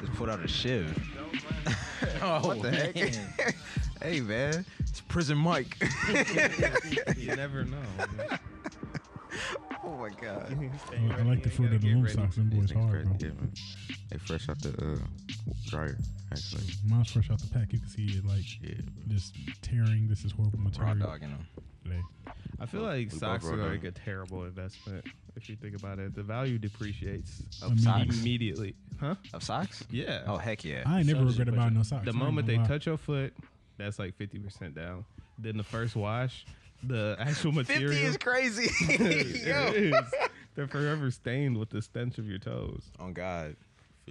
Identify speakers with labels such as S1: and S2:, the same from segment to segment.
S1: Just put out a shiv.
S2: Oh,
S1: What the heck?
S2: man.
S1: hey man, it's prison Mike.
S2: you never know. man.
S1: oh my god.
S3: I, I like the fruit of the loom socks. Them boys hard, bro.
S4: Yeah, man. They fresh out the uh, dryer, actually.
S3: Mine's fresh out the pack. You can see it like
S4: Yeah.
S3: just tearing. This is horrible
S1: Raw
S3: material.
S1: dogging him.
S3: Today.
S2: I feel like
S4: both
S2: socks are
S4: right
S2: like
S4: now.
S2: a terrible investment if you think about it. The value depreciates
S3: Of socks?
S2: immediately. Huh?
S1: Of socks?
S2: Yeah.
S1: Oh heck yeah.
S3: I ain't never
S2: So-
S3: regretted buying no socks. I
S2: the
S3: ain't
S2: moment they
S3: gonna lie.
S2: touch your foot, that's like fifty percent down. Then the first wash, the actual material.
S1: Fifty is crazy.
S2: It
S1: Yo.
S2: is. They're forever stained with the stench of your toes.
S1: Oh god.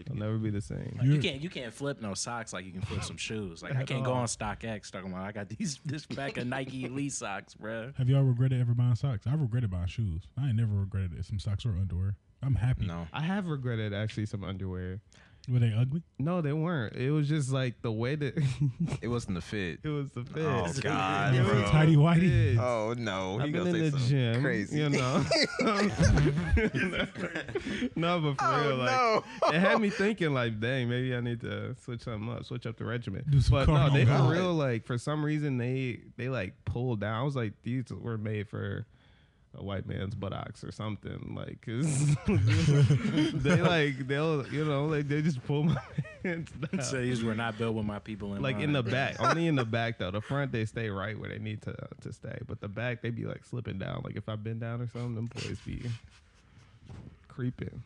S2: They'll never be the same.
S5: Like, you
S3: You're-
S5: can't you can't flip no socks like you can flip some shoes. Like I
S2: At
S5: can't go
S2: all.
S5: on StockX talking about I got these this pack of Nike Elite socks, bruh.
S3: Have y'all regretted ever buying socks? I regretted buying shoes. I ain't never regretted it. Some socks or underwear. I'm happy.
S1: No.
S2: I have regretted actually some underwear.
S3: Were they ugly?
S2: No, they weren't. It was just like the way that it
S1: It wasn't the fit.
S2: was the fit.
S1: Oh god,
S2: It
S1: bro.
S2: was
S3: Tidy
S2: the
S3: whitey.
S2: fit.
S1: Oh no.
S2: I've
S1: he
S2: been
S1: gonna
S2: in the
S1: say something
S2: gym,
S1: Crazy.
S2: you know. no, but for
S1: Oh,
S2: real, like
S1: no.
S2: it had me thinking, like, dang, maybe I need to switch something up, switch up the regimen.
S3: Do some
S2: But no, they
S3: cardio.
S2: for real, like for some reason they they like pulled down. I was like, these were made for a white man's buttocks or something, like, 'cause they like they'll you know like they just pull my hands down.
S5: So these were not built with my people in
S2: Like in
S5: mind,
S2: the
S5: bruh.
S2: back, only in the back though. The front they stay right where they need to to stay, but the back they be like slipping down. Like if I've been down or something, them boys be creeping.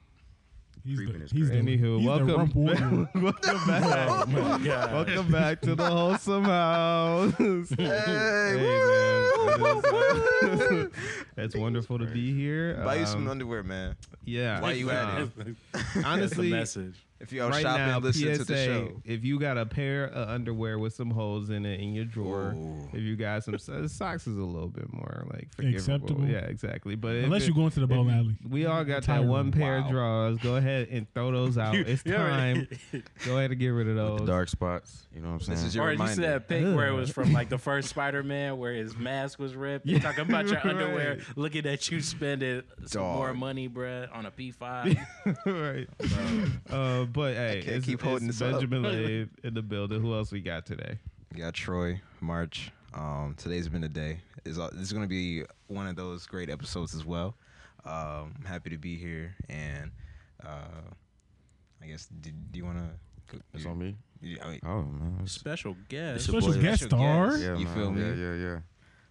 S3: He's the,
S4: Creeping is
S3: he's the,
S4: crazy.
S2: Anywho,
S3: he's the rump
S2: welcome,
S3: warrior.
S2: back, welcome back, welcome back to the wholesome house. Hey, man, it is, uh, it's wonderful to be here.
S1: Buy you some
S2: Um,
S1: underwear, man.
S2: yeah.
S1: Why you at
S2: nah.
S1: it?
S5: That's the
S2: Honestly,
S5: message.
S1: If you out
S2: right
S1: shopping,
S2: now,
S1: listen
S2: PSA,
S1: to the show.
S2: if you got a pair of underwear with some holes in it in your drawer,
S1: Ooh.
S2: if you got some so- socks, is a little bit more like forgivable.
S3: Acceptable.
S2: Yeah, exactly. But if
S3: Unless
S2: it-
S3: you go into the
S2: if
S3: bowling
S2: you-
S3: alley.
S2: We all got
S3: Tire
S2: that
S3: room.
S2: one pair of
S1: Wow.
S2: drawers. Go ahead and throw those out. it's
S5: you already-
S2: time. go ahead and get rid of
S4: With the
S2: those.
S4: dark spots, you know what I'm saying?
S1: This is your
S5: Or you see
S1: reminder.
S5: that pic where it was from like the first Spider Man where his mask was ripped. You're talking about your
S2: right.
S5: underwear, looking at you spending some
S1: Dog.
S5: more money, bruh, on a P five.
S2: right. Uh, but hey,
S1: can't
S2: it's,
S1: keep holding
S2: it's
S1: this up.
S2: Benjamin Lave in the building. Who else we got today?
S1: We got Troy, March. Um, today's been a day. It's, all- this is going to be one of those great episodes as well. Um, I'm happy to be here, and uh, I guess do, do you want to?
S4: It's on me.
S1: I mean,
S4: Oh man, it's-
S5: Special guest.
S4: your
S3: Special
S4: boy-
S3: guest star.
S1: guest.
S4: Yeah,
S1: You
S4: man.
S1: feel me?
S4: Yeah, yeah, yeah.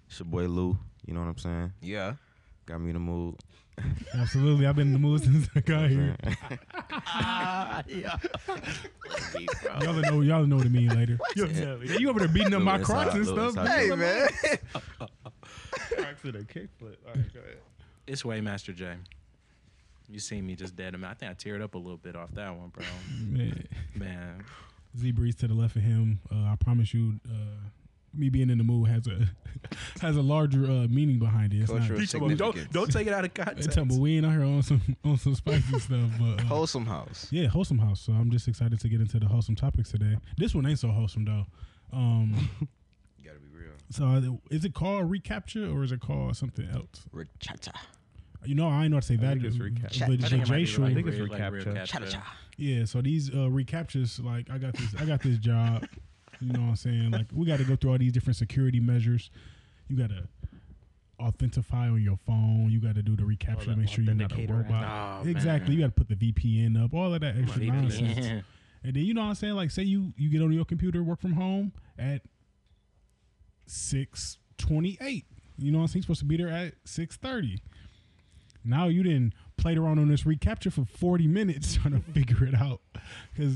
S4: It's your boy Lou. You know what I'm saying?
S1: yeah.
S4: Got me in the mood.
S3: Absolutely. I've been in the mood since I got here. Y'all know, y'all know what I mean later. Yo, you over there beating up my
S4: Lou,
S3: Crocs
S4: it's
S3: and
S4: hot, Lou,
S3: stuff.
S4: it's hot.
S1: Hey man,
S2: Crocs and a kickflip. All right, go ahead.
S5: It's Waymaster J. You seen me just dead. I, I think I teared up a little bit off that one, bro.
S3: Man.
S5: Man,
S3: Z Breeze to the left of him. Uh, I promise you, uh, me being in the mood has a has a larger uh, meaning behind it. It's not,
S1: Cultural significance.
S5: take it out of
S3: it's
S5: context.
S3: talking about we ain't out here on some on some spicy stuff, but uh,
S1: wholesome house.
S3: yeah, wholesome house. So I'm just excited to get into the wholesome topics today. This one ain't so wholesome though. Um,
S4: You gotta be real.
S3: so I- is it called recapture or is it called something else? You know, I ain't know how to say that.
S2: think it's recapture.
S3: But
S5: I think it might be
S3: Jayshaw-
S5: like
S2: I think it's
S5: real- like real
S2: recapture.
S5: capture.
S3: Yeah, so these uh, recaptures, like I got this, I got this job. You know what I'm saying? Like we got to go through all these different security measures. You got to authentify on your phone. You got to do the recapture to
S2: that
S3: make sure you're not a
S2: authenticator app.
S3: robot.
S5: Oh,
S3: exactly. You got to put the VPN up. All of that extra
S5: VPN.
S3: nonsense. And then you know what I'm saying? Like say you you get on your computer, work from home at six twenty eight. You know what I'm saying? You're supposed to be there at six thirty. Now you didn't played around on this recapture for 40 minutes trying to figure it out. Because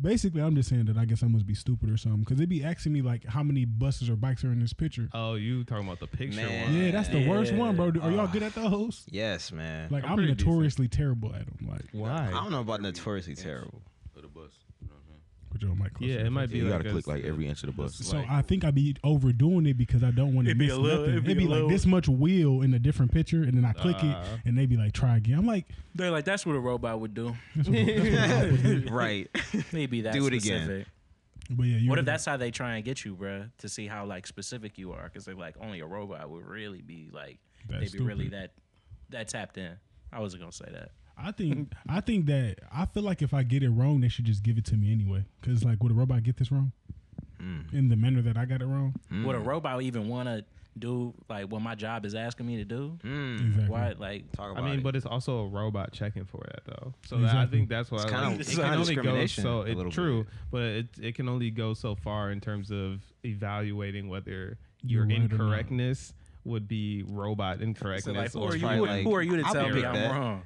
S3: basically, I'm just saying that I guess I must be stupid or something. Because they'd be asking me, like, how many buses or bikes are in this picture.
S2: Oh, you talking about the picture
S1: Man.
S2: one?
S3: yeah, that's the worst
S5: yeah.
S3: one, bro. Do- Are y'all
S1: Ah.
S3: good at those?
S1: Yes, man.
S3: Like,
S2: uh, I'm
S3: I'm,
S2: pretty decent.
S3: notoriously terrible at them. Like,
S1: I
S2: Why?
S1: don't know about notoriously terrible.
S4: Or the bus. You know what I'm saying?
S3: put your mic closer.
S2: Yeah, it might be.
S4: you
S2: like
S4: gotta
S2: a-
S4: click like every inch of the bus.
S3: So
S2: like-
S3: I think I'd be overdoing it because I don't want to
S5: It'd be
S3: miss
S5: a little-
S3: nothing.
S5: it'd
S3: It'd
S5: be
S3: be,
S5: a
S3: like
S5: little-
S3: this much wheel in a different picture, and then I click
S2: Uh.
S3: it, and they be like, "Try again." I'm like,
S5: They're like, that's what a robot would do.
S3: "That's what- that's what I would do."
S1: Right.
S5: Maybe that
S1: Do it again.
S5: specific.
S3: But yeah, you
S5: What
S3: were
S5: if
S3: the-
S5: that's how they try and get you, bruh, to see how like specific you are? Because they like only a robot would really be like
S3: That's
S5: they'd be really
S3: stupid.
S5: that that tapped in. I wasn't gonna say that.
S3: I think I think that I feel like if I get it wrong, they should just give it to me anyway. Because like, would a robot get this wrong?
S4: Hmm.
S3: In the manner that I got it wrong,
S5: Would a robot even want to do like what my job is asking me to do?
S4: Hmm.
S3: exactly.
S5: Why like
S1: Talk
S2: I
S1: about
S2: mean,
S1: it.
S2: but it's also a robot checking for that though. So that, I
S3: Exactly.
S2: think that's why
S1: kinda-
S2: like,
S1: it's
S2: it
S1: kinda
S2: can only go
S1: discrimination
S2: so
S1: a
S2: it's
S1: little
S2: true,
S1: bit.
S2: but it it can only go so far in terms of evaluating whether
S3: You're
S2: your
S3: right or not.
S2: incorrectness would be robot
S1: So, like,
S2: incorrectness.
S1: who
S5: who
S1: It's
S5: are
S2: or
S5: you?
S1: probably like,
S5: who are you to
S1: I'll
S5: tell me
S1: pick
S5: I'm
S1: that.
S5: wrong?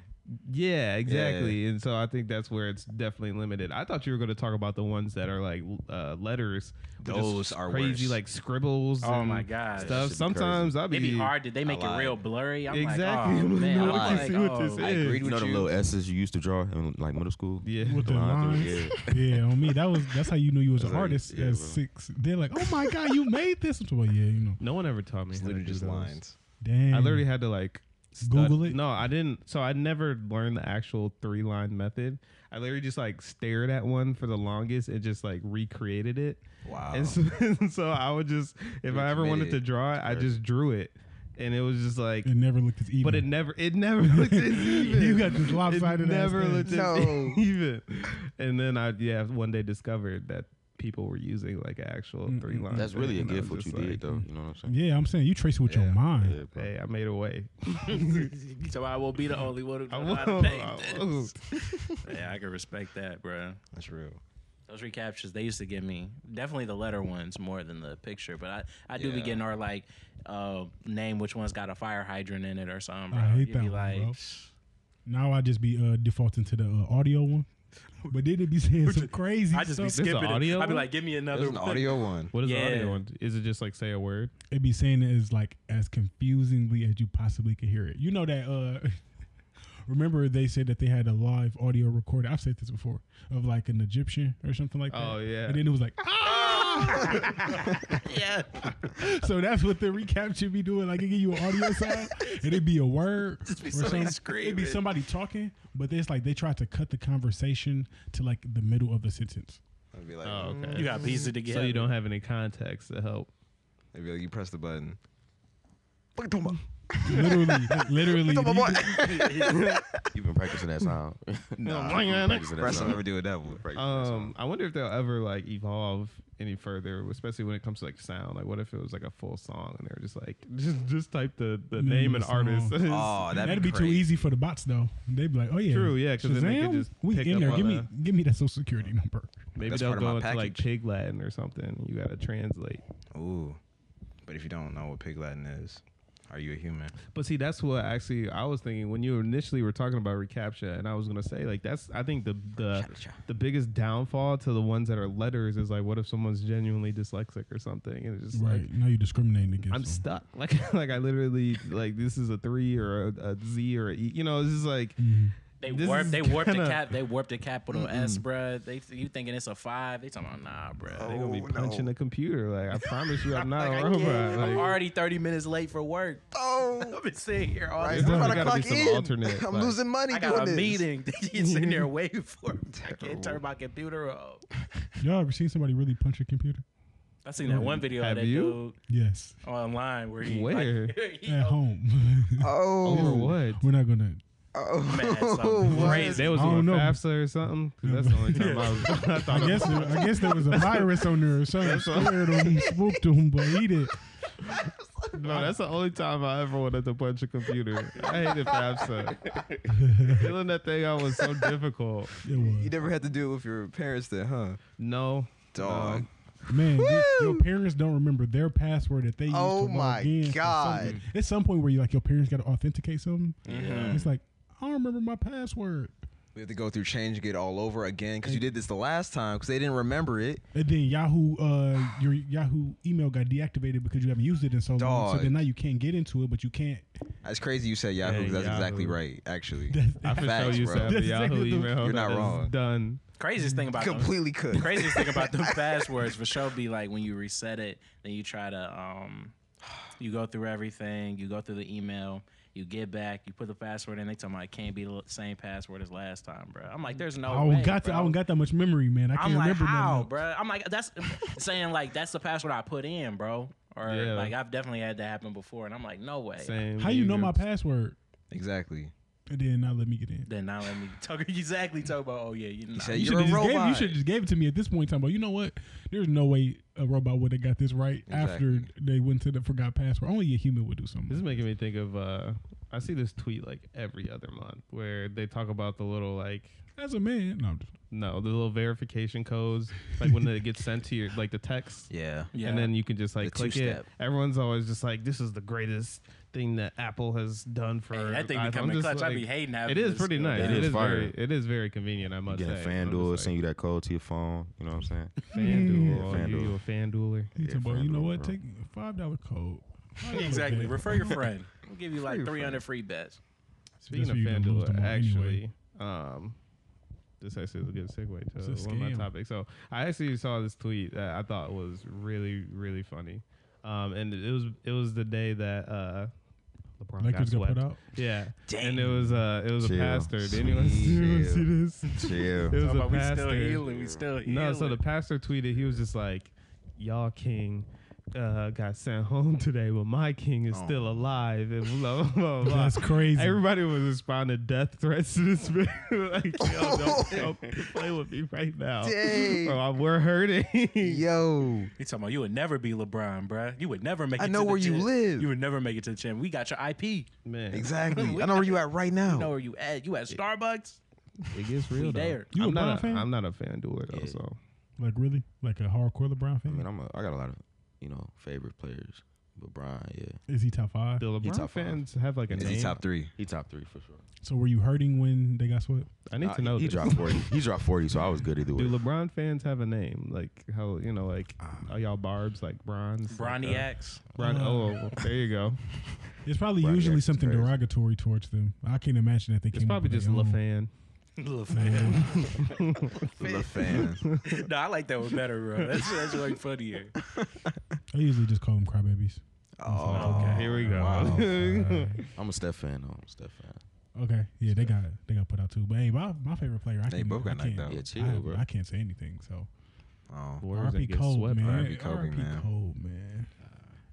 S2: yeah, exactly. And so I think that's where it's definitely limited. I thought you were going to talk about the ones that are like uh, letters. which is
S1: Those are
S2: crazy,
S1: worse.
S2: like scribbles.
S5: Oh
S2: and
S5: my God. That
S2: Stuff.
S4: should be
S2: Sometimes I'd be,
S5: It'd be hard. Did they make
S1: lied.
S5: it real blurry? I'm
S2: Exactly.
S5: like, oh
S2: I'm
S5: man, I'm
S2: like,
S5: like,
S2: I see what this
S5: oh.
S1: I agreed
S4: You
S1: with
S4: know the
S1: you.
S4: little S's you used to draw in like middle school.
S2: Yeah.
S3: With the
S4: lines
S3: lines,
S4: through it,
S3: yeah. on me. That was that's how you knew you was an
S4: That's how you-
S3: artist
S4: yeah,
S3: at
S4: bro.
S3: six. They're like, oh my god, you made this. I'm like, yeah, you know,
S2: No one ever taught me.
S1: It's
S2: how to
S1: literally
S2: do
S1: just
S2: those.
S1: lines.
S3: damn.
S2: I literally had to like
S3: Google it?
S2: No, I didn't. So I never learned the actual three line method. I literally just like stared at one for the longest and just like recreated it.
S1: Wow.
S2: And so,
S4: Oh.
S2: and so I would just, if I ever wanted to
S1: committed.
S2: draw it, I just drew it, and it was just like.
S3: it never looked as even.
S2: But it never, it never looked as even.
S3: You got this
S2: It
S3: lopsided ass
S2: never
S3: thing.
S2: looked as
S1: No.
S2: even. And then I, yeah, one day discovered that people were using like an actual
S3: Mm,
S2: three
S3: mm,
S2: line.
S4: That's really a gift what you
S2: like,
S4: did though. You know what I'm saying?
S3: yeah, I'm saying you trace it with your
S1: Yeah.
S3: mind.
S4: Yeah, bro.
S2: Hey, I made a way.
S5: oh." so I will be the only one who
S2: I
S5: know how to
S2: won't-
S5: make
S2: I
S5: this.
S2: won't.
S5: Yeah, I can respect that, bro.
S1: That's real.
S5: Those recaptures they used to give me definitely the letter ones more than the picture, but I, I do be
S1: Yeah.
S5: getting our like uh, name which one's got a fire hydrant in it or something. Bro.
S3: I hate
S5: You'd
S3: that
S5: be
S3: one,
S5: like,
S3: bro. Now I just be uh, defaulting to the uh, audio one. But then it be saying some crazy
S5: I just be
S3: stuff.
S2: an
S5: skipping. it.
S2: audio
S5: I'd be
S2: one?
S5: like, give me another
S1: There's an
S5: one."
S1: audio one.
S2: What is the
S5: Yeah.
S2: audio one? Is it just like say a word?
S3: it be saying it as like as confusingly as you possibly could hear it. You know that uh remember they said that they had a live audio recorder. I've said this before of like an Egyptian or something like that.
S2: Oh, yeah.
S3: And then it was like ah Yeah. so that's what the recap should be doing. Like it give you an audio sound and it'd be a word or something. It'd be somebody talking, but it's like they tried to cut the conversation to like the middle of the sentence.
S1: I'd be like, mm.
S2: Oh, okay.
S5: You got to piece it together.
S2: So you don't have any context to help.
S1: I'd be like, you press the button.
S3: Literally, literally.
S4: You've been practicing that sound.
S1: Nah,
S4: You've been practicing that
S1: Press will
S4: sound.
S1: never do it that way.
S4: Practicing that sound.
S2: Um, I wonder if they'll ever like evolve any further, especially when it comes to like sound. Like, what if it was like a full song and they were just like, just just type the, the
S3: Name
S2: name
S3: of
S2: and
S3: the
S2: artist.
S3: song.
S1: Oh, that'd,
S3: That'd be, too
S1: crazy.
S3: easy for the bots though. They'd be like, "Oh yeah,
S2: True, yeah, 'cause then they could
S3: Shazam?
S2: just
S3: we
S2: pick
S3: in
S2: up
S3: there.
S2: on
S3: Give me,
S2: the-
S3: give me that social security number."
S2: Maybe
S1: That's
S2: they'll
S1: part of
S2: go
S1: my
S2: into like
S1: package.
S2: Pig Latin or something. You gotta translate.
S1: Ooh, but if you don't know what pig Latin is, are you a human?
S2: But see, that's what actually I was thinking when you initially were talking about recaptcha, and I was gonna say like that's I think the the the biggest downfall to the ones that are letters is like what if someone's genuinely dyslexic or something, and it's just
S3: Right
S2: like
S3: now, you're discriminating against.
S2: I'm
S3: them.
S2: stuck. Like like I literally like this is a three or a, a Z or a E. You know, it's just like
S3: Mm-hmm.
S5: They
S2: This
S5: warp.
S2: is
S5: They warp the
S2: kinda-
S5: cap. They warp the capital S, bruh. They you thinking it's a five? They talking about nah, bruh.
S2: they're gonna be punching a computer. Like I promise you, I'm not
S5: Oh, Like,
S2: a
S5: I can't.
S2: robot.
S5: I'm
S2: Like,
S5: already 30 minutes late for work.
S1: Oh,
S5: I've been sitting here all
S1: right,
S5: this
S2: It's
S1: I'm
S5: time.
S2: gotta
S1: about to
S2: be
S1: clock
S2: some
S1: in.
S2: alternate,
S1: I'm
S2: like-
S1: losing money
S5: I got a
S1: doing this.
S5: meeting. He's sitting there waiting for me. I can't turn my computer off.
S3: Y'all ever seen somebody really punch a computer?
S5: I seen that one video
S2: Have
S5: of that
S2: you?
S3: Yes,
S5: dude online where he
S2: Where?
S5: like, he
S3: at home.
S2: Over
S1: Oh,
S2: what?
S3: We're not gonna.
S5: mad something
S1: what?
S5: crazy.
S2: They was
S3: I
S2: on
S3: don't know.
S2: FAFSA or something. 'Cause that's the only time I was. I thought
S3: I guess I guess there was a virus on there or something. Scared him, spooked him, but he did.
S2: No, that's the only time I ever wanted to punch a computer. I hated FAFSA. Filling that thing out was so difficult.
S3: It was
S1: You never had to do it with your parents, then, huh?
S2: No.
S1: Dog.
S2: No.
S3: man. they- your
S1: Woo!
S3: parents don't remember their password that they used
S1: Oh
S3: to
S1: my
S3: log in. for
S1: God.
S3: something. It's some point where you like your parents got to authenticate something. It's like I don't remember my password.
S1: We have to go through changing it all over again because you did this the last time because they didn't remember it.
S3: And then Yahoo, uh, your Yahoo email got deactivated because you haven't used it in so long.
S1: Dog.
S3: So then now you can't get into it, but you can't.
S1: That's crazy you said Yahoo
S2: Yeah,
S1: 'cause that's exactly
S2: Yahoo.
S1: right, actually.
S2: I for sure
S1: Facts,
S2: used to
S1: bro.
S2: have a
S3: That's exactly
S2: Yahoo
S3: what the-
S2: email.
S1: You're
S2: that
S1: not
S2: is
S1: wrong.
S2: Done.
S5: Craziest thing about them,
S1: Completely cooked.
S5: craziest thing about them passwords for sure be like when you reset it, then you try to um You go through everything. You go through the email. You get back. You put the password in. They tell me it can't be the l- same password as last time, bro. I'm like, there's no
S3: I don't
S5: way,
S3: Oh, got to, I
S5: bro.
S3: don't got that much memory, man. I can't
S5: I'm like,
S3: remember
S5: how,
S3: nothing.
S5: bro? I'm like, that's saying like that's the password I put in, bro. Or
S2: Yeah.
S5: like I've definitely had that happen before, and I'm like, no way.
S2: Same.
S3: How you know my
S2: got-
S3: password
S1: Exactly.
S3: and then not let me get in?
S5: Then now let me talk exactly talk about. Oh yeah, you know.
S1: said You're
S3: You should
S1: a
S3: just gave, you
S1: robot.
S3: should just gave it to me at this point in time. But you know what? There's no way a robot would have got this right after they went to the forgot password. Only a human would do
S2: This
S3: something.
S2: is making me think of. uh I see this tweet like every other month where they talk about the little like
S3: As a man, no, I'm just,
S2: no the little verification codes like when it gets sent to your like the text
S1: Yeah.
S5: Yeah.
S2: and then you can just like
S1: The
S2: click it.
S1: two-step.
S2: Everyone's always just like, "This is the greatest thing that Apple has done for."
S5: Hey, that thing
S2: iPhone."
S5: be
S2: I'm
S5: coming
S2: just
S5: clutch. I
S2: like-
S5: be hating that.
S2: It is pretty nice.
S4: That
S2: It
S4: is
S2: is
S4: fire.
S2: very, it is very convenient. I must
S4: Get a
S2: say. I'm
S4: FanDuel,
S2: just
S4: send you that code to your phone. You know what I'm saying?
S2: like, FanDuel.
S4: Yeah,
S2: You,
S4: FanDuel.
S2: you a FanDueler?
S3: you
S4: Yeah,
S3: talking about, you know
S4: FanDuel,
S3: what?
S4: bro.
S3: Take a five dollar code.
S5: exactly. Refer your friend. We'll give you like
S1: your
S5: 300 free bets.
S2: Speaking
S3: That's
S2: of
S3: where you gonna lose them
S2: FanDuel,
S3: all
S2: actually,
S3: anyway.
S2: um, this actually is a good segue to
S3: It's a
S2: one of my
S3: scam.
S2: topics. So I actually saw this tweet that I thought was really, really funny, um, and it was it was the day that uh, LeBron
S3: Lakers
S2: got
S3: got
S2: swept.
S3: put out.
S2: Yeah, and it was uh, it was
S4: Chill.
S2: a pastor. Did anyone
S4: Sweet.
S2: see, anyone see this?
S4: Chill.
S2: It was
S5: Talk
S2: a
S5: about we still
S2: pastor.
S5: healing. We still healing.
S2: No, so the pastor tweeted he was just like, "Y'all king." Uh, got sent home today, but my king is
S1: Oh.
S2: still alive. And blah, blah, blah, blah.
S3: That's crazy.
S2: Everybody was responding to death threats to this man. like, yo, don't, don't play with me right now.
S1: Dang.
S2: Bro, we're hurting.
S1: Yo.
S5: He talking about you would never be LeBron, bruh. You would never make it
S1: I
S5: to
S1: know
S5: the
S1: where you
S5: gym.
S1: live.
S5: You would never make it to the gym. We got your IP.
S2: Man,
S1: Exactly. I know where you at right now.
S5: You know where you at. You at Starbucks.
S2: it gets real.
S5: We
S2: though.
S5: there.
S3: You a
S2: I'm, not
S3: Brown fan?
S2: I'm not a fan doer, though,
S4: Yeah.
S2: so.
S3: Like really? Like a hardcore LeBron
S4: I
S3: fan?
S4: mean, I'm a, I got a lot of you know favorite players, but Brian, yeah,
S3: Is he top five?
S2: The
S4: He
S2: LeBron
S4: top five.
S2: fans have like a
S1: Is
S2: name.
S1: he top three?
S4: he top three for sure.
S3: So were you hurting when they got swept?
S2: I need
S4: Nah,
S2: to know.
S4: He, he
S2: this.
S4: dropped forty. he dropped forty, so I was good either way.
S2: Do LeBron fans have a name? Like how you know, like
S4: Ah.
S2: are y'all barbs like bronze?
S5: Bronny
S2: Like,
S5: X.
S2: uh, Bron- oh, there you go.
S3: It's probably
S4: Right,
S3: usually
S4: that's
S3: something
S4: crazy.
S3: derogatory towards them. I can't imagine that they
S2: It's
S3: came.
S2: probably
S3: up with
S2: just
S3: their own.
S2: LaFan.
S5: no,
S1: LaFan.
S5: I like that one better, bro. That's, that's like funnier.
S3: I usually just call them crybabies.
S1: Oh,
S5: Okay,
S2: Here we go.
S1: Wow.
S4: I'm a Steph fan. though. I'm a Steph fan.
S3: Okay, yeah, they got they got put out too. But hey, my, my favorite player, I
S1: They
S3: can,
S1: both got
S3: I can't,
S1: knocked out.
S4: Yeah, chill,
S3: I,
S4: bro.
S3: I can't say anything. So
S1: Oh.
S2: Warriors
S3: RP
S2: that get
S3: Cole,
S2: swept,
S3: man.
S2: right?
S3: RP
S1: R.I.P. Kobe, man.
S3: Cole, man.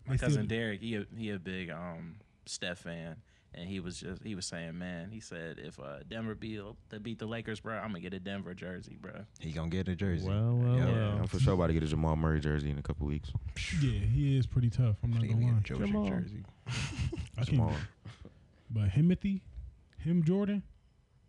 S5: My
S3: They still-
S5: cousin Derek, he a, he a big um Steph fan, and he was just he was saying, man, he said if uh, Denver beat to beat the Lakers, bro, I'm gonna get a Denver jersey, bro.
S1: He gonna get a jersey.
S2: Well, well,
S1: Yeah.
S5: Yeah.
S2: well.
S4: I'm for sure about to get a Jamal Murray jersey in a couple weeks.
S3: Yeah, he is pretty tough. I'm not
S1: He gonna
S3: gonna
S1: get
S3: lie.
S1: a Jokic
S2: Jamal.
S1: jersey.
S3: I
S4: Jamal,
S3: can't, but Himothy, him Jordan,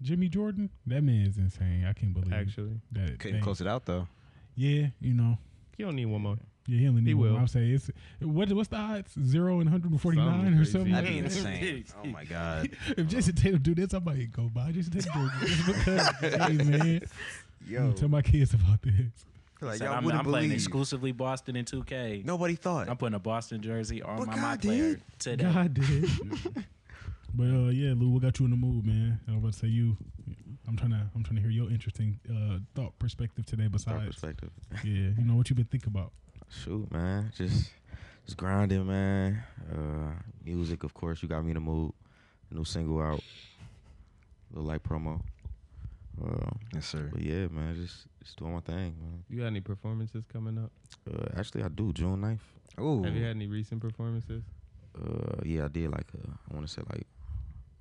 S3: Jimmy Jordan, that man is insane. I can't believe
S2: Actually,
S3: that.
S1: Couldn't
S3: that-
S1: close it out though.
S3: Yeah, you know.
S2: you don't need one more.
S3: Yeah, he only
S2: He
S3: need one.
S2: will.
S3: I'm saying it's what, what's the odds? Zero and 149 or something.
S2: Something crazy.
S1: That'd
S3: like
S1: be
S3: that?
S1: insane. Oh my god.
S3: If Jason Tatum do this, I might go buy Jason Tatum. Jordan. Just because, hey man, I'm gonna tell my kids about this.
S5: He
S1: Like,
S5: said,
S1: y'all
S5: I'm,
S1: wouldn't
S5: I'm playing
S1: believe.
S5: exclusively Boston in 2K.
S1: Nobody thought.
S5: I'm putting a Boston jersey on
S1: But
S5: my my
S1: God
S5: player
S1: did.
S5: today.
S2: God did.
S3: But uh, yeah, Lou, what got you in the mood, man? I was about to say you. I'm trying to. I'm trying to hear your interesting uh, thought perspective today.
S4: start
S3: Besides,
S4: perspective.
S3: yeah, you know what you've been thinking about.
S4: Shoot, man, just just grinding, man. Uh, music, of course, you got me in the mood. New single out, little light promo. Uh,
S1: yes, sir.
S4: but yeah, man, just just doing my thing, man.
S2: You got any performances coming up?
S4: Uh, actually, I do June 9th.
S1: Ooh.
S2: Have you had any recent performances?
S4: Uh, yeah, I did like uh, I want to say like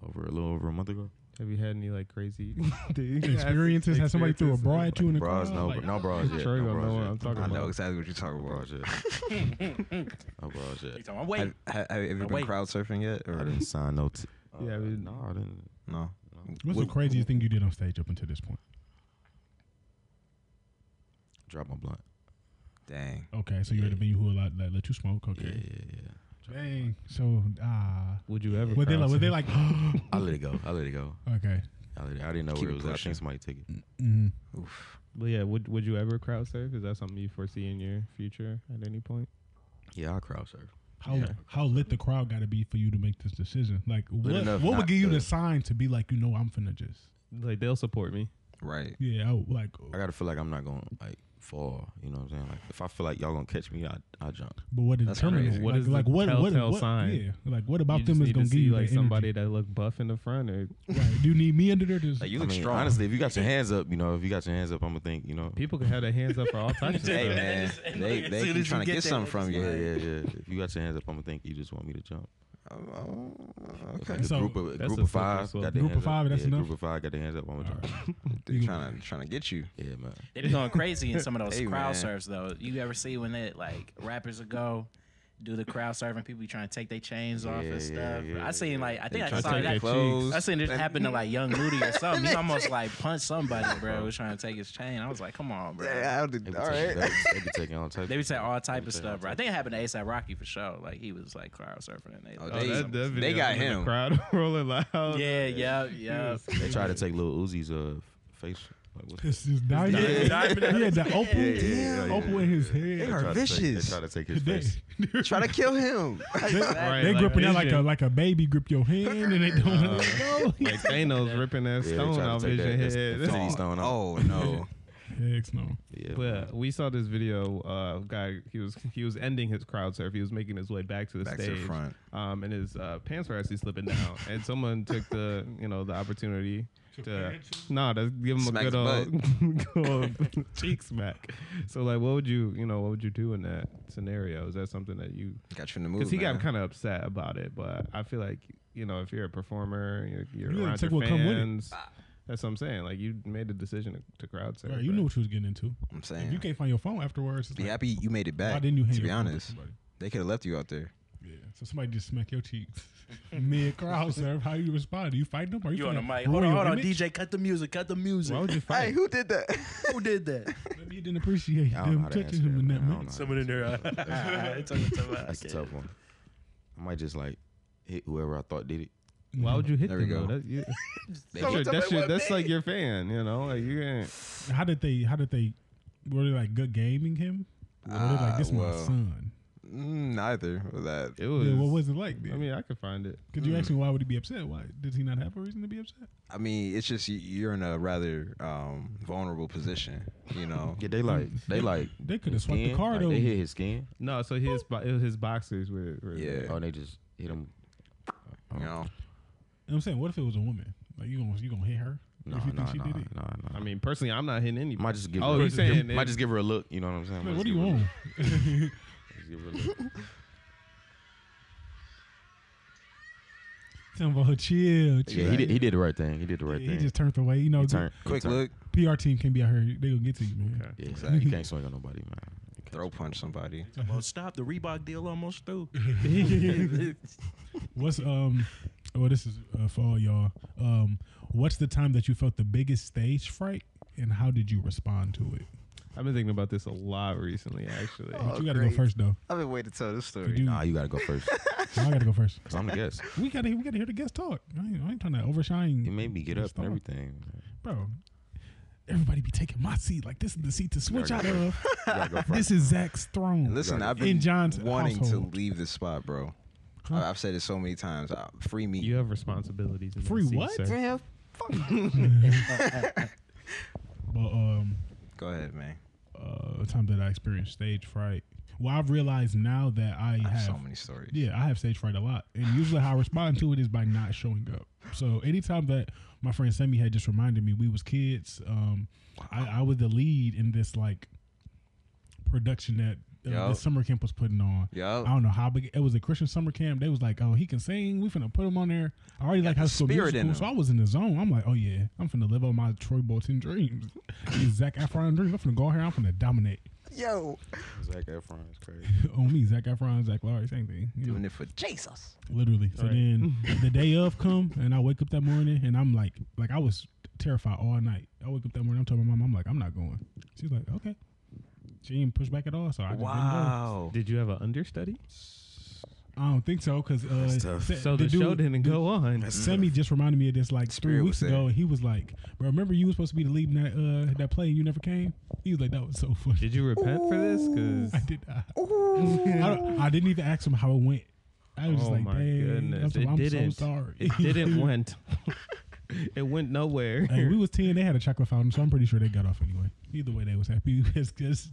S4: over a little over a month ago.
S2: Have you had any like crazy
S3: Experiences? Had somebody threw a bra at you in the car?
S4: Bras, no,
S3: Like,
S4: no bras yet.
S2: Sure, you
S4: no
S2: gonna know
S4: bras
S2: what
S4: yet.
S2: I'm talking
S1: I know
S2: about.
S1: exactly what you're talking
S4: No
S1: about.
S4: bras yet. No bras
S5: He
S4: yet.
S5: talking, I'm waiting.
S1: Have, have, have you ever been
S5: Wait.
S1: crowd surfing yet?
S4: I
S1: Or
S4: didn't sign no. T- uh,
S2: Yeah, I mean-
S4: no, I didn't.
S1: no?
S3: What's the craziest thing you did on stage up until this point?
S4: Drop my blunt.
S1: Dang.
S3: Okay, so you're at a venue who allowed that let you smoke.
S4: Yeah,
S3: Okay,
S4: yeah, yeah. Drop my
S3: dang. So ah,
S2: Would you ever?
S3: were they like? Were
S2: crowd
S3: they
S2: surf?
S3: like?
S4: I let it go. I let it go.
S3: okay.
S4: I, let it, I didn't know
S1: Keep
S4: where
S1: it
S4: it was at. I
S1: pushing.
S4: think somebody took it.
S3: Mm.
S1: Oof.
S2: Well, yeah. Would Would you ever crowd surf? Is that something you foresee in your future at any point?
S4: Yeah, I'll crowd surf.
S3: How
S2: Yeah.
S3: how lit the crowd got to be for you to make this decision? Like what
S1: enough,
S3: what would
S1: not
S3: give you the
S1: good.
S3: sign to be like you know I'm finna just
S2: Like they'll support me.
S1: Right.
S3: yeah I, like
S4: I gotta feel like I'm not going like fall. You know what I'm saying? Like if I feel like y'all gonna catch me, I I jump.
S3: But what
S1: That's
S3: determines
S1: crazy.
S2: What
S3: like,
S2: is
S3: like
S2: the
S3: what what,
S2: telltale
S3: what-
S2: sign?
S3: Yeah, like what
S2: You
S3: about
S2: just
S3: them is
S2: need to
S3: gonna give
S2: see
S3: you
S2: like
S3: that
S2: somebody
S3: energy?
S2: that look buff in the front, or
S3: Right. Do you need me under there? Just,
S1: Like you
S4: I
S1: look
S4: mean,
S1: strong.
S4: Honestly, if you got your hands up, you know, if you got your hands up, I'm gonna think, you know,
S2: people can have their hands up for all types of
S1: hey man,
S2: stuff.
S5: As soon
S1: they
S5: as
S1: they
S5: you
S1: keep trying to
S5: get
S1: get
S5: there,
S1: something from
S4: yeah,
S1: you.
S4: yeah, yeah. If you got your hands up, I'm gonna think you just want me to jump.
S1: Oh,
S4: If
S1: okay.
S4: like a
S3: So,
S4: group of a
S2: that's
S4: group
S2: a slippery
S4: of five,
S2: slope.
S4: got their
S3: Group of
S4: hands
S3: five,
S4: up.
S3: that's
S4: yeah,
S3: enough?
S4: Group of five, got their hands up. I'm gonna jump.
S1: They're trying to trying to get you.
S4: Yeah, man.
S5: They be going crazy in some of those
S1: Hey, man.
S5: crowd surfs though. You ever see when they like rappers would go do the crowd surfing, people be trying to take their chains off
S4: Yeah,
S5: and stuff.
S4: yeah,
S5: I seen like I
S1: They
S5: think I
S1: trying to
S5: saw
S1: take their
S5: that.
S1: clothes.
S5: I seen this
S1: They-
S5: happen to like Young Moody or something. He almost like punched somebody, bro. Was trying to take his chain. I was like, come on, bro.
S1: Yeah, I'll do-
S4: They be
S1: all
S4: taking-
S1: right.
S4: They be taking all types.
S5: They would say all type
S4: They be
S5: of
S4: taking all
S5: stuff, bro. I
S4: types.
S5: think it happened to ASAP Rocky for sure. Like he was like crowd surfing. And they,
S1: Oh,
S5: like,
S1: they-
S5: something-
S1: they
S2: video
S1: got
S2: in the
S1: him.
S2: crowd rolling loud.
S5: yeah, yeah, yeah.
S4: They try to take little Uzi's uh face. Like, what's
S3: It's just dying.
S5: dying.
S3: Yeah, the opal,
S1: Yeah, yeah, yeah, yeah,
S3: opal in his
S1: They
S3: head.
S1: are
S4: try to take-
S1: vicious.
S4: They try to take his
S3: They,
S4: face.
S1: Try to kill him.
S2: Right,
S3: they
S2: like
S3: gripping that like a
S2: Vision.
S3: like a baby grip your hand, and they don't.
S2: Uh,
S3: know.
S2: like Thanos ripping that
S4: Yeah, they
S2: stone
S4: tried to
S2: off
S4: take
S2: his
S4: that- that's-
S2: head.
S4: that's- City's throwing up.
S1: oh no.
S3: Heck no.
S4: Yeah. man.
S2: But we saw this video uh, of guy. He was he was ending his crowd surf. He was making his way back to the
S1: Back to
S2: stage,
S1: the front.
S2: um, and his uh, pants were actually slipping down. and someone took the you know the opportunity to nah, to give him
S1: Smack
S2: a good
S1: his
S2: old, good old cheek smack. So like, what would you you know what would you do in that scenario? Is that something that you?
S1: Got you in the mood.
S2: Because he
S1: man.
S2: got kind of upset about it, but I feel like you know if you're a performer, you're, you're
S3: You gotta
S2: around
S3: take
S2: your
S3: what come with it.
S2: fans. That's what I'm saying. Like you made the decision to, to crowd surf.
S3: Right, you
S2: but-
S3: knew what you was getting into.
S1: I'm
S3: If you
S1: saying.
S3: can't find your phone afterwards, it's
S1: Be
S3: like,
S1: happy you made it back.
S3: why didn't you hang
S1: to be
S3: your phone with
S1: honest,
S3: somebody?
S1: they could have left you out there.
S3: Yeah. So somebody just smack your cheeks mid crowd serve. How you respond? Do you fight them? Are you,
S5: You on the
S3: finna
S5: mic?
S3: ruin
S5: Hold on,
S3: your
S5: hold on,
S3: image?
S5: DJ. Cut the music. Cut the music.
S2: Why would you fight?
S1: Hey, who did that?
S5: Who did that?
S3: Maybe you didn't appreciate
S4: I don't know
S3: them
S4: how to answer
S3: touching
S4: that.
S3: him in
S4: man.
S3: that
S4: I don't
S3: moment.
S4: know how to
S5: Someone in there.
S4: answer that. That's-
S5: That's
S4: That's a tough one. I might just like hit whoever I thought did it.
S2: Why would you hit
S1: There we
S2: them? though?
S1: go.
S2: That- you-
S1: They
S2: That's, your,
S1: should-
S2: that's, your, that's like your fan, you know. Like you can't.
S3: How did they? How did they? Were they like good gaming him? Or were they like
S1: Ah,
S3: this
S4: Uh,
S3: my
S1: well.
S3: son?
S1: Mm, neither was that.
S2: It was.
S3: Yeah, what was it like?
S2: I
S3: Then?
S2: mean, mm. I could find it.
S3: Could you ask me why would he be upset? Why does he not have a reason to be upset?
S1: I mean, it's just you- you're in a rather um, vulnerable position. You know,
S4: Yeah, they like they like
S3: Mm. They could have
S4: his
S3: swiped the
S4: skin,
S3: card
S4: like,
S3: over.
S4: They hit his skin.
S2: No, so his bo- it was his boxers were. were
S1: Yeah.
S4: Oh, and they just hit him. Oh,
S1: you know.
S3: You know what I'm saying, what if it was a woman? Like you gonna you gonna hit her?
S4: No,
S3: if you
S4: no,
S3: think she
S4: no,
S3: did
S4: no,
S3: it?
S4: no.
S2: I mean, personally, I'm not hitting any.
S4: might just give.
S2: Oh,
S4: her,
S2: you saying
S4: might
S2: it-
S4: just give her a look. You know what I'm saying?
S3: Like,
S4: Might
S3: what
S4: just
S3: do you
S4: give her a
S3: want?
S4: look. Just give her a look.
S3: Talking about her chill, chill.
S4: Yeah, he did. He did the right thing. He did the right
S3: Yeah,
S4: thing.
S3: he just turned away. You know,
S4: He turned- he
S1: Quick
S4: turned.
S1: look,
S3: PR team can be out here. They gonna get to you, man.
S2: Okay.
S4: Yeah,
S1: Exactly.
S4: you can't swing on nobody, man. You can't
S1: throw punch somebody.
S5: Well, stop. The Reebok deal almost through.
S3: What's um? Well, this is uh, for all y'all. Um, what's the time that you felt the biggest stage fright, and how did you respond to it?
S2: I've been thinking about this a lot recently, actually.
S1: Oh.
S3: you gotta
S1: great.
S3: go first, though.
S1: I've been waiting to tell this
S3: You
S1: story.
S3: do.
S4: Nah, you gotta go first.
S3: I gotta go first.
S4: Cause I'm the guest.
S3: We gotta we gotta hear the guest talk. I ain't, I ain't trying to
S4: He
S3: overshine,
S4: made me get up
S3: Stop.
S4: and everything. man.
S3: bro. Everybody be taking my seat. Like this is the seat to switch out of.
S4: You gotta go
S3: This
S4: first.
S3: is Zach's throne.
S1: Listen, I've been
S3: in John's
S1: wanting
S3: household.
S1: to leave this spot, bro.
S3: Huh?
S1: I- I've said it so many times. Uh, free me.
S2: You have responsibilities. In that
S3: Free
S2: seat,
S3: what?
S2: sir.
S1: Damn, fuck.
S3: But um,
S1: Go ahead, man.
S3: uh, time that I experienced stage fright. Well, I've realized now that I
S1: I have
S3: have
S1: so many stories.
S3: Yeah, I have stage fright a lot, and usually how I respond to it is by not showing up. So anytime that my friend Sammy had just reminded me we was kids, um, I, I was the lead in this like production that uh,
S1: Yup.
S3: the summer camp was putting on.
S1: Yup.
S3: I don't know how big it was a Christian summer camp. They was like, "Oh, he can sing. We finna put him on there." I already like
S1: the
S3: high school
S1: spirit in
S3: musical, so I was in the zone. I'm like, "Oh yeah, I'm finna live on my Troy Bolton dreams, These Zach Efron dreams. I'm finna go out here. I'm finna dominate."
S1: Yo,
S4: Zac Efron is crazy.
S3: on me, Zach Efron, Zach Laurie, same thing. You know?
S1: doing it for Jesus.
S3: Literally. So
S2: Right.
S3: then the day of come and I wake up that morning and I'm like like I was terrified all night. I wake up that morning, I'm telling my mom, I'm like, I'm not going. She's like, Okay. She didn't push back at all, so I just didn't
S1: Wow.
S2: Did you have an understudy?
S3: go. I don't think so because uh,
S4: tough.
S3: the-
S2: So the, show didn't go on.
S3: Sammy just reminded me of this like three
S1: Spirit
S3: weeks
S1: was
S3: ago,
S1: there.
S3: and he was like, "Bro, remember you was supposed to be the lead in that uh, that play, and you never came." He was like, "That was so funny."
S2: Did you repent for this?
S3: I
S2: Because
S3: did. I, I, don't- I didn't even ask him how it went. I was just
S2: oh
S3: like,
S2: my
S3: "Dang,
S2: goodness,
S3: I'm,
S2: it
S3: I'm
S2: didn't.
S3: so sorry."
S2: It didn't went. it went nowhere.
S3: Hey, we was ten. They had a chocolate fountain, so I'm pretty sure they got off anyway. Either way, they was happy because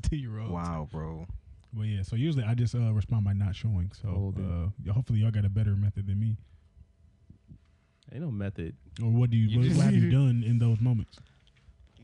S3: two year old.
S1: Wow, bro.
S3: But yeah, so usually I just uh, respond by not showing. So
S2: Hold it.
S3: uh, y- hopefully y'all got a better method than me.
S2: Ain't no method.
S3: Or what do you,
S2: You
S3: what,
S2: just-
S3: what have you done in those moments?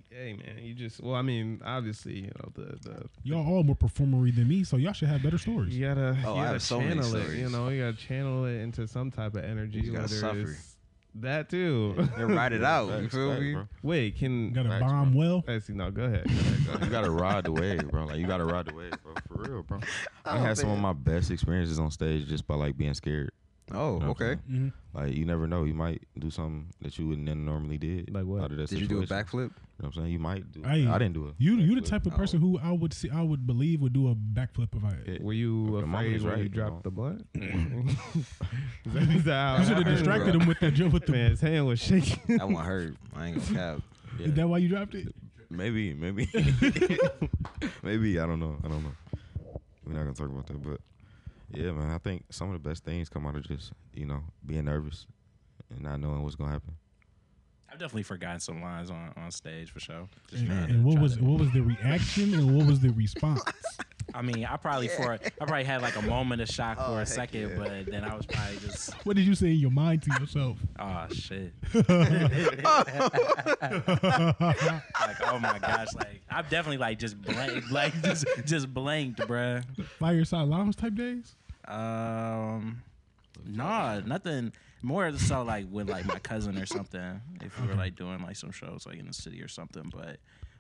S2: Hey man, you just well, I mean, obviously, you know the the
S3: Y'all all more performery than me, so y'all should have better stories.
S2: You gotta,
S1: Oh,
S2: you
S1: I
S2: gotta
S1: have so many
S2: channel it. You
S1: stories.
S2: know, you gotta channel it into some type of energy.
S1: You gotta
S2: whether
S1: suffer.
S2: it's That too.
S1: And ride it out. You
S4: Facts,
S1: feel
S4: facts,
S1: me?
S4: bro.
S2: Wait, can
S3: Got to
S4: Facts,
S3: bomb
S4: bro.
S3: well.
S2: I see? No, go ahead.
S4: you gotta ride the wave, bro. Like you gotta ride the wave, bro. For real, bro. I
S1: Oh,
S4: had some of
S1: man.
S4: my best experiences on stage just by like being scared.
S1: Oh,
S4: You know what I'm
S1: okay.
S3: hmm
S4: Like you never know, you might do something that you wouldn't normally did.
S2: Like what?
S4: Out of that
S1: Did you do a
S4: situation.
S1: backflip?
S4: You know what I'm saying? You might do.
S3: Hey,
S4: I didn't do it.
S3: You you the type of
S1: Oh.
S3: person who I would see I would believe would do a backflip if I.
S2: Were you
S4: Okay, mama
S2: afraid
S4: is
S2: when
S4: right,
S2: you
S4: you
S2: dropped the
S4: know.
S2: blunt? Is that-
S3: You
S2: is that how it
S3: should have
S2: happened?
S3: distracted him with the jump with the.
S2: Man, his hand was shaking.
S1: That one hurt. I ain't gonna cap.
S4: Yeah.
S3: Is that why you dropped it?
S4: Maybe, maybe, maybe. I don't know. I don't know. We're not gonna talk about that, but yeah, man. I think some of the best things come out of just you know being nervous and not knowing what's gonna happen.
S5: I've definitely forgotten some lines on, on stage for sure. Just
S3: And,
S5: trying to-
S3: and what
S5: trying
S3: was
S5: to-
S3: what was the reaction and what was the response?
S5: I mean, I probably for I probably had like a moment of shock for a second, but then I was probably just
S3: What did you say in your mind to yourself?
S5: oh shit. like oh my gosh, like I'm definitely like just blank, like just just blanked, bruh.
S3: Fireside lounge type days.
S5: Um, nah, nothing more so like with like my cousin or something. If we were like doing like some shows like in the city or something, but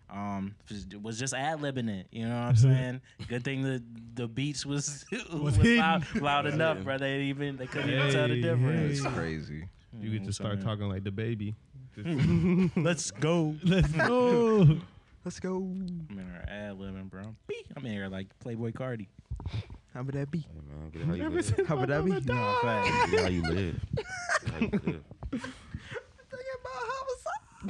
S5: um, it was just ad libbing it. You know what I'm
S2: Mm-hmm.
S5: saying? Good thing the the beats was was,
S3: hidden.
S5: loud, loud enough, bro. They didn't even they couldn't even tell the
S2: Hey,
S5: difference.
S1: That's crazy.
S2: You
S1: Mm-hmm.
S2: could just
S5: So,
S2: start
S5: yeah.
S2: talking like the baby. Just-
S5: Let's go.
S3: Let's go.
S1: Let's go.
S5: I'm in here ad libbing, bro. Beep. I'm in here like Playboy Cardi.
S1: How would that be?
S4: Hey, man, get it how you
S3: Ever
S4: live.
S3: since
S1: How
S3: my
S1: would that be?
S3: mama died.
S5: No, fact.
S4: Get it how you live. Get it how you live.
S5: Jump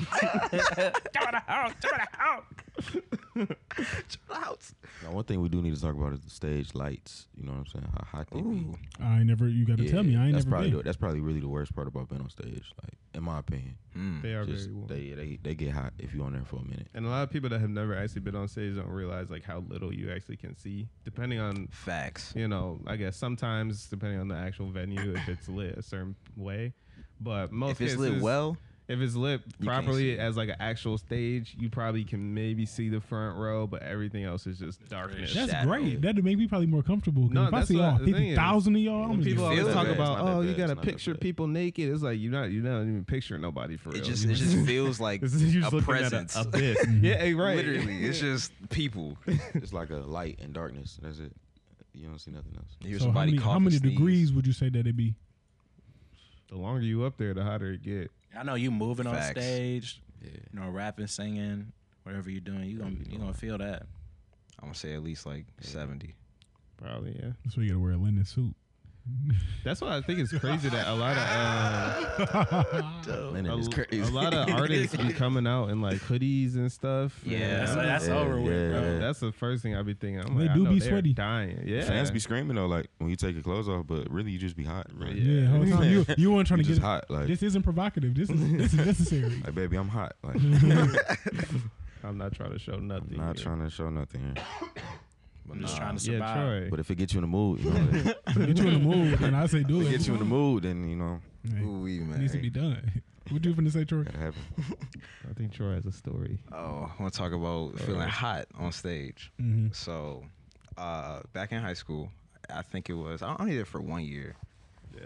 S5: out of the house. Jump out of the house.
S4: Now, one thing we do need to talk about is the stage lights. You know what I'm saying? How hot they
S1: Ooh.
S4: be.
S3: I ain't never. You got to
S4: Yeah,
S3: tell me. I ain't
S4: that's
S3: never
S4: probably
S3: been.
S4: The, that's probably really the worst part about being on stage. Like in my opinion,
S1: Mm.
S2: they are
S4: just
S2: very warm.
S4: they, they they get hot if you're on there for a minute.
S2: and a lot of people that have never actually been on stage don't realize like how little you actually can see, depending on
S1: Facts.
S2: you know, I guess sometimes depending on the actual venue, if it's lit a certain way. But most
S1: If it's
S2: cases,
S1: lit well,
S2: if it's lit
S1: can't
S2: properly
S1: see.
S2: as like an actual stage, you probably can maybe see the front row, but everything else is just darkness.
S3: That's
S1: shadow.
S3: great. That'd make me probably more comfortable. 'cause
S2: No,
S3: if I
S2: that's
S3: see
S2: what
S3: all
S2: the thing is.
S3: fifty thousand of y'all, I'm
S2: When
S3: gonna
S2: people
S3: get
S2: always
S1: feel
S2: talk
S1: bad.
S2: about,
S4: It's not that
S2: oh, you
S4: bad.
S2: gotta
S4: It's not that
S2: picture
S4: bad.
S2: people naked. It's like you're not, you're not even picturing nobody for real.
S1: it just it just feels like
S2: It's- you're just
S1: a
S2: looking
S1: presence.
S2: at a abyss. yeah, right.
S1: Literally, it's just people. You
S4: it's like a light and darkness. That's it. You don't see nothing else.
S1: hear
S3: so how
S1: somebody
S3: many,
S1: cough
S3: how
S1: and
S3: many
S1: sneeze.
S3: degrees would you say that it be?
S2: The longer you up there, the hotter it get.
S5: I know you moving
S1: Facts.
S5: on stage.
S4: Yeah.
S5: you know, rapping, singing, whatever you're doing, you gonna you gonna feel that.
S1: I'm gonna say at least like seventy.
S2: Probably, yeah.
S3: That's why you gotta wear a linen suit.
S2: That's why I think it's crazy that a lot of uh,
S4: Lennon
S2: a,
S4: is crazy.
S2: a lot of artists be coming out in like hoodies and stuff.
S1: Yeah.
S2: and
S5: That's,
S2: I'm
S1: like-
S5: that's
S4: Yeah,
S5: over with,
S4: yeah,
S5: bro.
S4: yeah.
S2: That's the first thing I be thinking. I'm
S3: They
S2: like, I
S3: do
S2: know
S3: be
S2: they're
S3: sweaty.
S2: dying. Yeah,
S4: Fans be screaming though, like when you take your clothes off, but really you just be hot. Right?
S2: Yeah.
S3: Yeah, whole time. you you weren't trying
S4: You
S3: to get
S4: just
S3: it.
S4: hot. Like,
S3: This isn't provocative. This is this is necessary.
S4: like baby, I'm hot. Like,
S2: I'm not trying to show nothing.
S4: not
S2: here.
S4: trying to show nothing here.
S1: But
S5: I'm just
S1: nah.
S5: trying to
S2: Yeah,
S5: survive.
S2: Troy.
S4: But if it gets you in the mood, you know, if
S3: get you in the mood, and I say do
S4: it
S3: it.
S4: gets you in the mood, then you know,
S3: Hey,
S1: Ooh, we
S3: it
S1: man.
S3: needs to be done. What you finna say, Troy?
S4: gotta happen.
S2: I think Troy has a story.
S1: Oh, I want to talk about feeling hot on stage.
S3: Mm-hmm.
S1: So, uh, back in high school, I think it was. I only did it for one year.
S2: Yeah.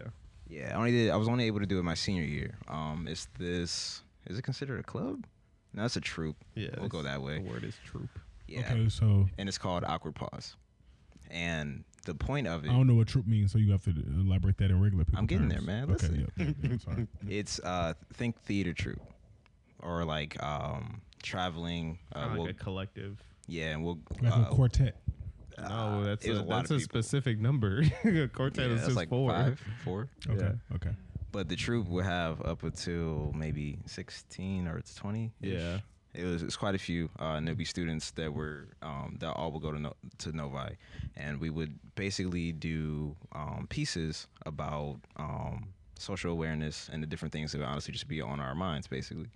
S1: Yeah, I only did. I was only able to do it my senior year. Um, it's this. Is it considered a club? No, it's a troupe.
S2: Yeah.
S1: we'll go
S2: it's-
S1: that
S2: The
S1: way.
S2: word is troop.
S1: Yeah,
S3: Okay, so
S1: and it's called awkward pause. And the point of
S3: I
S1: it,
S2: Oh,
S3: don't know what troop means, so you have to elaborate that in regular people.
S1: I'm getting
S3: terms.
S1: there, man.
S3: Okay,
S1: Listen.
S3: yeah, yeah, yeah, I'm sorry.
S1: it's uh, think theater troupe, or like um, traveling. Uh,
S2: Kinda
S1: we'll,
S2: like a collective.
S1: yeah, and we'll.
S3: Like
S1: uh,
S3: a quartet.
S2: no, that's
S1: it was
S2: a,
S1: uh, a lot
S2: that's
S1: of
S2: a
S1: people.
S2: specific number. a quartet
S1: yeah,
S2: is
S1: that's
S2: just
S1: like
S2: four.
S1: five, four.
S3: Okay,
S2: yeah.
S3: okay.
S1: But the troop would have up until maybe 16 or it's 20. -ish.
S2: Yeah.
S1: It was, it was quite a few uh, and there'd be students that were um, that all would go to no, to Novi, and we would basically do um, pieces about um, social awareness and the different things that would honestly just be on our minds, basically.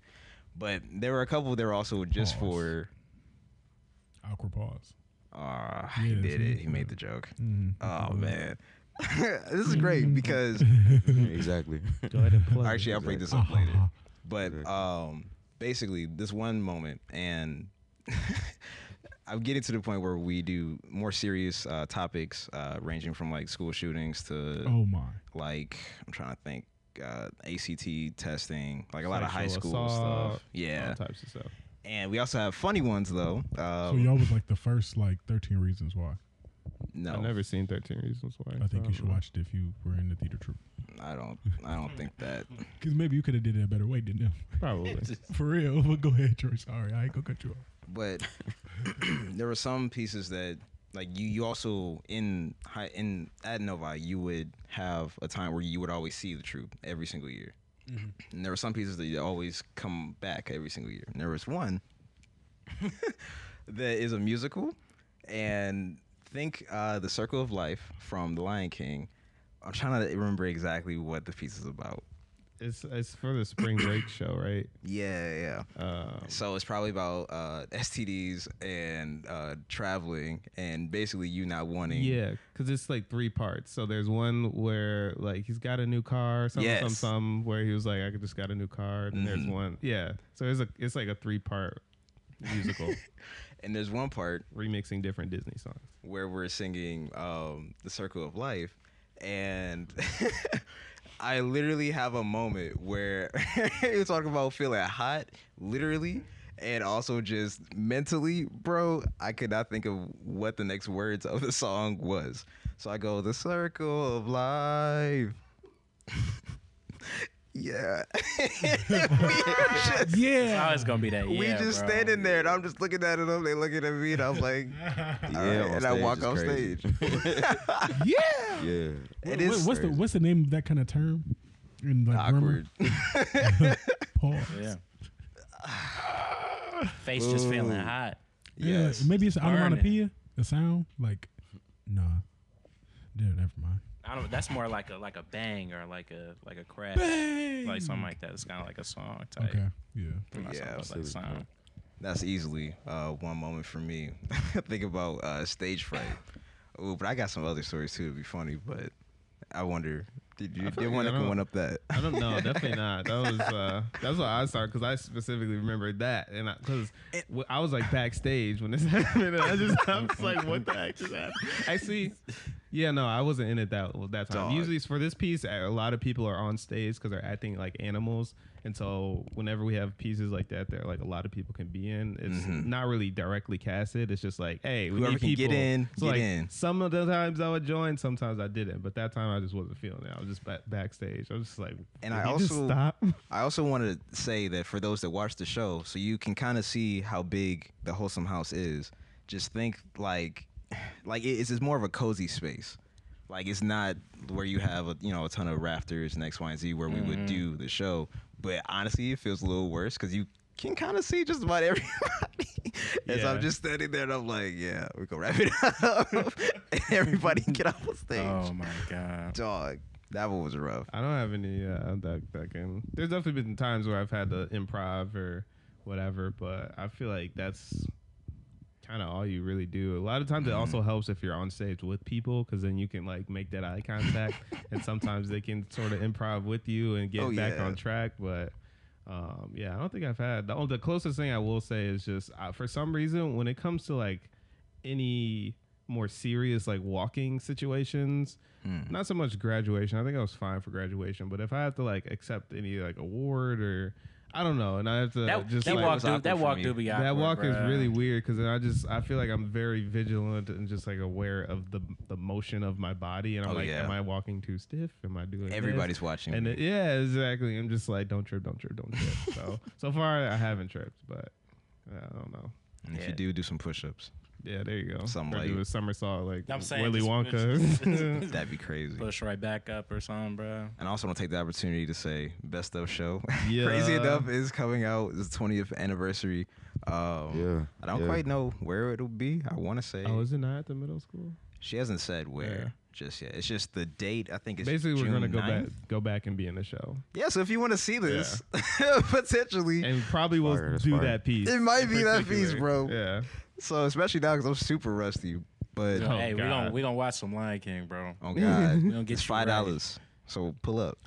S1: But there were a couple that were also just
S3: Pause.
S1: for
S3: awkward pause.
S1: Ah,
S3: Yeah,
S1: he
S3: that's
S1: did
S3: what
S1: it.
S3: he
S1: He made the joke.
S3: Mm-hmm.
S1: Oh man, this is great because
S4: exactly.
S2: Go ahead and plug.
S1: actually I'll break this up later.
S3: Uh-huh.
S1: But um, basically, this one moment, and I'm getting to the point where we do more serious uh, topics, uh, ranging from like school shootings to
S3: Oh my.
S1: like I'm trying to think, uh, ACT testing, like a lot of high
S2: Sexual
S1: school
S2: assault,
S1: stuff. Yeah,
S2: All types of stuff.
S1: and we also have funny ones though. Uh,
S3: So y'all was like the first like 13 reasons why.
S1: no,
S2: I've never seen Thirteen Reasons Why.
S3: I think
S2: so
S3: you should
S2: don't
S3: watch it if you were in the theater troupe.
S1: I don't. I don't think that.
S3: Because maybe you could have did it a better way, didn't you?
S2: know. Probably.
S3: For real. But go ahead, George. Sorry, I ain't gonna cut you off.
S1: but there were some pieces that like you you also in high in at Novi you would have a time where you would always see the troop every single year. And there were some pieces that you always come back every single year. And there was one that is a musical and think uh, the circle of life from the lion king i'm trying to remember exactly what the piece is about
S2: it's it's for the spring break show, right?
S1: yeah yeah
S2: Um,
S1: So it's probably about uh, STDs and uh, traveling, and basically you not wanting.
S2: yeah, because it's like three parts. So there's one where like he's got a new car, some some
S1: Yes.
S2: some, where he was like, I just got a new car. And there's one, yeah. So it's a it's like a three part musical
S1: And there's one part
S2: remixing different Disney songs.
S1: where we're singing um, "The Circle of Life," and I literally have a moment where you're talking about feeling hot, literally, and also just mentally, bro. I could not think of what the next words of the song was, so I go, "The Circle of Life." Yeah.
S5: It's
S3: Yeah.
S5: always gonna be that.
S1: we
S5: yeah,
S1: just
S5: bro.
S1: standing there, and I'm just looking at them. They looking at me, and I'm like,
S4: Yeah,
S1: Alright,
S4: on
S1: and I
S4: stage
S1: walk
S4: is
S1: off
S4: crazy.
S1: stage.
S3: Yeah.
S4: yeah,
S1: it
S3: What-
S1: is
S3: what's the
S4: crazy.
S3: what's the name of that kind of term? In like
S1: awkward.
S3: grammar? Pause.
S5: Yeah. Face just feeling hot.
S3: Yeah,
S1: yes.
S3: maybe it's an
S5: Learning.
S3: onomatopoeia. The sound like, nah. Yeah, never mind.
S5: I don't. That's more like a like a bang or like a like a crash, like something like that. It's kind of like a song type.
S3: Okay. Yeah.
S5: Not
S1: Yeah,
S5: song, but like
S4: absolutely.
S5: sound.
S1: That's easily uh, one moment for me. Think about uh, stage fright. Oh, but I got some other stories too. It'd be funny, but I wonder. Did you
S2: feel
S1: did
S2: like
S1: one
S2: I
S1: up and
S2: don't-
S1: one up that?
S2: I don't know. Definitely not. That was uh, that's what I started because I specifically remembered that, and because I, 'cause I was like backstage when this happened, and I just I was like, what the heck just happened? Actually, yeah, no, I wasn't in it that that time.
S1: Dog.
S2: Usually, it's for this piece, a lot of people are on stage because they're acting like animals, and so whenever we have pieces like that, that like a lot of people can be in. It's not really directly casted. It's just like, hey, we
S1: Mm-hmm. Whoever can
S2: need
S1: get
S2: people.
S1: in,
S2: so
S1: get
S2: like,
S1: in.
S2: Some of the times I would join, sometimes I didn't. But that time I just wasn't feeling it. I was just ba- backstage. I was just like,
S1: And
S2: "Did
S1: I
S2: he just
S1: also-
S2: stop.
S1: I also wanted to say that for those that watch the show, so you can kind of see how big the wholesome house is. Just think like, like it- it's it's more of a cozy space. Like it's not where you have a you know a ton of rafters and X Y and Z where we
S2: Mm-hmm.
S1: would do the show. But honestly, it feels a little worse because you can kind of see just about everybody. As
S2: Yeah.
S1: I'm just standing there and I'm like, yeah, we gonna wrap it up. and everybody get off the stage.
S5: Oh my god.
S1: Dog, that one was rough.
S2: Um, I don't have any uh, that that can. There's definitely been times where I've had to improv or whatever, but I feel like that's kind of all you really do. A lot of times it
S1: Mm-hmm.
S2: also helps if you're on stage with people because then you can like make that eye contact, and sometimes they can sort of improv with you and get
S1: Oh,
S2: back
S1: yeah.
S2: on track. But um, yeah, I don't think I've had the, oh, the closest thing I will say is just uh, for some reason when it comes to like any more serious like walking situations
S1: Hmm.
S2: not so much graduation i think i was fine for graduation but if i have to like accept any like award or i don't know and i have to
S5: That,
S2: just
S5: that
S2: like,
S5: walk,
S1: was
S5: do,
S1: awkward
S5: that
S1: for
S5: walk
S1: me.
S5: do be awkward.
S2: that walk is
S5: bruh.
S2: really weird because I just I feel like I'm very vigilant and just like aware of the the motion of my body and I'm
S1: Oh,
S2: like,
S1: yeah.
S2: am I walking too stiff? Am I doing? this?
S1: Everybody's watching.
S2: And it- yeah, exactly. I'm just like, don't trip, don't trip, don't trip. so so far I haven't tripped, but uh, I don't know.
S1: And if
S5: Yeah.
S1: you do, do some push-ups.
S2: Yeah, there you go.
S1: Some
S2: Or
S1: like-
S2: do a somersault like
S5: I'm saying
S2: Willy
S5: just-
S2: Wonka.
S1: That'd be crazy.
S5: Push right back up or something, bro.
S1: And I also want to take the opportunity to say Best of Show.
S2: Yeah.
S1: Crazy Enough is coming out. It's the 20th anniversary. Um,
S4: Yeah,
S1: I don't
S4: yeah.
S1: quite know where it'll be. I want to say.
S2: oh, is it not at the middle school?
S1: she hasn't said where
S2: Yeah.
S1: just yet. It's just the date. I think it's
S2: Basically, we're
S1: June
S2: gonna go
S1: 9th.
S2: back go back and be in the show,
S1: Yeah, so if you want to see this, potentially,
S2: and probably we'll
S4: Fire, that's
S2: do
S4: fire.
S2: that piece.
S1: It might
S2: in
S1: be that piece,
S2: particular.
S1: bro.
S2: Yeah.
S1: So especially now because I'm super rusty. But
S2: Yeah. Oh,
S5: hey, we gonna
S2: God.
S5: we gonna watch some Lion King, bro.
S1: oh god,
S5: We don't get
S1: it's
S5: you
S1: five dollars. So pull up.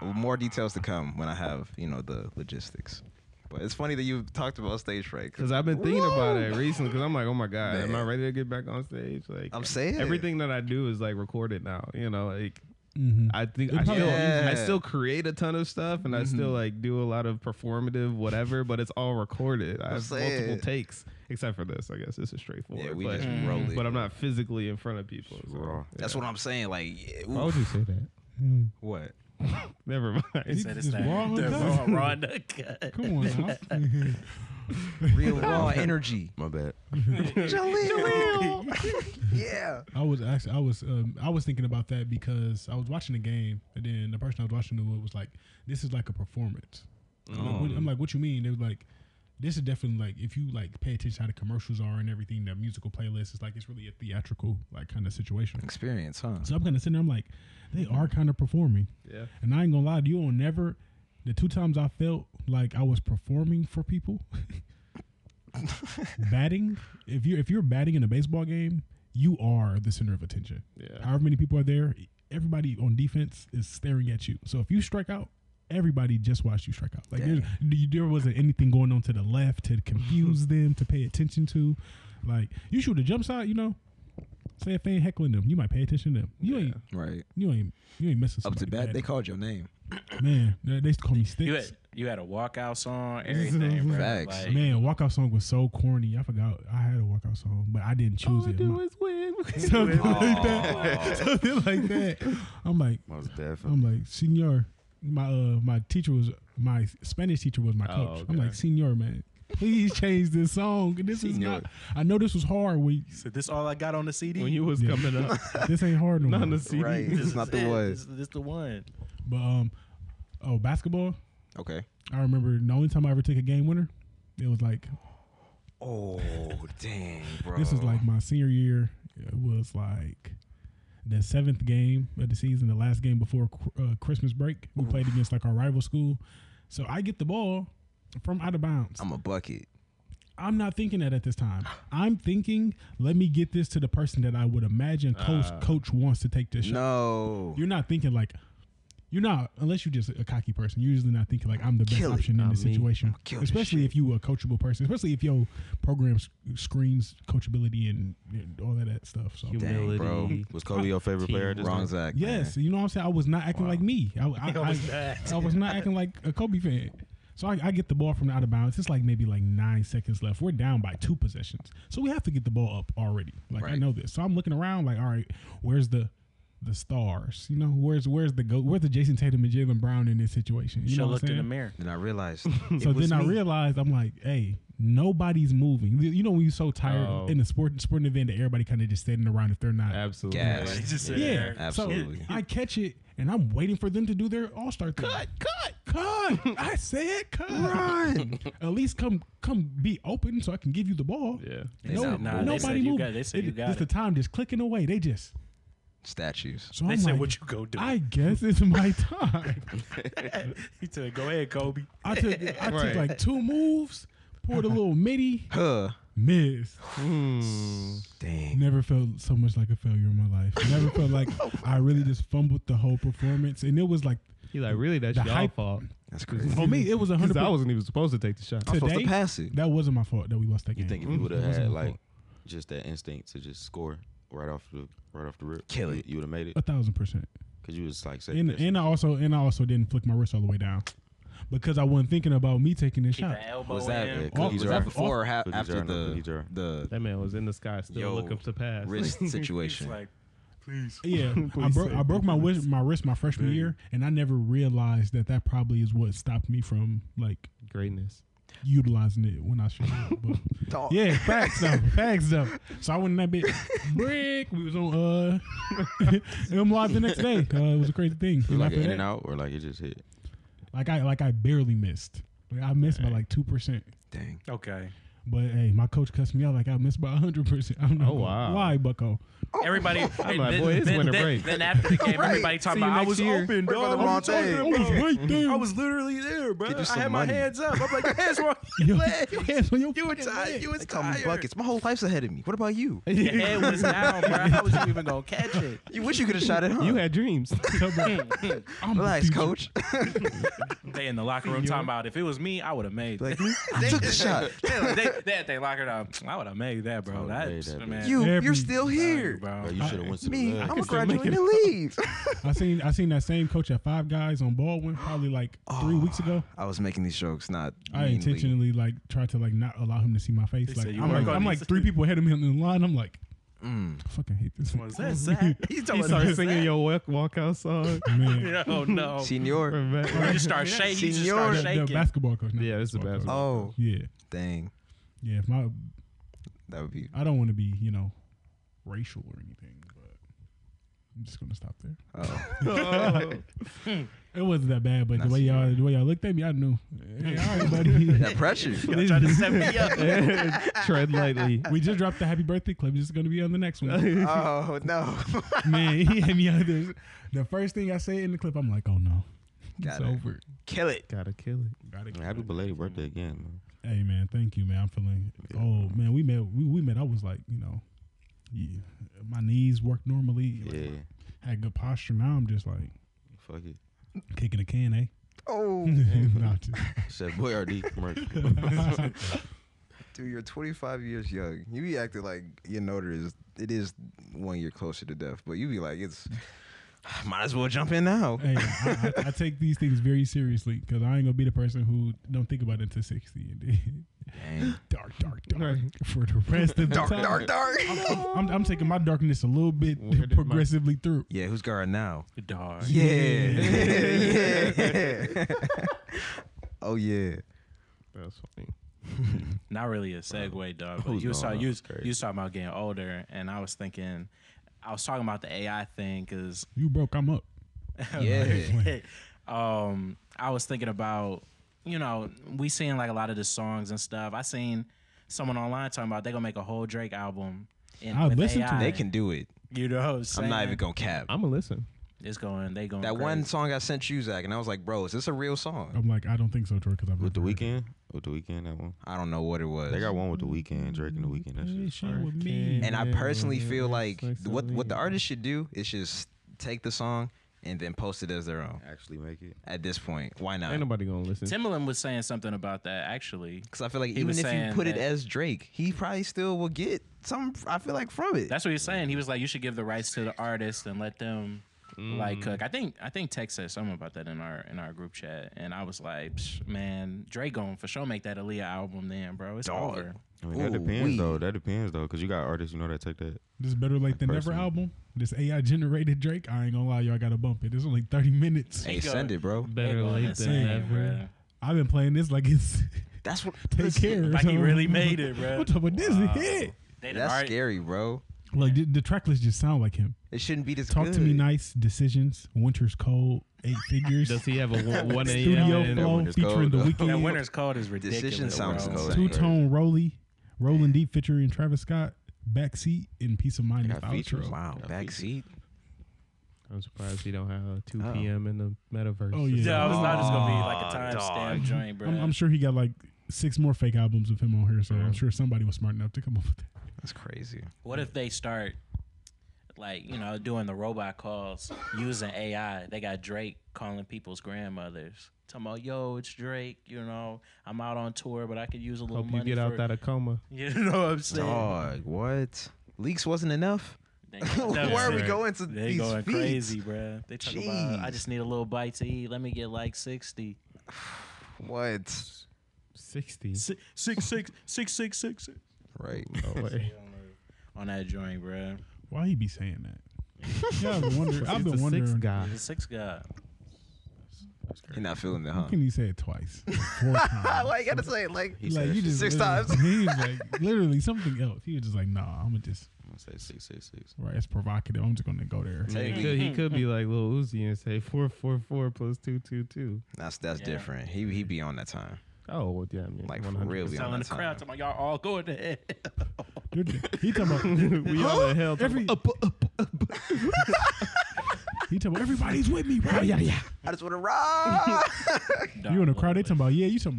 S1: More details to come when I have you know the logistics. But it's funny that you talked about stage fright.
S2: Because I've been thinking about it recently. Because I'm like, oh my god, am I
S1: Man.
S2: ready to get back on stage? Like
S1: I'm saying.
S2: everything that I do is like recorded now. You know, like
S3: Mhm.
S2: I think
S3: It
S2: I still,
S3: probably-
S2: I
S1: Yeah. Mm-hmm.
S2: still create a ton of stuff, and I still like do a lot of performative whatever. But it's all recorded. I
S1: I'm
S2: have multiple
S1: saying.
S2: takes, except for this. I guess this is straightforward.
S1: Yeah, we
S2: but,
S1: just roll it.
S2: but I'm not physically in front of people. so,
S4: raw.
S1: That's what I'm saying. Like, yeah,
S3: Why
S1: oof.
S3: would you say that? Mm.
S1: what?
S2: Never mind.
S5: Said
S3: It's
S5: it's
S3: just
S5: that
S3: raw
S5: the raw,
S3: uncut.
S5: raw uncut.
S3: Come on, now.
S1: Real raw energy.
S4: My bad.
S1: Jaleel. yeah.
S3: I was actually I was um, I was thinking about that because I was watching the game and then the person I was watching it with was like, "This is like a performance." I'm, like, what, I'm like, "What you mean?" They was like, "This is definitely like if you like pay attention how the commercials are and everything, the musical playlist is like it's really a theatrical like kind of situation."
S1: Experience, huh?
S3: So I'm kind of sitting there, I'm like, "They are kind of performing,"
S2: Yeah.
S3: and I ain't gonna lie to you, I'll never. The two times I felt like I was performing for people, batting. If you if you're batting in a baseball game, you are the center of attention
S2: Yeah.
S3: however many people are there, everybody on defense is staring at you. So if you strike out, everybody just watched you strike out. Like there's, there wasn't anything going on to the left to confuse them, to pay attention to. Like you shoot a jump shot, you know. Say if they ain't heckling them, you might pay attention to them. You
S2: Yeah.
S3: ain't,
S1: Right.
S3: you ain't, you ain't missing.
S1: Up to bat, they called your name.
S3: man. They they used to call me
S5: You
S3: sticks.
S5: had, you had a walkout song, everything, bro.
S1: Facts.
S5: Like,
S3: Man, walkout song was so corny. I forgot I had a walkout song, but I didn't choose
S2: All I
S3: it.
S2: Oh, do
S3: My-
S2: is win.
S3: something like
S5: oh.
S3: that. something like that. I'm like,
S4: Most
S3: I'm
S4: definitely.
S3: like, senor, my uh, my teacher was my Spanish teacher was my
S2: Oh,
S3: coach. I'm
S2: okay.
S3: like, senor, man, please change this song. This is
S1: Senor.
S3: not. I know this was hard. We
S5: So this all I got on the CD.
S2: when you was
S3: Yeah.
S2: coming up,
S3: this ain't hard no
S2: not on
S3: more.
S2: the CD.
S1: Right. This is not the
S5: it.
S1: one.
S5: This, this the one.
S3: But um, oh basketball.
S1: Okay.
S3: I remember the only time I ever took a game winner, it was like
S1: Oh, dang, bro.
S3: this is like my senior year. It was like the seventh game of the season, the last game before cr- uh, Christmas break. We played against like our rival school, so I get the ball from out of bounds.
S1: I'm a bucket.
S3: I'm not thinking that at this time. I'm thinking, let me get this to the person that I would imagine
S2: Ah.
S3: coach coach wants to take this shot.
S1: No.
S3: You're not thinking like you're not unless you're just a cocky person. You're usually not thinking like I'm the best
S1: Kill it.
S3: option in
S2: Not
S3: this
S2: me.
S3: situation.
S1: I'ma kill this
S3: Especially
S1: shit.
S3: if you a coachable person. Especially if your program s- screams coachability and, and all of that stuff. So
S1: Dang, bro.
S2: Humility.
S4: Was Kobe your favorite player at this
S1: Wrong
S4: time?
S1: Zach.
S3: yes,
S1: man.
S3: you know what I'm saying. I was not acting like me. I, I, I,
S5: was not.
S3: I was not acting like a Kobe fan. So I, I get the ball from the out of bounds. It's like maybe like nine seconds left. We're down by two possessions, so we have to get the ball up already. Like I
S1: Right.
S3: know this, so I'm looking around like, all right, where's the the stars? You know, where's where's the go? Where's the Jason Tatum and Jalen Brown in this situation? You
S5: You should
S3: know what
S5: have
S3: I'm
S5: looked in
S3: saying?
S5: the mirror.
S1: Then I realized.
S3: So
S1: it was
S3: then I
S1: me.
S3: realized I'm like, hey, nobody's moving. You know when you're so tired
S2: Oh.
S3: in the sport sporting event that everybody kind of just standing around if they're not
S2: Absolutely.
S1: Gas.
S5: Like, just sit
S3: yeah,
S5: there.
S1: absolutely.
S3: So I catch it and I'm waiting for them to do their all star thing. Cut, cut, cut! I said cut.
S1: Run.
S3: At least come, come, be open so I can give you the ball.
S2: Yeah.
S1: They said, nah, they said
S3: nobody
S5: you
S3: moved.
S5: got- they said you got
S3: it's
S5: it.
S3: the time just clicking away. They just
S1: Statues.
S3: so
S5: They
S3: I'm
S5: said,
S3: like,
S5: "What you go do?"
S3: I guess it's my time.
S5: he said, "Go ahead, Kobe."
S3: I took, I took
S2: Right.
S3: like two moves, poured a little midi,
S1: Huh.
S3: miss.
S2: Hmm.
S1: Dang.
S3: Never felt so much like a failure in my life. Never felt like I really just fumbled the whole performance, and it was like
S2: He like really that's
S3: The
S2: your
S3: hype-
S2: fault.
S1: That's crazy.
S3: for me, it was a
S2: Because
S3: hundred.
S2: I wasn't even supposed to take the shot.
S1: I'm supposed
S3: today-
S1: to pass it.
S3: That wasn't my fault that we lost Mm-hmm. that
S4: You
S3: game.
S4: think if you would have
S3: It wasn't
S4: had
S3: my
S4: like
S3: fault.
S4: just that instinct to just score right off the right off the rip,
S1: Kill
S4: you-
S1: it.
S4: You would have made it
S3: a thousand percent?
S4: because you was like second
S3: And
S4: guessing.
S3: and I also and I also didn't flick my wrist all the way down because I wasn't thinking about me taking this
S5: Keep
S3: shot.
S5: the elbow
S1: Was that,
S5: in.
S4: yeah,
S1: was
S4: cookie
S1: that
S4: jar.
S1: before or ha-
S4: Cookie
S1: after
S4: jar, no cookie
S1: the,
S4: jar.
S1: the
S2: That man was in the sky still
S1: Yo,
S2: looking to pass.
S1: wrist
S5: He's
S1: situation?
S5: like, please.
S3: Yeah, I,
S2: Please
S3: broke
S2: say
S3: I
S2: it.
S3: broke my wrist my wrist my freshman year, and I never realized that that probably is what stopped me from like
S2: Greatness.
S3: utilizing it when I should. have. But
S1: Dog.
S3: yeah, facts though, facts though. So I went in that bit brick. We was on uh, M Live the next day. Uh, it was a crazy thing.
S4: It was like
S3: after
S4: an in
S3: that-
S4: and out or like it just hit.
S3: Like I like I barely missed. Like I missed by like two percent.
S1: Dang.
S5: Okay.
S3: But hey, my coach cussed me out like I missed by 100. percent I don't know
S2: Oh, wow.
S3: why, Bucko.
S5: Everybody,
S2: I'm like, boy, it's winter
S5: then,
S2: break.
S5: Then after the game,
S1: Right.
S5: everybody talking about I was open.
S1: Worried about the
S4: dog.
S1: wrong
S3: I
S1: thing.
S3: was right there.
S1: I was literally there, bro.
S4: Get you
S1: I
S4: some
S1: had my
S4: money.
S1: hands up. I'm like, your hands were on
S3: Yo,
S1: your legs.
S3: your hands on your
S1: You were
S3: fucking
S1: tired. You was They call me tired. buckets. My whole life's ahead of me. What about you?
S5: Your head was down, bro. How was you even gonna catch it?
S1: You wish you could have shot it, huh?
S2: You had dreams.
S1: Hmm.
S3: I'm the
S1: Relax,
S3: future.
S1: coach.
S5: They in the locker room talking about if it was me, I would have made.
S1: Like,
S5: Like,
S1: I took the shot.
S5: they, they, they had their locker up. I would have made that, bro.
S4: would've made
S5: That's
S4: that,
S5: man.
S1: You,
S3: Every
S1: you're still here.
S5: bro.
S4: Bro, you should have went to
S1: Me,
S4: the
S1: I'm
S4: left.
S1: a
S2: still make
S1: graduate and leave.
S3: I seen I seen that same coach at Five Guys on Baldwin probably like three weeks ago.
S1: I was making these jokes, not
S3: I
S2: Oh,
S1: meanly.
S3: intentionally like tried to like not allow him to see my face.
S5: They
S3: Like
S5: said you
S3: I'm,
S5: work
S3: like,
S5: on
S3: I'm
S5: these.
S3: like three people ahead of me on the line. I'm like,
S1: Mm.
S3: I fucking hate this.
S5: Was that Zach? He's
S2: he
S5: talking
S2: started
S5: about
S2: singing your walk walkout song.
S3: man.
S5: Zach? Oh no.
S1: Senior.
S2: We're back.
S5: You just start shaking. You just
S1: Senor.
S5: start
S3: The, the
S5: shaking.
S3: basketball coach. not
S2: Yeah, this is
S3: football
S2: basketball.
S1: Oh,
S3: coach. Yeah,
S1: dang.
S3: yeah. If my
S1: That would be.
S3: I don't want to be you know racial or anything, but I'm just gonna stop there.
S1: Oh.
S3: It wasn't that bad, but the
S1: That's
S3: way y'all the way y'all looked at me, I knew. Hey, all right, buddy.
S1: that pressure.
S5: Y'all trying to set me up.
S2: Tread lightly.
S3: we just dropped the happy birthday clip. This is gonna be on the next one.
S1: oh no.
S3: Man, he had me out there. The first thing I said in the clip, I'm like, oh no, it's
S1: Got it.
S3: over.
S1: Kill it.
S2: Gotta kill it.
S3: Gotta get
S4: Happy
S3: it.
S4: belated birthday again, man.
S3: Hey man, thank you, man. I'm feeling.
S4: Yeah.
S3: Oh man, we met. We, we met. I was like, you know, yeah, my knees work normally. like,
S4: Yeah,
S3: had good posture. Now I'm just like
S4: fuck it.
S3: kicking a can, eh?
S1: Oh,
S3: Nah, I'm just-
S4: Said boy RD commercial.
S1: dude, you're 25 years young. You be acting like your notar is it is one year closer to death, but you be like it's. Might as well jump in now.
S3: hey, I, I, I take these things very seriously because I ain't gonna be the person who don't think about it until sixty and then dark, dark, dark for the rest of the
S1: Dark,
S3: time.
S1: dark, dark.
S3: I'm, I'm taking my darkness a little bit
S2: Where did my-
S3: progressively through.
S1: Yeah, who's guard now?
S5: Dog.
S1: Yeah. yeah. oh yeah.
S2: That's funny.
S5: Not really a segue, dog. But
S4: Who's
S5: you was,
S4: going
S5: talk,
S4: on?
S5: you, was,
S4: Crazy.
S5: you was talking about getting older, and I was thinking, I was talking about the AI thing because
S3: You broke. I'm up.
S1: Yeah.
S5: um, I was thinking about, you know, we seeing like a lot of the songs and stuff. I seen someone online talking about they gonna make a whole Drake album. in-
S3: I
S5: with
S3: listened to
S5: AI.
S1: They can do it.
S5: you know. What I'm,
S1: I'm not even
S5: going.
S1: gonna cap.
S2: I'ma listen.
S5: It's going. They going.
S1: That one
S5: crazy.
S1: song I sent you, Zach, and I was like, bro, is this a real song?
S3: I'm like, I don't think so, Troy, because I've
S4: with the
S3: never heard
S4: weekend, with the weekend, that one.
S1: I don't know what it was.
S4: They got one with the weekend, Drake and the weekend. That shit.
S3: it. Shit with me.
S1: And I
S2: Yeah,
S1: personally feel
S2: it's
S1: like
S2: like
S1: what what the
S2: something-
S1: artist should do is just take the song and then post it as their own.
S4: Actually make it.
S1: At this point, why
S2: Ain't
S1: not?
S2: nobody gonna listen.
S5: Timbaland was saying something about that actually.
S1: Because I feel like
S5: He
S1: even
S5: was
S1: if you
S5: saying
S1: put it
S5: that-
S1: as Drake, he probably still will get some. I feel like from it.
S5: That's what he was saying. He was like, you should give the rights to the artist and let them like
S1: Mm.
S5: cook. I think I think Tech said something about that in our in our group chat, and I was like, "Psh, man, Drake going for sure make that Aaliyah album then, bro. It's
S1: Dog.
S5: over.
S4: I mean, that
S1: Ooh,
S4: depends
S1: wee.
S4: though. That depends though, because you got artists you know that take that.
S3: This better late than never
S4: Personally.
S3: album. This AI generated Drake. I ain't gonna lie, y'all gotta bump it. It's only 30 minutes.
S1: hey,
S5: go.
S1: send it, bro.
S5: They
S2: Better
S5: going
S2: late than
S5: insane,
S2: never.
S5: bruh.
S3: I've been playing this like it's
S1: That's what.
S3: take
S1: listen,
S3: care. or
S5: Like he
S3: something.
S5: really made it, bro.
S3: What's up with this hit?
S5: They done
S1: That's
S5: already-
S1: scary, bro.
S3: Like the, the track list just sound like him.
S1: It shouldn't be this.
S3: Talk
S1: good.
S3: to me nice, decisions, winter's cold, eight figures,
S2: Does he have a one- one a.m.
S3: studio
S2: and-
S3: flow
S4: Winter's
S3: featuring
S4: Cold,
S3: the
S4: though.
S5: That
S3: weekend,
S5: winner's code is ridiculous.
S1: Decision sounds
S5: bro.
S1: good.
S3: two tone Rolly, Rolling Deep featuring Travis Scott, backseat, and peace of mind.
S4: They
S3: is the
S4: got features.
S3: outro.
S1: Wow,
S4: Yeah,
S1: backseat.
S2: I'm surprised he don't have a 2
S1: Uh-oh.
S2: p.m. in the metaverse.
S3: Oh, yeah.
S5: Yeah, I was not just gonna be like a
S1: Aw,
S5: timestamp
S1: dog.
S5: joint, bro.
S3: I'm, I'm sure he got like six more fake albums of him on here, so
S2: Yeah.
S3: I'm sure somebody was smart enough to come up with that.
S1: That's crazy.
S5: What if they start like, you know, doing the robot calls using AI? They got Drake calling people's grandmothers. Talking about, yo, it's Drake, you know, I'm out on tour, but I could use a little
S2: Hope you
S5: money.
S2: get out
S5: for-"
S2: that a coma.
S5: You know what I'm saying?
S1: Dog, what? Leaks wasn't enough.
S5: They-
S1: Where are we going to
S5: They
S1: these
S5: going
S1: feats?
S5: crazy, bro. They talk about I
S1: Jeez.
S5: just need a little bite to eat. Let me get like 60.
S1: What?
S2: 60.
S5: Six, six, six, six, six, six, six.
S1: Right.
S2: Oh, wait.
S5: On that joint, bro.
S3: Why he be saying that? yeah, I've been wondering. I've
S2: He's
S3: been
S2: a six
S3: wondering.
S1: Ah.
S2: guy.
S5: The six guy.
S1: You're not feeling it, huh?
S3: How can he say it twice? Four times.
S1: Why you gotta say it like?
S4: He
S3: like
S4: said
S3: you
S4: that
S3: just
S1: Six
S3: literally-
S1: times.
S3: He was like literally something else. He was just like, nah, I'm gonna just
S4: I'm gonna say six six six.
S3: right. It's provocative. I'm just gonna go there.
S2: I mean, he, could, he could be like Lil Uzi and say 444 plus 222.
S1: That's that's
S5: Yeah.
S1: different. He he be on that time.
S2: Oh, well, yeah, I mean,
S1: Like, for
S2: 100%.
S1: real, we on
S5: Telling the
S1: that time.
S5: crowd, talking about y'all all going to hell.
S3: Dude, he talking about
S2: we all in hell.
S3: every up, up, up. he talking about everybody's with me, right? Yeah, yeah.
S1: I just want to ride.
S3: You in the crowd? They talking about yeah. You talking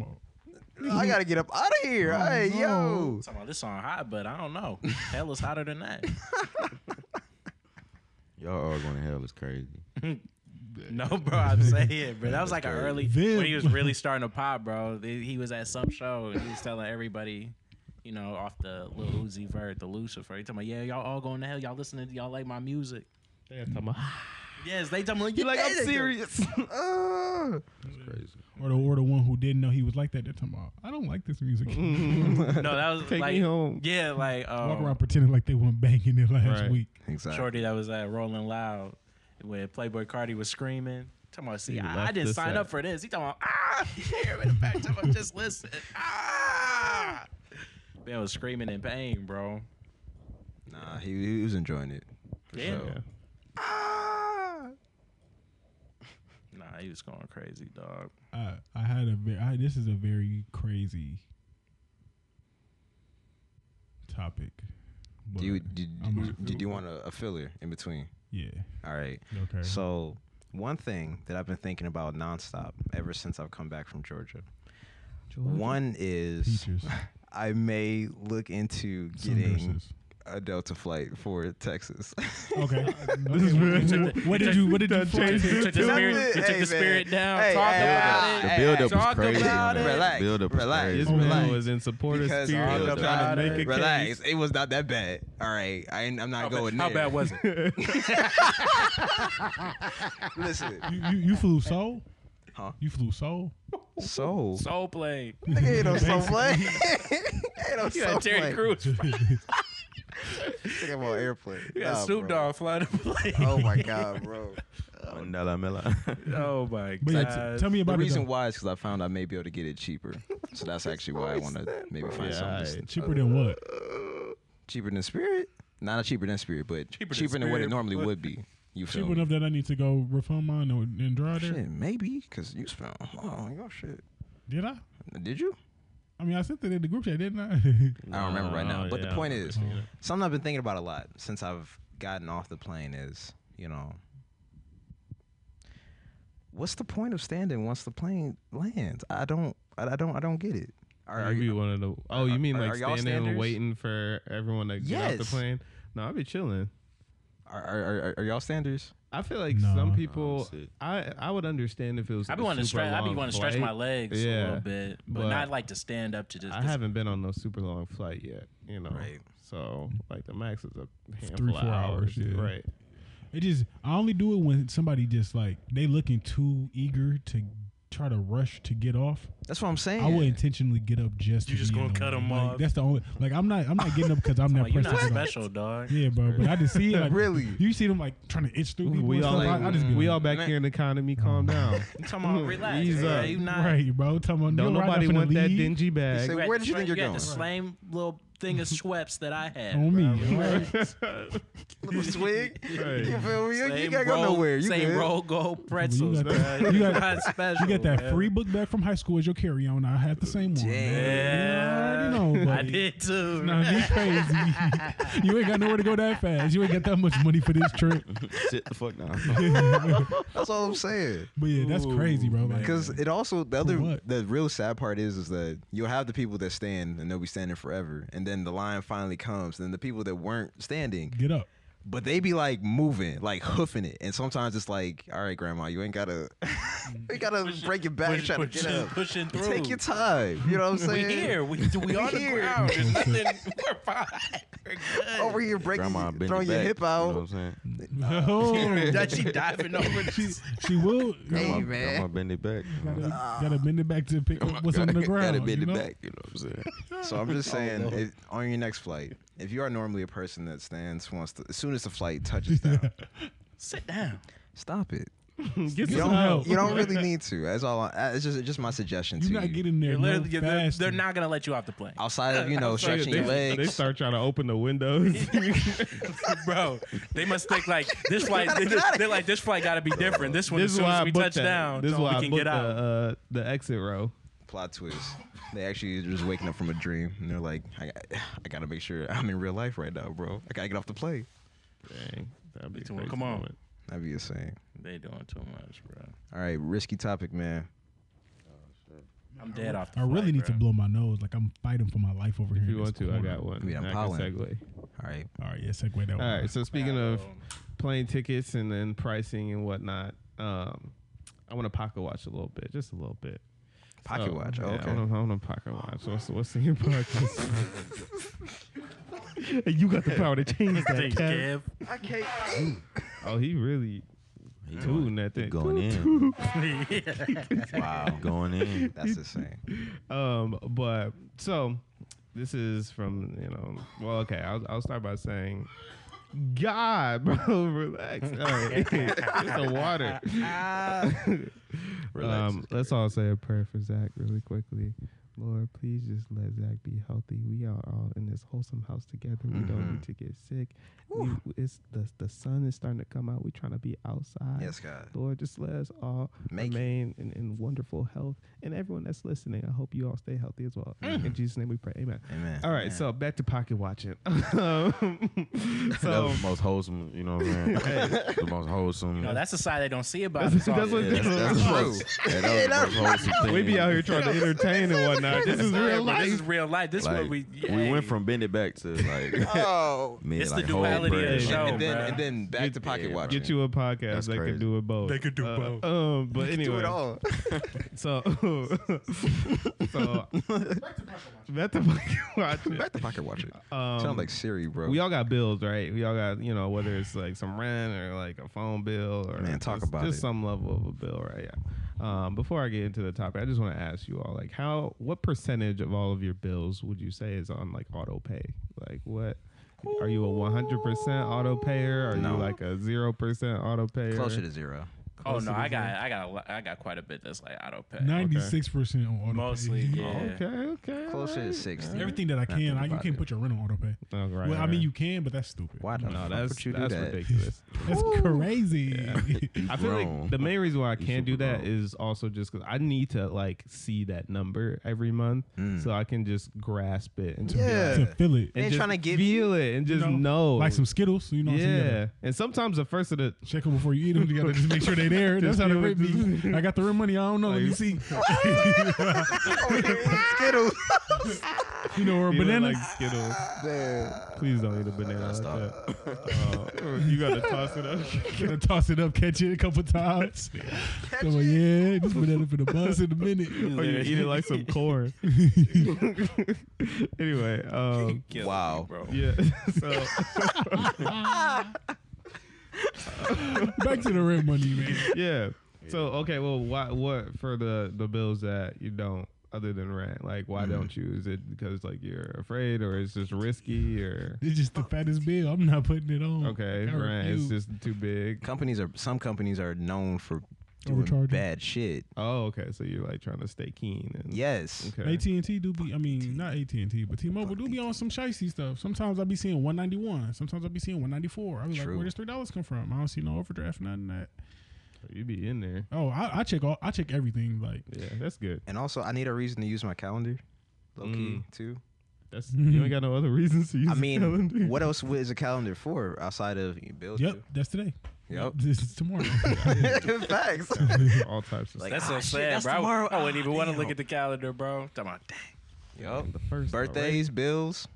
S3: about
S1: I gotta get up out of here. hey, yo.
S5: Talking about this song hot, but I don't know. Hell is hotter than that.
S4: Y'all all going to hell is crazy.
S5: No, bro, I'm saying, bro. That was like an early
S3: Then-
S5: when he was really starting to pop, bro. He he was at some show and he was telling everybody, you know, off the Lil Uzi Vert, the Lucifer. He talking about, yeah, y'all all going to hell. Y'all listening? to Y'all like my music?
S2: They're talking about, "Ah."
S5: Yes, they talking about, you
S1: Like,
S5: like
S1: I'm serious.
S3: Ah.
S1: Uh,
S4: It's crazy.
S3: or the or the one who didn't know he was like that. They're talking about I don't like this music.
S5: No, that was
S2: Take
S5: like,
S2: me home.
S5: yeah, like
S3: Walk
S5: um,
S3: around pretending like they weren't banging it last
S2: Right.
S3: week.
S1: exactly.
S5: Shorty that was at Rolling Loud when Playboy Cardi was screaming. Talking about, see,
S2: He
S5: I, I
S2: left
S5: didn't
S2: this
S5: sign
S2: out.
S5: up for this. He talking about, ah, here in the back, talking about, just listen. Ah, man was screaming in pain, bro.
S1: Nah, he, he was enjoying it. For
S5: Yeah.
S1: sure.
S2: Yeah.
S1: Ah.
S5: Nah, he was going crazy, dog.
S3: I I had a very I, this is a very crazy topic. But
S1: Do you did,
S3: I'm
S1: did,
S3: not-
S1: did you want a, a filler in between?
S3: yeah.
S1: All right.
S3: Okay.
S1: So one thing that I've been thinking about nonstop ever since I've come back from Georgia. One is
S3: Teachers.
S1: I may look into
S3: Some
S1: getting
S3: nurses.
S1: a Delta flight for Texas.
S3: Okay. what, what did you what did you
S5: Took
S3: change
S5: the took the
S1: Dude.
S5: spirit, took
S1: Hey,
S5: the
S1: man.
S5: spirit down.
S1: Hey,
S5: talk
S1: hey,
S5: about
S1: hey,
S5: it.
S1: hey,
S4: build
S1: hey,
S4: up was
S1: talk
S4: crazy
S1: about
S4: on
S1: it.
S4: that.
S1: Relax,
S4: Build up was
S1: relax,
S4: crazy.
S2: This
S3: Oh,
S2: man
S1: relax.
S2: was in support of
S1: Because
S2: spirit.
S1: all
S2: trying
S4: Build up.
S1: about
S2: to
S1: it,
S2: make a
S1: relax.
S2: case.
S1: It was not that bad. All right, I ain't, I'm not going
S5: How
S1: there.
S5: bad was it?
S1: Listen,
S3: You, you you flew soul?
S1: Huh?
S3: You flew soul?
S1: so
S5: Soul play.
S1: nigga ain't no so play. ain't no
S5: You
S1: so
S5: got Terry
S1: play.
S5: Crews.
S1: Think I'm on airplane.
S5: You got
S1: Nah,
S5: Snoop
S1: Oh, bro.
S5: Dogg flying the plane.
S1: Oh my god, bro.
S4: Mandela Oh, Mela.
S5: Oh my
S3: But yeah, t-
S5: god.
S3: tell me about
S1: the
S3: it.
S1: reason
S3: though.
S1: why is because I found I may be able to get it cheaper. So that's actually why I want to maybe find
S2: Yeah,
S1: something that's
S2: alright.
S3: Cheaper than
S2: uh,
S3: what?
S1: cheaper than Spirit. Not cheaper than Spirit, but cheaper,
S5: Cheaper than
S1: than what it
S5: Spirit,
S1: normally
S5: but-
S1: would be. You feel
S3: Cheap
S1: me?
S3: enough that I need to go refund mine or- and draw there.
S1: Shit, maybe because you spent. Oh, your shit.
S3: Did I?
S1: Did you?
S3: I mean, I sent it in the group chat, didn't I?
S1: I don't remember right now.
S2: No,
S1: But
S2: Oh, yeah,
S1: the
S2: I
S1: point
S2: remember
S1: is, something I've been thinking about a lot since I've gotten off the plane is, you know, what's the point of standing once the plane lands? I don't, I I don't, I don't get it. Are, are
S2: I'd be
S1: you?
S2: one of the. Oh, you mean
S1: are-
S2: like
S1: are y'all
S2: standing
S1: standers?
S2: and waiting for everyone to get off the
S1: Yes.
S2: plane? No, I'd be chilling.
S1: Are, are, are, are y'all standers?
S2: I feel like
S3: No. No,
S2: some people.
S4: that's it.
S2: I I would understand if it was.
S5: I be
S2: a
S5: wanting to
S2: super
S5: stretch. I be
S2: long
S5: wanting to stretch my
S2: flight.
S5: legs a
S2: Yeah,
S5: little bit, but,
S2: but-
S5: not like to stand up to just.
S2: I haven't been on no super long flight yet. You know,
S1: Right.
S2: so like the max is a handful
S3: three,
S2: of
S3: four
S2: hours.
S3: hours, yeah.
S2: Right.
S3: It just I only do it when somebody just like they looking too eager to try to rush to get off.
S1: That's what I'm saying.
S3: I would intentionally get up just.
S5: You
S3: to
S5: just
S3: be in
S5: gonna
S3: the
S5: cut
S3: way.
S5: 'em
S3: Like,
S5: off.
S3: That's the only. Like I'm not. I'm not getting up because I'm
S5: Like,
S3: not
S5: you're
S3: pressed.
S5: not
S3: to get up.
S5: special, dog.
S3: Yeah, bro. But I just see it. Like,
S1: Really?
S3: You see them like trying to itch through people.
S2: We
S3: and
S2: all
S3: stuff.
S1: like-
S3: I, I just be
S2: we
S3: like,
S2: all back here in the economy. Calm down.
S5: You talking about relax?
S2: Ease
S5: bro.
S2: up.
S5: You not.
S3: right, bro. Talking about
S2: Don't
S3: you're right,
S2: nobody
S3: I'm finna
S2: want that
S3: leave.
S2: dingy bag.
S1: Say,
S5: got
S1: where did
S5: the
S1: you
S5: tra-
S1: think you're
S5: got
S1: going?
S5: The same little thing of Schweppes that I had.
S3: on me.
S5: bro.
S3: all right?
S1: little swig.
S2: Right.
S1: You feel me? You, you
S5: Same
S1: gotta go
S5: roll-
S1: nowhere. You
S5: same
S1: good.
S5: roll gold pretzels,
S3: You
S5: bro.
S3: got-
S5: You
S3: you
S5: got,
S3: got-
S5: not special.
S3: You got that
S5: bro.
S3: free book back from high school as your carry on. I had the same one.
S5: Yeah,
S3: man. You already know,
S5: I
S3: buddy.
S5: did too.
S3: No, you crazy. you ain't got nowhere to go that fast. You ain't got that much money for this trip.
S4: Sit the fuck down.
S1: That's all I'm saying.
S3: But yeah, that's crazy, bro. Like,
S1: Because it also the other
S3: what?
S1: the real sad part is is that you'll have the people that stand and they'll be standing forever, and then the line finally comes, and the people that weren't standing,
S3: get up.
S1: but they be like moving, like hoofing it, and sometimes it's like, all right, grandma, you ain't gotta, we gotta break your back, and
S5: Push,
S1: try to
S5: pushing,
S1: get up.
S5: pushing through.
S1: Take your time. You know what I'm
S5: we
S1: saying?
S5: here. We, we on the
S1: here. Oh,
S5: ground. There's nothing. We're fine. We're good.
S1: Over here, breaking,
S4: Grandma bend
S1: throwing
S4: your
S1: your
S4: back,
S1: hip
S4: You know what
S1: out.
S4: I'm saying?
S3: Oh,
S5: That she diving over. the-
S3: she will.
S1: Hey,
S4: Grandma,
S1: man.
S4: Grandma bend it back. you know what
S3: Gotta,
S4: I'm saying?
S3: gotta bend it back to pick up what's on
S4: Gotta-
S3: the ground.
S4: Gotta bend
S3: you
S4: it
S3: know?
S4: back. You know what I'm saying?
S1: So I'm just saying,
S4: Lord.
S1: if, on your next flight, if you are normally a person that stands once the, as soon as the flight touches down,
S5: Sit down.
S1: stop it.
S2: Get
S1: You
S2: some
S1: don't,
S2: help.
S1: you don't really need to. That's all. I, uh, it's just it's just my suggestion
S3: You're
S1: to
S3: not
S1: you.
S3: getting there.
S5: You're
S3: no
S5: literally, they're,
S3: faster.
S5: they're not gonna let you off the plane,
S1: Outside of you know
S2: They-
S1: stretching
S2: they,
S1: your legs,
S2: they start trying to open the windows.
S5: bro. They must think like this flight.
S1: gotta
S5: They,
S1: get outta
S5: are like this flight got to be different. This one,
S2: this
S5: as
S2: is
S5: soon
S2: why
S5: as
S2: I
S5: we
S2: booked
S5: touch
S2: that.
S5: down,
S2: This is
S5: we
S2: why I
S5: can
S2: booked the,
S5: get out.
S2: uh, the exit row.
S1: plot twist. They actually just waking up from a dream, and they're like, I, I gotta make sure I'm in real life right now, bro. I gotta get off the plane.
S2: Dang, that'd be
S5: Come
S2: crazy
S5: on.
S2: moment.
S1: That'd be insane.
S5: They doing too much, bro.
S1: All right, risky topic, man.
S5: I'm dead off. The
S3: I really
S5: flight,
S3: need to
S5: bro.
S3: blow my nose. Like I'm fighting for my life over here.
S2: If
S3: in this
S2: you want to, I
S3: corner.
S2: got one.
S1: We done
S2: I can
S1: pollen.
S2: segue.
S1: All right,
S3: All right, yeah, segue that one.
S2: All right. So speaking of
S5: Wow.
S2: plane tickets and then pricing and whatnot, um, I want to pocket watch a little bit, just a little bit.
S1: pocket
S2: So,
S1: watch.
S2: yeah,
S1: Oh,
S2: I
S1: okay.
S2: want to, I want to pocket watch. What's, what's in your pockets? hey, you got the power to change that.
S5: Thanks,
S2: Kev.
S5: Kev.
S2: Oh, he really
S4: He
S2: doing that
S4: he
S2: thing.
S4: going in.
S1: Wow,
S4: Going in.
S1: that's insane.
S2: Um, but so this is from you know. Well, okay, I'll, I'll start by saying, God, bro, relax. All right. it's the water.
S1: Ah. Relax.
S2: Um, let's all say a prayer for Zach really quickly. Lord, please just let Zach be healthy. We are all in this wholesome house together. We don't
S1: Mm-hmm.
S2: need to get sick. We, it's the the sun is starting to come out. We're trying to be outside.
S1: Yes, God.
S2: Lord, just let us all
S1: Make it.
S2: remain in, in wonderful health. And everyone that's listening, I hope you all stay healthy as well. In Jesus' name we pray. Amen.
S1: Mm. Amen.
S2: All right, so back to pocket watching. Um,
S4: That
S2: so
S4: was the most wholesome, you know what I'm saying? the most wholesome.
S5: No, that's the side they don't see about.
S2: That's-
S5: us all
S2: that's what-
S5: day.
S4: that's, that's
S1: True.
S4: true. Yeah, that was the most wholesome thing.
S2: we be out here trying to entertain and whatnot. This is
S5: Yeah,
S2: real
S5: bro, This
S2: life.
S5: is real life. This is
S4: Like,
S5: what we.
S4: we,
S5: hey.
S4: went from bend it back to like
S1: Oh.
S4: mid,
S5: It's the
S4: like, whole
S5: duality of the
S4: bread.
S5: show.
S1: and then
S5: bruh.
S1: and then back
S2: Get-
S1: to pocket
S4: yeah,
S1: watch.
S2: Get you a podcast
S4: That's
S2: that
S4: crazy.
S2: can do it both. They could do both. Um, but anyway,
S1: Do it all.
S2: so so back to pocket watching.
S1: Back to pocket watch it.
S2: Um,
S1: Sound like Siri, bro.
S2: we all got bills, right? We all got, you know, whether it's like some rent or like a phone bill or
S1: Man, talk
S2: just,
S1: about
S2: just
S1: it.
S2: some level of a bill, right? Yeah. Um, before I get into the topic, I just want to ask you all, like, how, what percentage of all of your bills would you say is on like auto pay? Like, what? Are you a 100% auto payer? Are
S1: No.
S2: you like a 0% auto payer?
S1: closer to zero.
S5: Oh
S2: close to
S5: no, I
S2: the
S5: got, I got, a lo- I got quite a bit that's like auto pay.
S3: ninety six percent on auto
S5: Mostly,
S3: pay.
S5: yeah.
S2: Okay, okay.
S1: Closer to
S2: alright.
S1: sixty.
S3: Everything that I
S1: Nothing
S3: can, I, you
S1: about
S3: can't
S1: it.
S3: put your rent on auto pay.
S2: Oh, right,
S3: well, I
S2: right.
S3: mean you can, but that's stupid.
S1: Why the
S2: No,
S1: fuck
S2: that's
S1: would you do
S2: that's
S1: that?
S2: ridiculous.
S3: That's crazy.
S2: I feel
S4: grown.
S2: like the main reason why I can't do
S4: super
S2: that is
S4: grown.
S2: also just because I need to like see that number every month so I can just grasp it and to be like-
S1: Yeah.
S3: to feel it,
S2: and
S1: ain't
S2: just
S1: tryna get
S2: feel it and just
S3: You
S2: know,
S3: like some Skittles. So you know, what I'm saying?
S2: yeah. And sometimes the first of the
S3: Check them before you eat them. You gotta just make sure they there. That's
S2: Just
S3: how the
S2: feel
S3: rent
S2: it.
S3: be. I got the rent money. I don't know. Let me
S2: Like-
S3: see.
S5: Oh,
S1: Skittles.
S3: You know, or a
S2: you look
S3: banana.
S2: like Skittles. Please don't eat a banana. Like that. Uh, you gotta toss it up.
S3: Gonna toss it up, catch it a couple times. Come on, yeah, this banana for the bus in a minute.
S2: or you eat it like some corn. anyway, um,
S5: Killing
S1: Wow.
S5: me, bro.
S2: yeah. So
S3: Back to the rent money, man.
S2: yeah. So okay, well, why what for the the bills that you don't other than rent? Like, why don't you? Is it because like you're afraid, or it's just risky, or
S3: It's just the fattest bill. I'm not putting it on.
S2: okay,
S3: Like, I
S2: rent is
S3: refuse.
S2: just too big.
S1: Companies are some companies are known for doing
S3: Overcharging.
S1: bad shit.
S2: Oh, okay, so you're like trying to stay keen and
S1: Yes.
S2: okay.
S3: AT and T do be. I mean, not AT and T, but T-Mobile do be on some shicey stuff. Sometimes I be seeing 191. Sometimes I be seeing 194. I be like,
S1: True.
S3: where does three dollars come from? I don't see no overdraft, nothing that.
S2: you be in there.
S3: Oh, I, I check all. I check everything. Like,
S2: Yeah, that's good.
S1: And also, I need a reason to use my calendar, low key
S5: Mm.
S1: too.
S2: That's you ain't got no other reasons to use.
S1: I
S2: the calendar.
S1: mean, what else is a calendar for outside of you build?
S3: yep, that's today.
S1: Yep.
S3: This is tomorrow.
S1: Facts.
S2: all types of
S1: Like,
S5: That's
S1: ah,
S5: so
S1: shit,
S5: sad,
S1: that's
S5: bro. I-
S1: tomorrow.
S5: I wouldn't even
S1: Ah,
S5: want to
S1: damn.
S5: look at the calendar, bro. Talking about, dang.
S1: Yep.
S2: stuff. The first
S1: Birthdays, bills.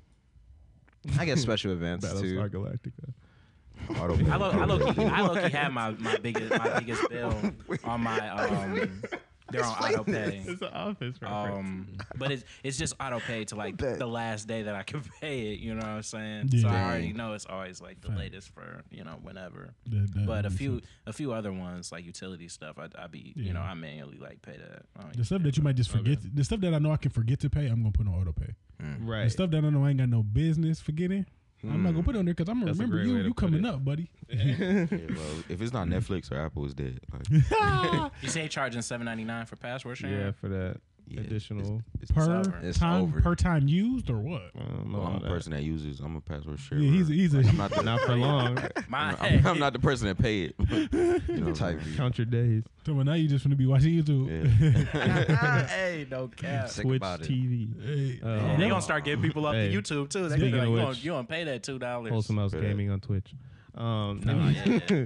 S1: I guess special events
S2: Battlestar
S1: too.
S2: Galactica.
S4: Auto pay.
S5: I low, I low key, I low key had my, my biggest my biggest bill on my um they're on
S1: Explain
S5: auto pay.
S2: It's an office reference.
S5: Um but it's it's just auto pay to like
S1: Bet.
S5: the last day that I can pay it, you know what I'm saying?
S3: Yeah.
S5: So I
S1: Dang.
S5: already know it's always like the
S3: Fact.
S5: latest for, you know, whenever.
S3: That- that
S5: But a
S3: makes
S5: few
S3: sense.
S5: a few other ones like utility stuff, I I be you know,
S3: Yeah.
S5: I manually like pay that. I don't
S3: The
S5: even
S3: stuff
S5: care
S3: that you might just
S2: Okay.
S3: forget. The stuff that I know I can forget to pay, I'm gonna put on auto pay.
S2: right. Hmm.
S3: The stuff that I know I ain't got no business forgetting, I'm not gonna put it on there because I'm gonna
S2: That's a
S3: remember
S2: great
S3: you.
S2: way to
S3: You
S2: put
S3: coming
S2: it.
S3: up, buddy.
S4: Yeah, bro, if it's not Netflix or Apple, it's dead. Like,
S5: You say charging seven ninety nine for password sharing?
S2: yeah, for that.
S4: Yeah, it's-
S2: additional.
S4: it's-
S3: per
S5: over.
S1: It's
S3: time
S1: over.
S3: per time used or what?
S2: I don't know
S4: Well, I'm
S2: all
S4: a
S2: that.
S4: person that uses. I'm a password sharer.
S3: Yeah, he's he's a
S4: I'm not the,
S2: Not for long.
S5: My,
S4: I'm, I'm not the person that pay it. you know,
S1: Type
S4: type.
S2: Count your days.
S3: so now you just want to be watching YouTube.
S5: hey, no cap.
S1: Sick
S2: Twitch
S1: about it.
S2: TV.
S3: Hey,
S2: Uh,
S5: And they gonna start getting people off
S2: Hey,
S5: to YouTube too. They
S2: speaking
S5: gonna
S2: of
S5: be like, you, gonna,
S2: which-
S5: you gonna pay that two dollars?
S2: Wholesome House
S4: Yeah.
S2: Gaming on Twitch. Um, no,
S5: Nah, yeah, yeah.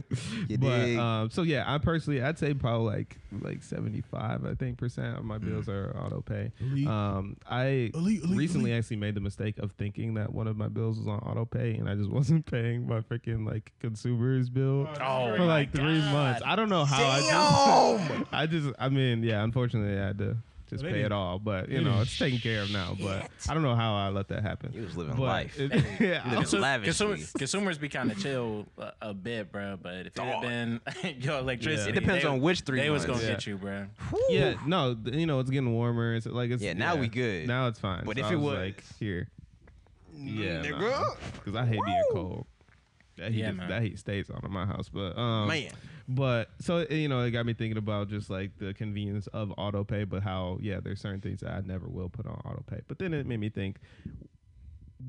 S1: You
S2: but
S1: dig?
S2: um, so yeah, I personally I'd say probably like like seventy five I think percent of
S1: Mm.
S2: my bills are auto pay.
S3: Elite.
S2: Um, I
S3: Elite, elite,
S2: recently
S3: elite.
S2: actually made the mistake of thinking that one of my bills was on auto pay and I just wasn't paying my freaking like consumers bill
S5: Oh,
S2: for
S5: my
S2: like three
S5: God.
S2: months. I don't know how I just I just I mean yeah, unfortunately I had to just
S3: Well, they
S2: pay it
S3: didn't-
S2: all, but you
S3: they
S2: know
S3: didn't
S2: it's taken care of now. But I don't know how I let that happen.
S1: You was living
S2: But
S1: life.
S2: it-
S1: You
S2: yeah,
S1: living
S5: Consu-
S1: lavishly.
S5: consumer- consumers be kind of chill a, a bit, bro. But if it had
S1: Dog.
S5: been your electricity,
S2: It
S1: depends
S5: they-
S1: on which three
S5: they was
S1: months.
S5: gonna
S2: Yeah.
S5: get you, bro.
S2: yeah, no, th- you know it's getting warmer. It's like it's
S1: Yeah, now we good.
S2: Now it's fine.
S1: But if
S2: So I
S1: it was-
S2: like here, yeah,
S1: Nigga.
S2: because I hate being cold. That heat,
S5: Yeah,
S2: is-
S5: man.
S2: that heat stays on in my house, but um,
S1: Man.
S2: But so it- you know, it got me thinking about just like the convenience of auto pay, but how yeah, there's certain things that I never will put on auto pay. But then it made me think.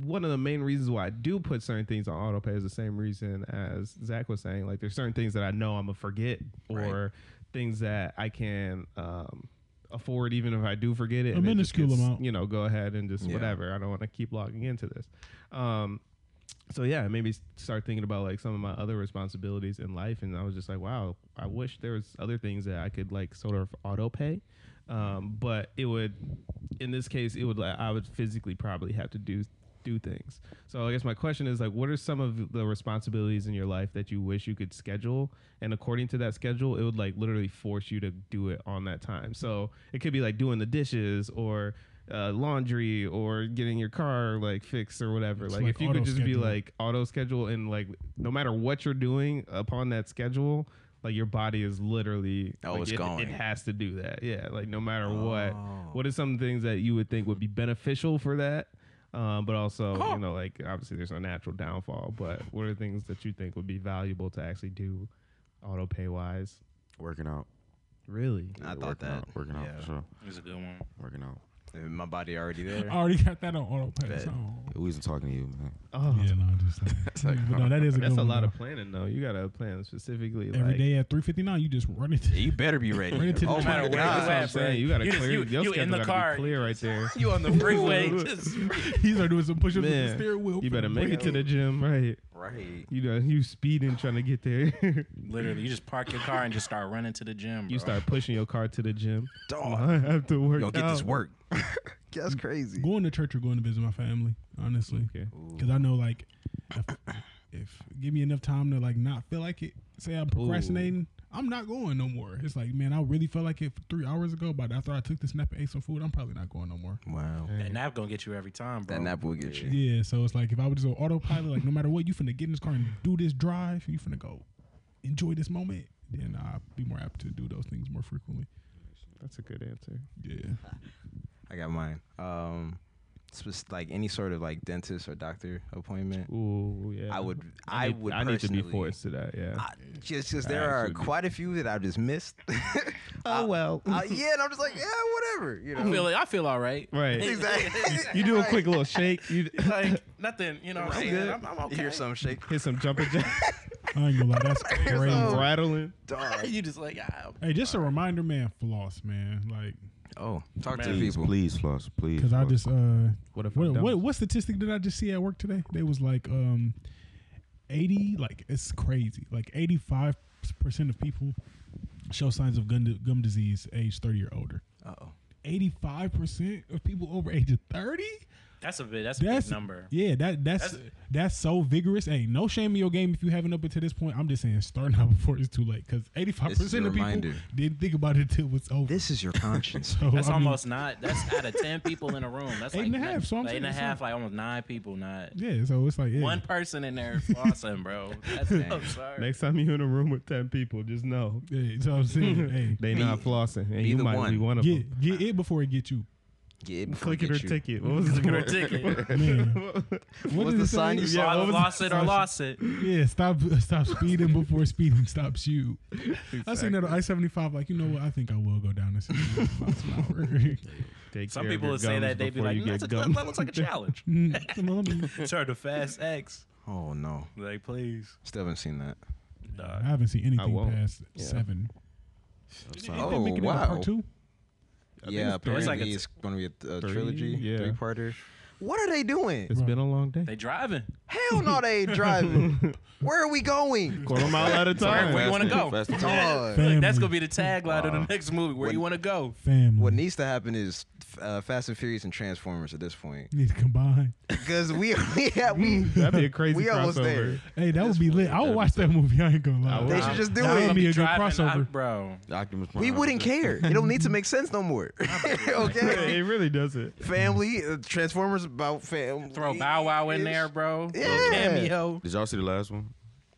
S2: One of the main reasons why I do put certain things on auto pay is the same reason as Zach was saying. Like, there's certain things that I know I'm gonna forget, or things that I can um, afford, even if I do forget it.
S3: A
S2: and it just
S3: minuscule
S2: gets,
S3: amount.
S2: You know, go ahead and just
S1: Yeah.
S2: whatever. I don't want to keep logging into this. Um, so yeah, maybe start thinking about like some of my other responsibilities in life, and I was just like, wow, I wish there was other things that I could like sort of auto pay, um, but it would, in this case, it would like I would physically probably have to do do things. So I guess my question is like, what are some of the responsibilities in your life that you wish you could schedule, and according to that schedule, it would like literally force you to do it on that time. So it could be like doing the dishes or uh, laundry or getting your car like fixed or whatever.
S3: It's
S2: like,
S3: like
S2: if you could just be
S3: auto-schedule.
S2: like auto schedule and like no matter what you're doing upon that schedule, like your body is literally
S1: Oh,
S2: like,
S1: it's
S2: it,
S1: going.
S2: It has to do that. Yeah, like no matter what.
S1: Oh.
S2: What are some things that you would think would be beneficial for that? Um, but also, you know, like obviously there's a natural downfall. But what are things that you think would be valuable to actually do auto pay wise?
S4: Working out.
S2: Really?
S1: I
S4: Yeah,
S1: thought
S4: working
S1: that.
S4: Out, working out
S1: Yeah.
S4: for sure.
S5: It was a good one.
S4: Working out.
S1: My body already there.
S3: I
S2: uh,
S3: already got that on auto pay.
S1: Bet.
S3: So.
S4: We wasn't talking to you, man.
S2: Oh,
S3: Yeah, no, I'm just saying.
S4: like,
S3: Yeah, but no, that is a
S2: that's
S3: good
S2: a
S3: one,
S2: lot
S3: though.
S2: of planning though. You gotta plan specifically.
S3: Every
S2: like,
S3: day at 3:59, you just run it.
S1: You better be
S3: Bring
S1: ready.
S3: it to the
S1: Oh
S3: mic.
S1: my
S5: Matter where
S1: god.
S5: you at.
S2: I'm saying you gotta
S5: You just-
S2: clear
S5: you-
S2: your
S5: you in
S2: schedule
S5: the
S2: gotta
S5: car.
S2: be clear right there.
S5: You on the freeway? just
S3: He's already doing some push-ups with the
S2: Man,
S3: steering wheel.
S2: You better make it to the gym, right?
S1: Right.
S2: You know, you speeding trying to get there.
S5: literally, you just park your car and just start running to the gym. Bro.
S2: you start pushing your car to the gym.
S1: Dog.
S2: I have to work.
S1: Yo, get this
S2: out.
S1: work. That's crazy.
S3: going to church or going to visit my family, honestly,
S2: Okay.
S3: because I know like if, if give me enough time to like not feel like it. Say I'm procrastinating, I'm not going no more. It's like man, I really felt like it three hours ago, but after I took this nap and ate some food, I'm probably not going no more.
S1: Wow.
S5: That nap gonna get you every time, bro.
S1: That nap will get you.
S3: Yeah, so it's like if I would just go autopilot, like no matter what, you finna get in this car and do this drive, you finna go enjoy this moment. Then I'll be more apt to do those things more frequently.
S2: That's a good answer.
S3: Yeah.
S1: I got mine. Um, it's just like any sort of like dentist or doctor appointment.
S2: Ooh, yeah.
S1: I would.
S2: I,
S1: I,
S2: need-
S1: would.
S2: I need to be
S1: personally-
S2: forced to that. Yeah.
S1: I, just, just
S2: I
S1: there are
S2: should be.
S1: quite a few that I've just missed. I-
S2: Oh, well.
S1: I- yeah, and I'm just like, yeah, whatever. You know.
S5: I feel it. I feel all right.
S2: right.
S1: exactly.
S2: You do a
S1: Right.
S2: quick little shake. You
S5: Like nothing, you know. What I'm,
S1: Right.
S5: saying? I'm, I'm okay.
S1: You hear something shake.
S2: hit some jumping jacks,
S3: I ain't gonna lie, that's crazy.
S1: So-
S2: rattling.
S1: Dog.
S5: You just like ah,
S3: Hey, just a reminder, man, floss, man. Like
S1: Oh, talk to
S5: Man.
S1: the
S4: Please,
S1: people.
S4: please, floss, please.
S3: Because I
S4: floss.
S3: just uh,
S2: What if I
S3: what,
S2: don't?
S3: what what statistic did I just see at work today? They was like um, eighty like it's crazy. Like eighty five percent of people show signs of gum gum disease age thirty or older.
S1: Uh oh.
S3: Eighty five percent of people over age of thirty.
S5: that's a bit. That's, a
S3: That's
S5: big number.
S3: Yeah, that that's that's,
S5: That's-
S3: so vigorous. Hey, no shame in your game if you haven't up until this point. I'm just saying start now before it's too late. Because eighty five
S1: This is
S3: percent
S1: your
S3: of people
S1: reminder.
S3: didn't think about it until it was over.
S1: This is your conscience.
S3: So,
S5: That's
S3: I mean,
S5: almost not. That's out of ten people in a room. That's
S3: Eight
S5: like
S3: and a half,
S5: Not,
S3: so I'm
S5: like eight
S3: saying
S5: and a
S3: that's
S5: half. Like almost nine people. Not
S3: yeah. So it's like yeah.
S5: one person in there flossing, bro. That's absurd.
S2: Next time you in a room with ten people, just know
S3: Yeah, so I'm saying, hey,
S2: they
S1: Be-
S2: not flossing, and
S1: be
S2: you
S1: the
S2: might be
S1: one.
S2: one of them.
S3: get get it before it get you.
S1: Get it before it
S2: Clicking her
S1: gets you.
S2: ticket. What was
S5: Look at her
S2: it?
S5: ticket.
S3: Man, what
S1: What's
S3: did
S1: the
S3: it
S1: sign you
S3: say?
S5: You
S1: saw?
S5: either
S2: what was-
S5: lost it or lost it.
S3: Yeah, stop, stop speeding before speeding stops you. I seen that on I seventy five. Like you know what? I think I will go down this miles an hour.
S2: Take
S5: Some
S2: care of
S5: people
S2: your
S5: would say
S2: gums
S5: that they'd be
S2: before
S5: like,
S2: you
S5: "That's a,
S2: get
S5: that
S2: gum."
S5: looks like a challenge."
S3: Mm, come on, let me-
S5: Turn to Fast X.
S1: Oh no,
S5: Like, please.
S1: still haven't seen that.
S3: I haven't seen anything
S2: won't.
S3: past
S2: Yeah.
S3: seven.
S1: Oh,
S3: They making it a
S1: wow.
S3: part two?
S2: I think
S1: yeah,
S2: it's three.
S1: apparently
S5: It's
S1: it's,
S5: like a
S1: going to be a, a
S2: three,
S1: trilogy,
S2: yeah.
S1: three-parter. What are they doing?
S2: It's been a long day.
S5: They driving.
S1: Hell no, they ain't driving. Where are we going?
S2: Quarter mile at a
S5: Where,
S2: time.
S5: where you want to go?
S4: Fast and
S1: Dog.
S5: Look, that's
S3: Family.
S5: gonna be the tagline of the next movie. Where you
S1: When-
S5: want to go?
S3: Family.
S1: What needs to happen is uh, Fast and Furious and Transformers at this point,
S3: Need to combine.
S1: because we we yeah, we
S2: That'd be a crazy
S1: we almost
S2: crossover.
S3: Hey, that would be lit. I would watch that movie. I ain't gonna lie.
S1: They should just do
S5: Nah, I'm
S1: it.
S5: gonna
S3: be a good
S5: driving. I-
S3: crossover.
S5: bro.
S4: Oculus
S1: We
S4: Prime.
S1: wouldn't care. It don't need to make sense no more. okay.
S2: it really does it.
S1: Family uh, Transformers about family.
S5: Throw Bow Wow in there, bro.
S1: Yeah.
S5: Little cameo.
S4: Did y'all see the last one?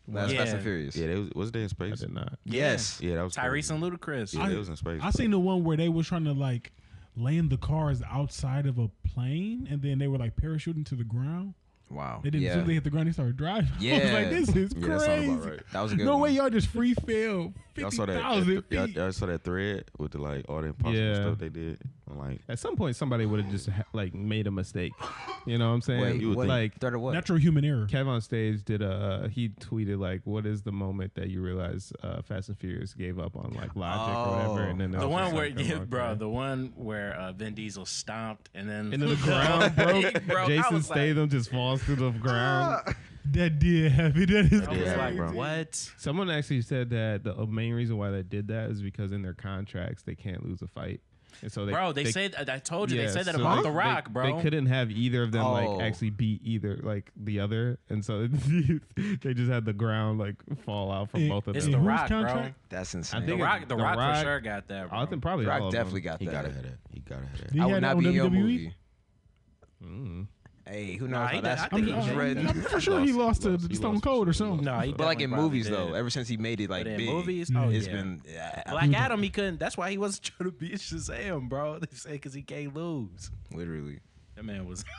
S1: That's Fast
S5: Yeah.
S1: and Furious.
S4: Yeah, they was was they in
S2: I
S4: space?
S2: did not.
S1: Yes.
S4: Yeah, that was
S5: Tyrese and Ludacris.
S4: Yeah, they was in space.
S3: I seen the one where they were trying to like land the cars outside of a plane, and then they were like parachuting to the ground.
S1: Wow.
S3: They didn't. As soon
S1: yeah.
S3: as they hit the ground, they started driving. I was
S1: Yeah.
S3: like, this is
S4: Yeah, that sound
S3: crazy.
S4: about right.
S1: That was a good.
S3: no
S1: one.
S3: way, y'all just free fell
S4: Y'all saw
S3: fifty
S4: that? that th-
S3: thousand
S4: y'all,
S3: feet.
S4: y'all saw that thread with the like all the impossible
S2: Yeah.
S4: stuff they did. I'm like,
S2: At some point, somebody would have just ha- like made a mistake. You know what I'm saying?
S1: Wait,
S4: You would
S1: what?
S2: like
S1: Third of what?
S3: Natural human error.
S2: Kev on stage did a he tweeted like, "What is the moment that you realize uh, Fast and Furious gave up on like logic or whatever?"
S1: Oh.
S2: And then that
S5: The
S2: was
S5: one
S2: just
S5: where,
S2: like,
S5: yeah,
S2: oh,
S5: bro,
S2: okay.
S5: the one where uh, Vin Diesel stomped and then
S2: into the ground, bro.
S5: Bro, I
S2: Jason
S5: was like-
S2: Statham just falls through the ground.
S3: That did happen. That is
S5: I was
S4: Yeah,
S5: like,
S4: bro.
S5: what?
S2: Someone actually said that the uh, main reason why they did that is because in their contracts they can't lose a fight, and so they
S5: bro, they, said I told you
S2: yeah,
S5: they said that
S2: so
S5: about
S2: they-
S5: The
S2: they-
S5: Rock, bro.
S2: They couldn't have either of them
S1: Oh.
S2: like actually beat either like the other, and so they just had the ground like fall out from
S3: It-
S2: both of
S5: it's
S2: them.
S5: The
S3: whose
S5: Rock, bro.
S3: contract?
S1: That's insane.
S2: I
S5: the
S2: think it-
S5: Rock, the,
S2: The
S5: Rock,
S2: Rock-
S5: for sure got that. Bro.
S2: I think probably all
S1: Rock
S2: of
S1: definitely
S2: them.
S1: got
S4: he
S1: that.
S4: gotta have that. He gotta have that.
S3: Did he
S1: I
S3: have
S1: would not
S3: that on E?
S1: be in your
S3: WWE?
S1: movie.
S2: Mm.
S1: Hey, who knows
S5: Nah, he
S1: how
S5: did- I
S1: that's
S5: think
S3: I'm,
S5: he
S1: been
S5: did.
S1: dreaded.
S3: I'm for sure he lost, to Stone Cold or something.
S5: No, he
S1: But like in
S5: definitely
S1: movies
S5: probably
S1: though,
S5: did.
S1: ever since he made it like
S5: But in
S1: big,
S5: movies,
S1: movies,
S5: oh,
S1: it's
S5: yeah.
S1: been yeah,
S5: Black Adam, he couldn't. That's why he wasn't trying to beat Shazam, bro. They say because he can't lose.
S1: literally.
S5: That man was.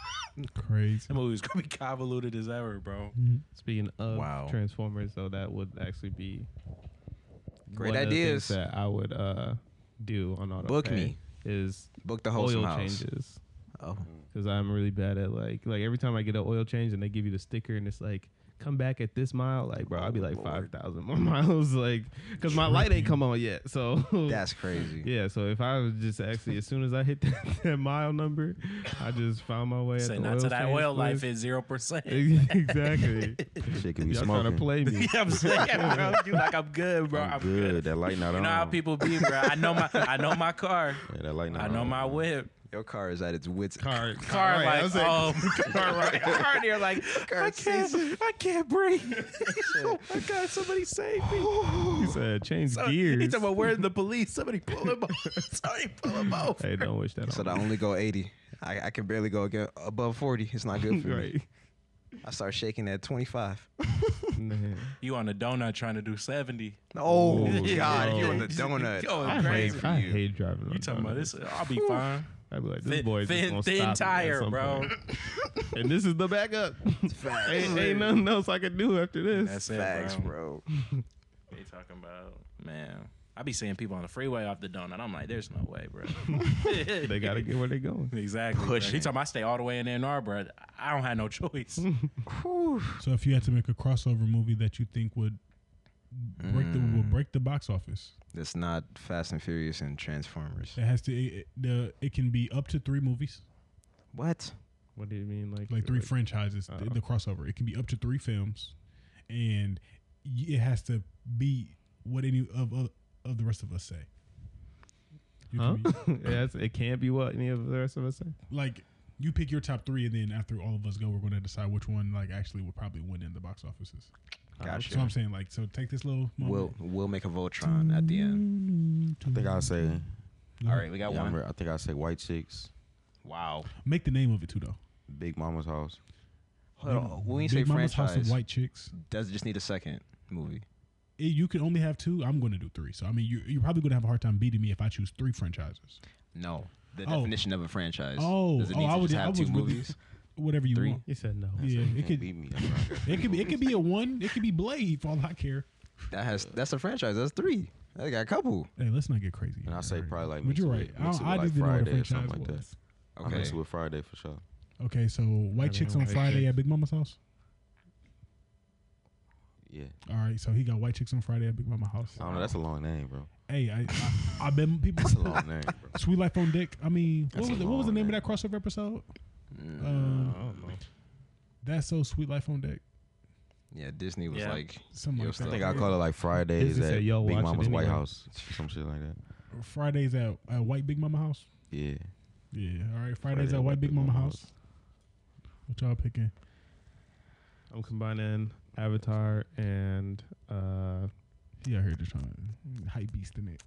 S3: Crazy.
S5: That movie was gonna be convoluted as ever, bro.
S2: Speaking of
S1: Wow.
S2: Transformers, though, that would actually be
S1: Great
S2: one of the
S1: ideas.
S2: things that I would uh, do on auto
S1: Book
S2: pay
S1: me.
S2: is
S1: Book the wholesome
S2: oil
S1: house.
S2: changes
S1: Oh,
S2: because I'm really bad at like like every time I get an oil change and they give you the sticker and it's like come back at this mile like bro I'd be
S1: Oh,
S2: like five thousand more miles like because my light ain't come on yet so
S1: that's crazy.
S2: yeah so if I was just actually as soon as I hit that, that mile number I just found my way
S5: Say
S2: at the
S5: not
S2: oil
S5: to that
S2: change
S5: oil life
S2: place.
S5: is zero percent.
S2: exactly
S4: Shit could be
S2: y'all trying
S4: smoking.
S2: to play me
S5: Yeah, I'm saying, bro. You like I'm good, bro. I'm,
S4: I'm
S5: good.
S4: good. That light not on.
S5: You know
S2: Um,
S5: how people be, bro. I know my, I know my car.
S4: Yeah, that light not
S5: I
S4: on.
S5: know my whip.
S1: Your car is at its wits.
S2: car
S5: Car
S2: Um, right, I
S5: like,
S2: was like,
S5: oh, car right. Car near like, I can't, I can't breathe. oh my god, somebody save me.
S2: he said change
S5: oh. So, He
S2: Oh, gears
S5: talking about where's the police? Somebody pull him off. Somebody pull him off.
S2: hey don't wish that
S1: So
S2: on
S1: that I
S2: me.
S1: only go 80. I, I can barely go again, above 40. It's not good for me.
S2: right
S1: I start shaking at 25.
S2: Man.
S5: You on a donut trying to do seventy?
S1: Oh,
S2: Oh,
S1: God.
S2: no.
S1: You on the donut.
S5: Yo,
S1: I'm
S2: I
S1: praying
S5: crazy.
S2: hate,
S1: for
S2: I
S1: you.
S2: hate driving.
S5: You
S2: on
S5: talking about
S2: donuts.
S5: this? I'll be fine.
S2: I'd be like, this
S5: Thin,
S2: boy just
S5: thin,
S2: gonna
S5: thin
S2: stop me at
S5: tire,
S2: some
S5: bro.
S2: point. and this is the backup.
S1: Facts.
S2: ain't, ain't nothing else I can do after this.
S5: That's it,
S1: Facts,
S5: bro.
S1: bro.
S5: They talking about man. I be seeing people on the freeway off the donut. I'm like, there's no way, bro.
S2: they gotta get where they going.
S5: exactly. bro.
S1: Pushing.
S5: He talking. About I stay all the way in Ann Arbor. I don't have no choice.
S3: So if you had to make a crossover movie that you think would break the will break the box office,
S1: That's not Fast and Furious and Transformers.
S3: it has to it, it- the it can be up to three movies,
S1: What?
S2: What do you mean, like
S3: like three franchises. the-
S1: Uh-huh.
S3: the crossover it can be up to three films, and y- it has to be what any of of, of the rest of us say. You
S2: Huh?
S3: can be-
S2: yeah, that's- it can't be what any of the rest of us say.
S3: like you pick your top three, and then after all of us go, we're going to decide which one like actually would probably win in the box offices. So
S1: Gotcha.
S3: I'm saying like so take this little
S1: We'll
S3: moment.
S1: we'll make a Voltron at the end.
S4: I think I'll say.
S1: All right, we got
S4: yeah, I,
S1: one.
S4: remember, I think I'll say White Chicks,
S5: Oh,
S1: Wow.
S3: make the name of it too though.
S4: Big Mama's House.
S1: Hold on. When you say
S3: Big Mama's House
S1: franchise,
S3: of White Chicks.
S1: does it just need a second movie?
S3: it- you can only have two. I'm going to do three. So I mean, you, you're probably going to have a hard time beating me if I choose three franchises.
S1: No. the
S3: Oh.
S1: definition of a franchise.
S3: Oh,
S1: does it
S3: oh,
S1: need
S3: I
S1: to
S3: would-
S1: just
S3: I
S1: have
S3: was
S1: two
S3: with
S1: movies?
S3: Whatever you
S1: Three.
S3: want.
S2: He said no.
S3: Yeah,
S4: You
S3: it
S4: can't
S3: could
S4: beat me. That's why I got
S3: it could be it could be a one. It could be Blade for all I care.
S1: That has that's a franchise. That's three. I got a couple.
S3: Hey, let's not get crazy.
S4: And I say probably like.
S3: But
S4: mix
S3: you're
S4: it
S3: right.
S4: with-
S3: I,
S4: mix it
S3: I
S4: with,
S3: just
S4: like
S3: didn't know
S4: Friday
S3: what
S4: or
S3: a
S4: something
S3: franchise
S4: like that.
S3: was.
S4: I
S1: Okay.
S4: mix it with Friday for sure.
S3: Okay, so white
S2: they
S3: chicks
S2: don't
S3: on
S2: like
S3: Friday
S2: chicks.
S3: at Big Mama's house.
S4: Yeah.
S3: All right, so he got white chicks on Friday at Big Mama's house.
S4: I don't know. Oh, That's a long name, bro.
S3: Hey, I, I I've been people.
S4: That's a long name, bro.
S3: Sweet Life on Dick. I mean, what
S4: That's
S3: was,
S4: a Uh,
S3: the, what was the
S4: long
S3: name of
S4: name.
S3: that crossover episode?
S1: Mm,
S3: Um,
S2: I don't know.
S3: that's so Sweet Life on Deck.
S1: yeah, Disney was
S5: yeah.
S1: like
S3: Something
S1: Yo,
S3: like
S1: so
S4: I
S3: that.
S4: think I call it like Fridays
S2: Disney
S4: at
S2: said, "Yo,
S4: Big
S2: watch it
S4: Mama's White
S2: anyway."
S4: House, some shit like that.
S3: Fridays at, at White Big Mama House.
S4: Yeah.
S3: Yeah. All right. Fridays
S4: Friday
S3: at White Big Mama, House. What y'all picking?
S2: I'm combining Avatar and uh,
S3: He out here just trying to hype beast in it.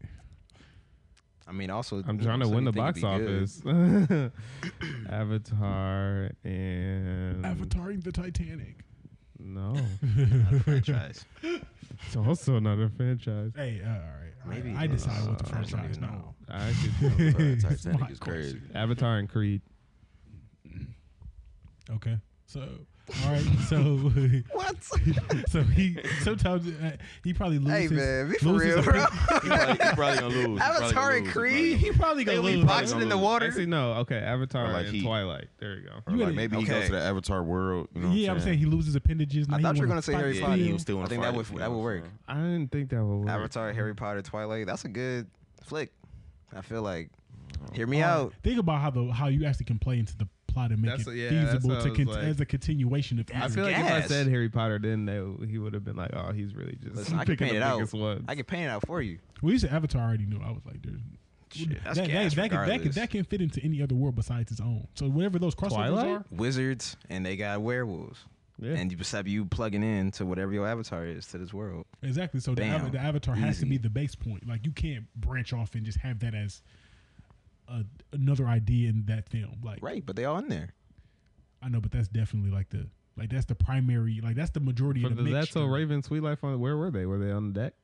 S1: I mean, also
S2: I'm trying to
S1: so
S2: win
S1: you
S2: the
S1: think it'd be
S2: box
S1: good.
S2: office. Avatar
S1: Mm.
S2: and
S3: Avataring the Titanic.
S2: No,
S1: Not a franchise.
S2: it's also not a franchise.
S3: Hey, uh, all right.
S1: Maybe
S3: I, I
S1: it is.
S3: decide what the
S2: Uh, I don't
S3: franchise
S1: even
S3: now.
S1: know.
S2: I could,
S3: It's my
S4: Titanic is crazy.
S3: question.
S2: Avatar and Creed.
S3: Okay. So, all right. So,
S1: what?
S3: so he sometimes uh, he probably
S1: Hey
S3: loses.
S1: man, be for
S3: loses
S1: real,
S3: a
S1: bro.
S4: You probably, you probably gonna lose. You probably
S1: Avatar
S4: gonna
S1: and
S4: lose.
S1: Creed.
S4: You probably
S3: He probably gonna
S1: They
S3: lose.
S1: be boxing in the water.
S2: Actually, no. Okay, Avatar
S4: Or like
S2: and
S4: Heat.
S2: Twilight. There you go.
S4: gonna lose. Or
S3: You
S4: like
S3: really-
S4: maybe he
S1: Okay.
S4: goes to the Avatar world. You know what
S3: yeah, I'm saying he loses appendages.
S1: I
S3: now
S1: thought
S3: he
S1: you were
S3: wanna
S1: gonna say
S3: fight
S1: Harry
S3: for
S1: Potter.
S4: Yeah,
S3: real.
S4: he was still
S1: I
S4: in
S1: think that would- that would work.
S2: I didn't think that would work.
S1: Avatar, Harry Potter, Twilight. That's a good flick. I feel like. Hear me
S3: Or
S1: out.
S3: Think about how the how you actually can play into the plot and make
S2: That's-
S3: it
S2: yeah, that's
S3: feasible
S2: what
S3: to
S2: I was
S3: con-
S2: like-
S3: as a continuation of.
S2: I
S1: That's
S3: either.
S2: feel like if I
S1: gas.
S2: said Harry Potter, then they, he would have been like, "Oh, he's really just
S1: Listen, I can
S2: picking
S1: paint
S2: the
S1: it out.
S2: biggest ones."
S1: I can paint it out for you.
S3: well, you said Avatar I already knew. I was like, dude.
S1: Shit, that's gas
S3: that, that, that, can, that, can,
S1: regardless.
S3: that can fit into any other world besides its own. So whatever those crossovers
S2: Twilight?
S3: are,
S1: Wizards and they got werewolves.
S2: Yeah.
S1: And you beside you plugging in to whatever your avatar is to this world.
S3: exactly. So the,
S1: Bam.
S3: av- the avatar has to
S1: Easy.
S3: be the base point. Like you can't branch off and just have that as a, another idea in that film. Like
S1: Right, but they all in there.
S3: I know, but that's definitely like the like that's the primary. Like that's the majority
S2: For
S3: of
S2: the
S3: the
S2: That's
S3: mixture.
S2: So Raven, Sweet Life on where were they? Were they on the deck?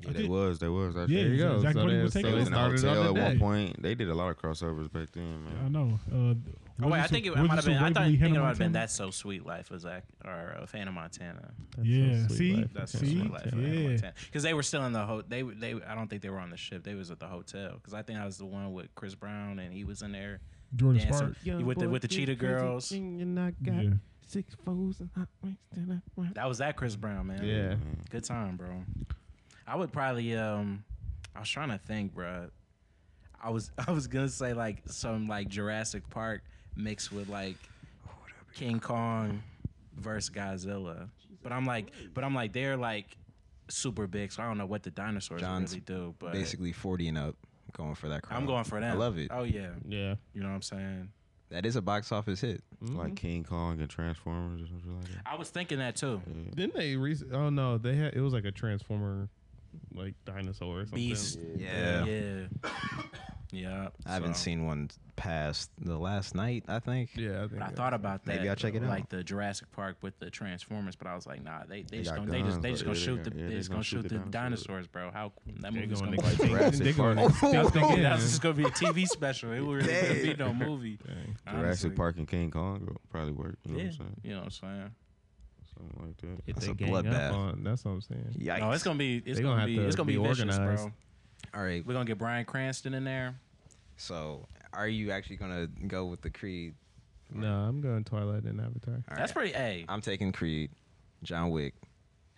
S4: Yeah,
S3: Okay.
S4: they was. They was. Actually.
S3: Yeah,
S2: There you go.
S3: Zach
S2: so
S3: Brody
S2: they,
S3: was
S2: so
S3: taking
S4: They
S3: It
S2: they
S4: was in a
S2: started
S4: hotel
S2: on
S4: at
S2: the
S4: one
S2: deck.
S4: point. They did a lot of crossovers back then, man.
S3: I know. Uh,
S5: Oh, wait, I
S3: Wizards
S5: think it,
S3: of-
S5: I might
S3: Wizards of
S5: have been. I thought
S3: Waverly,
S5: you think it
S3: Hannah
S5: might have been
S3: Montana.
S5: that's so sweet life was that or uh, Phantom Montana.
S2: That's
S3: Yeah,
S2: Sweet
S3: see?
S2: Life.
S5: That's
S2: Yeah.
S5: so
S3: See?
S5: sweet life. of Hannah
S3: Yeah.
S5: Montana. Because they were still in the ho- they were- they I don't think they were on the ship. They was at the hotel. Because I think I was the one with Chris Brown and he was in there.
S3: Jordan
S5: dancing
S3: Sparks.
S5: with the with the Cheetah Girls.
S3: Yeah.
S2: six foes and hot wings that I want.
S5: That was that Chris Brown man.
S2: Yeah.
S4: Man.
S5: Good time, bro. I would probably um I was trying to think, bro. I was I was gonna say like some like Jurassic Park mixed with like King Kong versus Godzilla. But I'm like but I'm like they're like super big, so I don't know what the dinosaurs
S1: John's
S5: really do. But
S1: Basically forty and up. Going for that crowd.
S5: I'm going for that.
S1: I love it.
S5: Oh yeah.
S2: Yeah.
S5: You know what I'm saying?
S1: That is a box office hit.
S4: Like King Kong and Transformers or something like that.
S5: I was thinking that too.
S2: Didn't they? Re- oh no, they had. It was like a transformer, like dinosaur or something.
S5: Beast.
S1: Yeah.
S5: Yeah. yeah.
S1: I haven't
S5: so.
S1: seen one past the last night, I think.
S2: Yeah, I think.
S5: But I
S2: that-
S5: thought about that.
S1: Maybe I'll check it
S5: like
S1: out.
S5: the Jurassic Park with the Transformers, but I was like, nah, they they, just
S4: got
S5: gonna they just
S4: guns,
S5: they just
S4: though.
S5: gonna
S4: Yeah, they
S5: shoot
S4: got-
S5: the
S4: yeah,
S5: they just gonna shoot the dinosaurs, bro. How that
S2: They're
S5: movie's
S2: going
S5: gonna
S2: to
S5: be
S4: extinct. Jurassic
S2: They're going
S4: Park.
S2: extinct.
S5: yeah, this is gonna be a TV special. It was gonna be
S1: Dang.
S5: no movie. honestly.
S4: Jurassic Park and King Kong will probably work. You know
S5: Yeah,
S4: what I'm saying?
S5: you know what I'm saying.
S4: Something like that.
S2: If
S1: That's
S2: they
S1: a
S2: gang up
S1: bloodbath.
S2: on- That's what I'm saying.
S1: Yikes.
S5: No, it's gonna be it's
S2: They
S5: gonna,
S2: gonna have
S5: be
S2: to
S5: it's gonna be,
S2: be
S5: vicious, bro.
S2: organized.
S1: All right.
S5: We're gonna get Brian Cranston in there.
S1: So are you actually gonna go with the Creed?
S2: No, I'm going Twilight and Avatar.
S1: All
S5: That's
S1: right.
S5: pretty. Hey,
S1: I'm taking Creed, John Wick,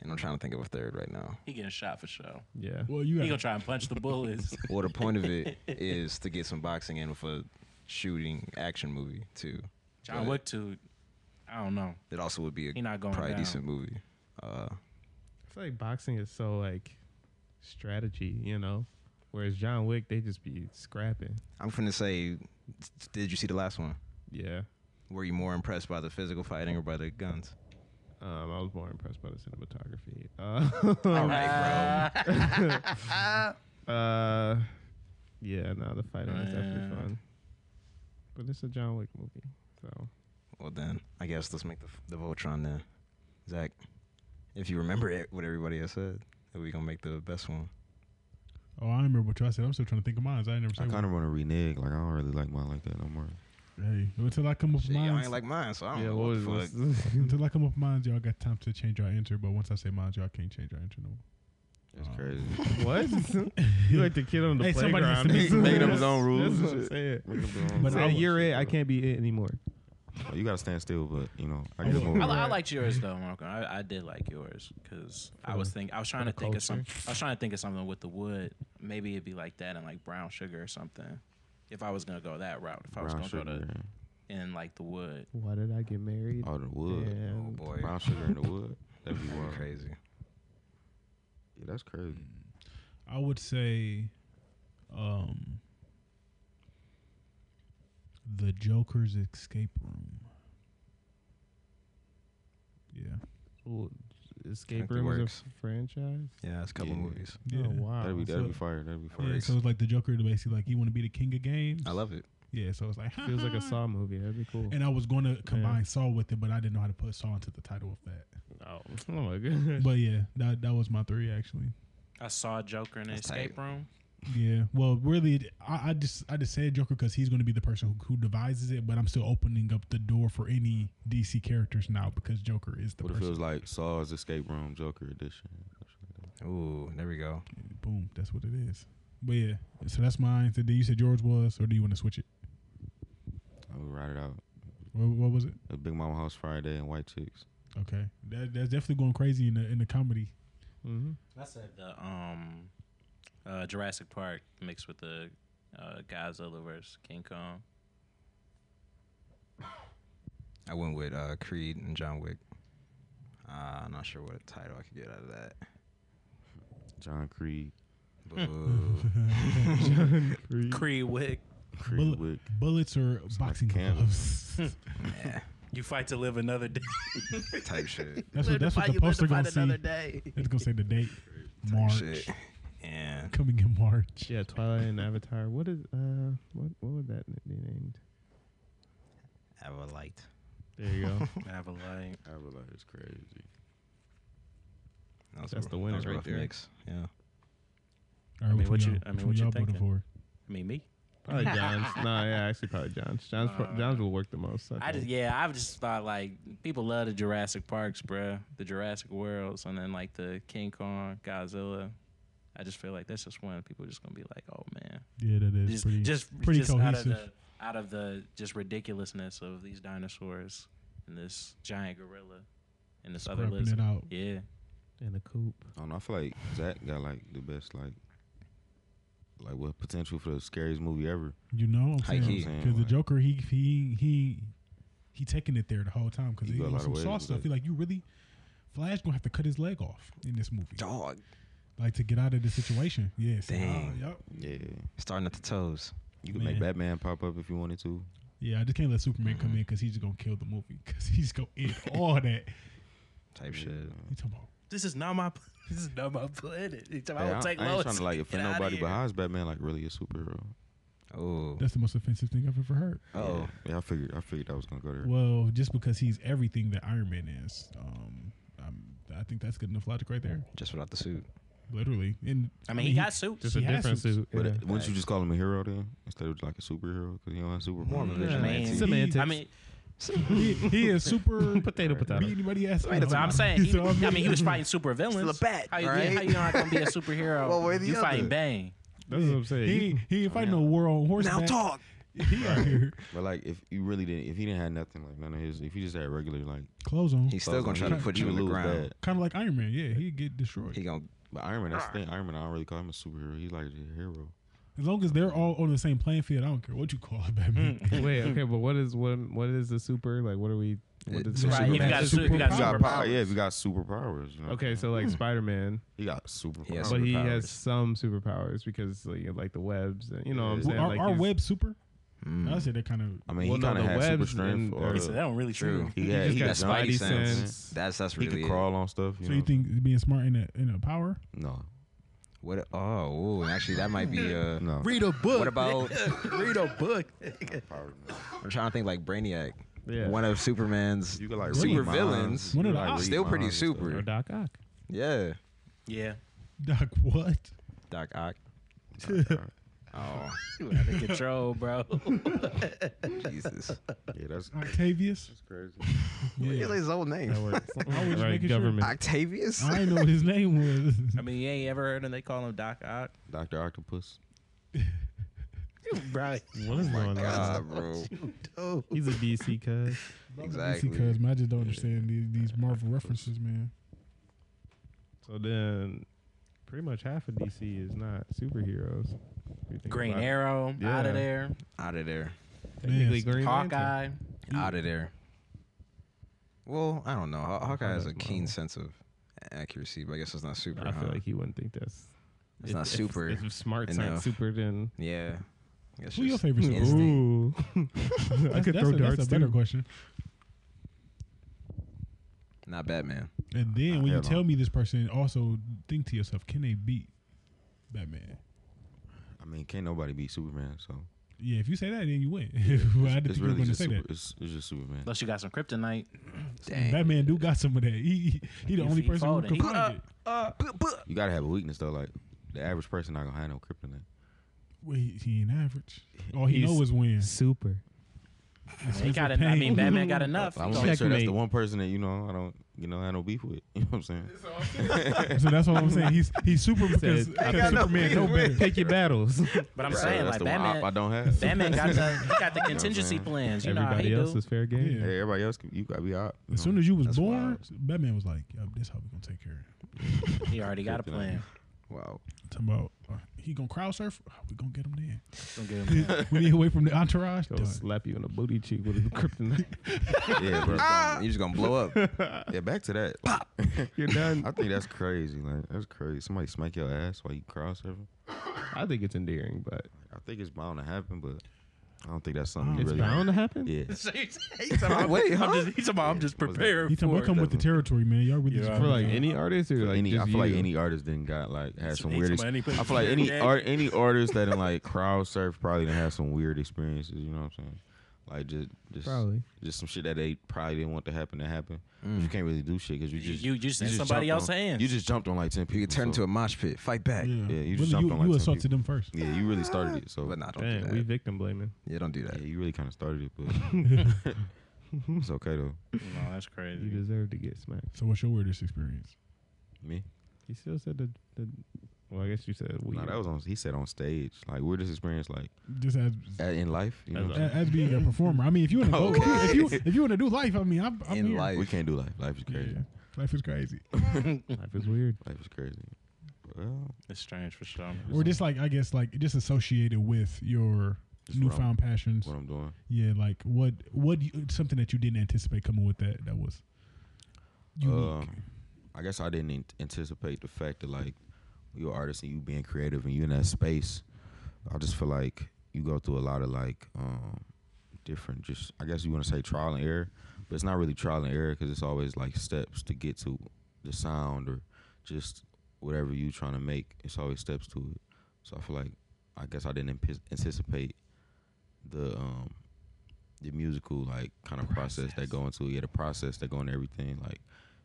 S1: and I'm trying to think of a third right now.
S5: he getting shot for sure.
S2: Yeah.
S3: Well, you
S5: He gonna
S3: got
S5: try and punch the bullets.
S1: Well, the point of it is to get some boxing in with a shooting action movie too.
S5: John
S1: But
S5: Wick too. I don't know.
S1: It also would be a
S5: He not going
S1: probably
S5: down.
S1: decent movie. Uh,
S2: I feel like boxing is so like strategy, you know. Whereas John Wick, they just be scrapping.
S1: I'm finna say, did you see the last one?
S2: Yeah.
S1: Were you more impressed by the physical fighting or by the guns?
S2: Um, I was more impressed by the cinematography. Uh,
S1: All right, bro.
S2: uh, yeah, no, the fighting was definitely
S5: Yeah.
S2: fun. But it's a John Wick movie, so
S1: Well then, I guess let's make the the Voltron then, Zach. If you remember it, what everybody has said, that we gonna make the best one.
S3: Oh, I remember what y'all said. I'm still trying to think of mine. I ain't never
S4: I
S3: said
S4: kind
S3: one.
S4: of want to renege. Like I don't really like mine like that no more.
S3: Hey, until I come up with
S1: Shit, y'all
S3: mine,
S1: ain't like mine, so I don't
S2: yeah,
S1: know
S2: what
S1: what
S2: is
S1: the fuck.
S2: this?
S3: until I come up with mine, y'all got time to change our answer. But once I say mine, y'all can't change our answer no more.
S4: That's
S3: Oh.
S4: crazy.
S2: what? you like the kid on the
S3: Hey, somebody has
S2: playground.
S3: to make-
S4: making up his own rules
S2: That's what
S4: and
S2: I'm saying.
S4: Make up your own
S3: But
S2: Say,
S3: I
S4: rules.
S2: you're it. I can't be it anymore.
S4: Well, you gotta stand still, but you know I
S3: I
S4: guess
S3: would.
S4: more.
S5: I, li- I liked yours though, Marco. I, I did like yours because I
S3: For
S5: was
S3: the-
S5: think I was trying
S3: the
S5: to think of some.
S3: culture.
S5: I was trying to think of something with the wood. Maybe it'd be like that and like brown sugar or something. If I was gonna go that route, if I was
S4: brown
S5: gonna
S4: sugar,
S5: go to
S4: and-
S5: in like the wood,
S2: Why did I get married?
S4: oh the wood,
S1: Oh
S2: Damn.
S1: boy,
S4: brown sugar in the wood. That'd be
S1: That'd
S4: wild.
S1: be crazy.
S4: Yeah, that's crazy.
S3: I would say, um, the Joker's escape room. Yeah,
S2: Oh, Well, Escape
S1: Kinda
S2: Room is
S1: works.
S2: a franchise.
S1: Yeah, it's a couple
S4: Yeah.
S1: movies.
S3: yeah.
S2: Oh wow.
S4: that'd be that'd
S3: so-
S4: be fire. That'd be fire.
S3: Yeah, so it's like the Joker basically like you want to be the king of games.
S1: I love it.
S3: Yeah, so it's like
S2: So- feels like a Saw movie. That'd be cool.
S3: And I was going to
S4: Mm.
S3: combine Saw with it, but I didn't know how to put Saw into the title of that.
S2: Oh, oh my god.
S3: But yeah, that that was my three actually.
S5: I saw Joker in the
S1: That's
S5: escape
S1: tight.
S5: room.
S3: Yeah. Well, really, it- I, I just I just said Joker because he's going to be the person who, who devises it, but I'm still opening up the door for any DC characters now because Joker is the
S4: What if it
S3: person.
S4: was like Saw's Escape Room Joker edition?
S1: Ooh, there we go.
S3: Boom. That's what it is. But yeah, so that's mine. So then you said George was, or do you want to switch it?
S4: I would ride it out.
S3: What, what was it?
S4: A Big Mama House Friday and White Chicks.
S3: Okay, that, that's definitely going crazy in the in the comedy.
S2: Mm-hmm.
S5: I said the um, uh, Jurassic Park mixed with the uh, Godzilla versus King Kong.
S1: I went with uh, Creed and John Wick. Uh, I'm not sure what title I could get out of that.
S4: John Creed.
S1: Boo.
S4: Uh.
S5: Creed Wick,
S4: Creed
S3: Bullet-
S4: Wick.
S3: Bullets or
S4: like
S3: boxing
S4: Canada.
S3: gloves.
S1: yeah,
S5: you fight to live another day.
S1: type shit.
S3: That's what that's what the poster gonna see.
S5: day.
S3: It's gonna say the date, March,
S1: Shit. Yeah.
S3: coming in March.
S2: Yeah, Twilight and Avatar. What is uh what what would that be named?
S1: Have a light.
S2: There you go.
S5: Avalanche.
S4: I was like, it's crazy.
S1: That was
S2: That's
S1: a-
S2: the
S1: that
S2: winner
S1: was a
S2: right
S1: rough
S2: there.
S1: mix. Yeah.
S3: All right,
S5: mean,
S3: which one
S5: what you-
S3: y'all-
S5: I mean,
S3: which one
S5: what you
S3: y'all voting
S5: thinking?
S3: for?
S5: I mean me.
S2: Probably John's. no, yeah, actually probably John's. John's pro-
S5: Uh,
S2: John's will work the most. I,
S5: I just
S2: think.
S5: yeah, I've just thought like people love the Jurassic Parks, bruh, the Jurassic Worlds, and then like the King Kong, Godzilla. I just feel like that's just one people just gonna be like, oh man,
S3: Yeah, that is
S5: just
S3: pretty.
S5: just
S3: pretty
S5: just out of the
S3: cohesive.
S5: out of the just ridiculousness of these dinosaurs and this giant gorilla and this other
S3: scrapping it
S5: lizard.
S3: out.
S5: Yeah,
S2: and a coupe.
S4: I don't know. I feel like Zach got like the best like like what potential for the scariest movie ever.
S3: You know, what
S1: High
S3: I'm
S1: key.
S3: saying because the
S4: Like-
S3: Joker, he he he he taking it there the whole time because
S4: He
S3: he
S4: got a
S3: on
S4: lot of
S3: some
S4: ways
S3: saw
S4: with
S3: stuff.
S4: it.
S3: He like you really. Flash gonna have to cut his leg off in this movie,
S1: Dog.
S3: like to get out of the situation. Yeah, so,
S1: Dang.
S3: oh, yup.
S4: Yeah.
S1: Starting at the toes.
S4: You could
S3: Man.
S4: make Batman pop up if you wanted to.
S3: yeah. I just can't let Superman
S4: Mm-hmm.
S3: come in because he's just gonna kill the movie because he's gonna end all that.
S1: Type shit.
S3: You talking about
S5: this is not my pl- this is not my planet. It's- I
S4: Hey,
S5: will
S4: I,
S5: take
S4: I ain't
S5: Lois.
S4: trying to like offend
S5: Get outta
S4: nobody, but
S5: here.
S4: how is Batman like really a superhero?
S1: Oh.
S3: that's the most offensive thing I've ever heard.
S1: Oh.
S4: yeah. Yeah, I figured I figured I was gonna go there.
S3: Well, just because he's everything that Iron Man is, um, i I think that's good enough logic right there.
S1: Just without the suit.
S3: Literally, and
S5: I mean, he got suits.
S2: Just
S3: He
S2: a
S3: has
S2: different
S3: some-
S2: suit.
S4: But
S2: yeah.
S4: uh, wouldn't you just call him a hero then instead of like a superhero because he don't have superpowers?
S1: More of a
S2: Yeah,
S1: vigilante.
S5: man.
S2: Semantics.
S5: I mean,
S3: he, he is super.
S2: potato
S3: beat
S2: potato.
S3: anybody else?
S5: That's what I'm saying. He,
S3: So,
S5: I mean, he was fighting super villains.
S1: Still a bat,
S5: How you,
S1: right?
S5: how you not gonna be a superhero?
S1: One way or the
S5: you
S1: other.
S5: fighting Bane.
S2: That's what I'm saying.
S3: He he ain't
S5: Oh,
S3: fighting no war on horseback. He out here
S4: But like if you really didn't, if he didn't have nothing like none of his, if he just had regular like,
S3: clothes on,
S1: He's still
S4: clothes
S1: gonna
S4: on,
S1: try to
S4: he-
S1: put
S4: he
S1: you
S4: would
S1: in the
S4: lose
S1: ground.
S4: bad.
S3: kind of like Iron Man. Yeah, he get destroyed.
S1: He gonna
S4: But Iron Man, that's the thing. Iron Man, I don't really call him a superhero. He's like a hero.
S3: as long as they're all on the same playing field, I don't care what you call it,
S2: Mm.
S3: Batman.
S2: Wait, okay, but what is what what is the super like? What are we? What
S1: It's
S2: is the
S1: right,
S2: super-
S1: you got a
S5: suit, you got
S4: He got
S5: Superpowers.
S4: power. Yeah, he got superpowers. You know?
S2: Okay, so like Spider Man,
S4: he got superpowers.
S1: He has
S2: but he
S1: superpowers.
S2: has some superpowers because like, like the webs, and you know what I'm
S4: Yeah.
S2: saying.
S3: Our,
S2: like
S3: our
S2: he's-
S3: web super.
S1: Mm.
S3: I said that kind of.
S4: I mean,
S2: Well,
S4: he
S2: no,
S4: kind of
S2: the
S4: has super
S2: webs and
S4: strength. Or,
S5: So that don't really
S1: True.
S5: true.
S4: he,
S2: He
S4: had,
S2: just
S4: he
S2: got
S4: got
S1: Spidey
S4: spidey sense.
S2: sense.
S1: That's that's
S4: He
S1: really
S4: could
S1: it.
S4: crawl on stuff. You
S3: So
S4: know?
S3: you think being smart in a in a power?
S4: No,
S1: What? Oh, ooh, actually, that might be. Uh,
S4: no.
S5: Read a book.
S1: What about?
S5: Read a book.
S1: I'm trying to think like Brainiac.
S2: Yeah.
S1: One of Superman's
S4: You could like
S1: super
S4: read minds.
S1: villains.
S3: One of
S4: You
S3: the
S4: could, like,
S3: options.
S4: read
S1: Still pretty
S4: minds and stuff.
S1: super.
S2: or Doc Ock.
S1: Yeah.
S5: Yeah.
S3: Doc, what?
S1: Doc Ock. Oh,
S5: You out of control, bro.
S1: Jesus.
S4: Yeah, that's
S3: Octavius.
S4: that's crazy.
S1: Really, his old name.
S3: I was
S2: right,
S3: making sure.
S2: government.
S1: Octavius?
S3: I didn't know what his name was.
S5: I mean, you ain't ever heard him. They call him Doc Ock.
S4: Doctor Octopus.
S5: Right.
S2: What is
S1: Oh My
S2: going on?
S1: God, bro.
S2: He's a DC cuz.
S1: Exactly.
S3: Because I just don't understand these, these Marvel references, man.
S2: So then, pretty much half of DC is not superheroes. if you think
S5: Green
S2: about it.
S5: Arrow out
S2: Yeah.
S5: of there.
S1: Out of there.
S2: Technically
S3: Yes.
S2: Green Lantern.
S5: Hawkeye.
S1: Out of there. Well, I don't know. Haw- Hawkeye has a
S2: that's
S1: keen
S2: Marvel.
S1: sense of accuracy, but I guess it's not super.
S2: I
S1: huh?
S2: feel like he wouldn't think that's.
S1: It's not super
S2: If, if smart's
S1: enough.
S2: not super, then
S1: yeah. I guess
S3: Who your
S1: just
S3: favorite superhero?
S1: instinct.
S2: ooh. I
S3: That's-
S2: could
S3: that's a,
S2: throw
S3: That's
S2: darts
S3: a better
S2: too.
S3: question.
S1: Not Batman.
S3: And then
S4: Uh,
S3: when you
S4: hell no.
S3: tell me this person, also think to yourself, can they beat Batman?
S4: I mean, can't nobody beat Superman, so
S3: Yeah, if you say that, then you win. well, I didn't think you were going to
S4: just
S3: say
S4: super,
S3: that.
S4: it's, it's just Superman.
S5: Unless you got some kryptonite.
S1: Dang.
S3: Batman do got some of that. He he the
S5: If
S3: only
S5: he
S3: person who
S5: folded,
S3: can
S5: he-
S3: find it.
S1: Uh,
S4: You gotta have a weakness though. Like the average person not gonna have no kryptonite.
S3: Wait, he ain't average. All he
S2: He's-
S3: know is win.
S2: Super.
S5: He got en- I mean, Batman got enough.
S4: I'm
S5: He
S4: gonna make sure that's
S2: Checkmate.
S4: the one person that you know I don't you know have no beef with. You know what I'm saying?
S3: So that's what I'm saying. He's he's super because,
S2: said,
S3: because
S2: "I
S1: got no
S3: Superman
S1: beef
S3: know
S1: with
S3: better.
S1: it."
S2: Pick your battles.
S5: But I'm
S4: So
S5: saying,
S4: that's
S5: like
S4: the one op I
S5: Batman,
S4: don't have.
S5: Batman got the he got the contingency
S4: saying?
S5: plans. You know how he
S2: Everybody else
S5: do.
S2: is fair game.
S3: Yeah.
S4: Hey, everybody else, you gotta be out.
S3: As soon as you was
S4: That's
S3: born,
S4: wild.
S3: Batman was like, "Yup, this how we gonna take care of it."
S5: He already got a plan.
S1: Wow.
S3: Talking about uh, he gonna crowd surf. Oh, we gonna get him then.
S5: Don't get him mad.
S3: We need away from the entourage.
S2: Go
S3: Done.
S2: slap you in the booty cheek with a kryptonite.
S4: yeah, bro.
S1: You're just going to blow up.
S4: Yeah, back to that.
S2: You're done.
S4: I think that's crazy. Like that's crazy. Somebody smack your ass while you cross surfing.
S2: I think it's endearing, but
S4: I think it's bound to happen, but I don't think that's something you
S2: it's
S4: really.
S2: bound to happen.
S4: Yeah.
S5: So he's- he's talking about-
S1: Wait,
S5: I'm
S1: huh?
S5: just- he's talking about, I'm just
S4: What's that?
S5: prepared
S3: He talking about
S5: for
S3: come with the territory, man. Y'all really
S5: Yeah.
S2: For like any artist or like
S4: any, I
S2: just
S4: feel
S2: you?
S4: like any artist didn't got like had
S5: It's-
S4: some
S5: it's
S4: weirdest.
S5: money, but
S4: I feel like
S5: it's
S4: any
S5: dead.
S4: art, any artist that in like crowd surf probably didn't have some weird experiences. You know what I'm saying? Like just, just,
S2: Probably.
S4: just some shit that they probably didn't want to happen to happen.
S1: Mm.
S4: You can't really do shit because you
S5: You-
S4: just
S5: you- you just in
S4: jumped
S5: somebody
S4: on-
S5: else's hands.
S4: You just jumped on like ten people.
S1: You could turn into
S4: so-
S1: a mosh pit. Fight back.
S3: Yeah,
S4: Yeah, you
S3: Really,
S4: just jumped
S3: you,
S4: on like
S3: you
S4: some
S3: assaulted
S4: people.
S3: them first.
S4: Yeah, you really started it. So
S1: But nah, don't
S2: Dang, we
S1: do that.
S2: victim blaming.
S1: Yeah, don't do that.
S4: yeah, you really kind of started it, but it's okay though.
S5: No, that's
S2: You
S5: crazy.
S2: deserve to get smacked.
S3: So what's your weirdest experience?
S4: Me,
S2: You still said the, the well, I guess you said we.
S4: nah, that was on. He said on stage, like weirdest experience, like
S3: Just as
S4: at, in life. You know,
S2: As
S4: what
S3: as,
S4: I'm
S3: as being a performer. I mean, if you in a
S4: Okay.
S3: if you if you in a new life, I mean, I'm, I'm
S1: In
S3: here.
S1: life.
S4: saying? we can't do life. Life is
S3: Yeah,
S4: crazy.
S3: life is crazy.
S2: Life is weird.
S4: Life is crazy. Well,
S5: It's strange for sure.
S3: Or just like I guess like just associated with your
S4: Just what I'm-
S3: newfound passions.
S4: what I'm doing.
S3: Yeah, like what what you, something that you didn't anticipate coming with that that was unique.
S4: Um, I guess I didn't an- anticipate the fact that like you're an artist and you being creative and you in that space. I just feel like you go through a lot of like um, different, just I guess you want to say trial and error, but it's not really trial and error because it's always like steps to get to the sound or just whatever you trying to make. It's always steps to it. So I feel like I guess I didn't anpi- anticipate the um, the musical like kind of process. that go into it. Yeah, the process that go into everything. Like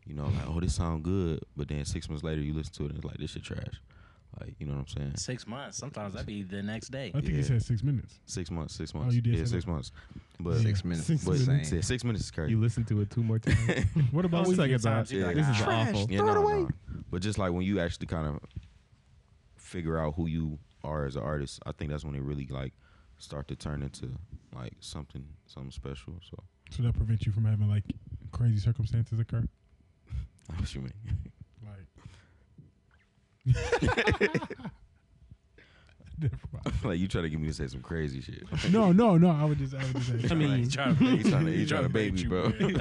S4: you know, like oh this sound good, but then six months later you listen to it and it's like this shit trash. Like you know what I'm saying?
S5: Six months. Sometimes that be the next day.
S3: I think he
S4: yeah.
S3: said six minutes.
S4: Six months, six
S3: Oh,
S4: months.
S3: you did
S4: yeah,
S3: say
S4: six
S3: that.
S4: months. But
S1: Six minutes.
S2: Six
S1: Six
S4: but
S1: minutes.
S4: yeah, six minutes is crazy.
S2: You listen to it two more times.
S3: What about
S2: It's
S3: when
S2: like
S3: you-
S2: it's
S5: times you
S2: yeah,
S5: like,
S2: this is
S1: "Trash."
S2: awful.
S4: Yeah,
S1: Throw it
S4: nah,
S1: away.
S4: nah. But just like when you actually kind of figure out who you are as an artist, I think that's when it really like start to turn into like something something special. So
S3: so that prevents you from having like crazy circumstances occur?
S4: I what you mean.
S3: Like. Never mind.
S4: like you try to get me to say some crazy shit.
S3: No, no, no. I would just, I would just say.
S2: I mean,
S4: He trying to, he trying to bait me, bro.
S2: you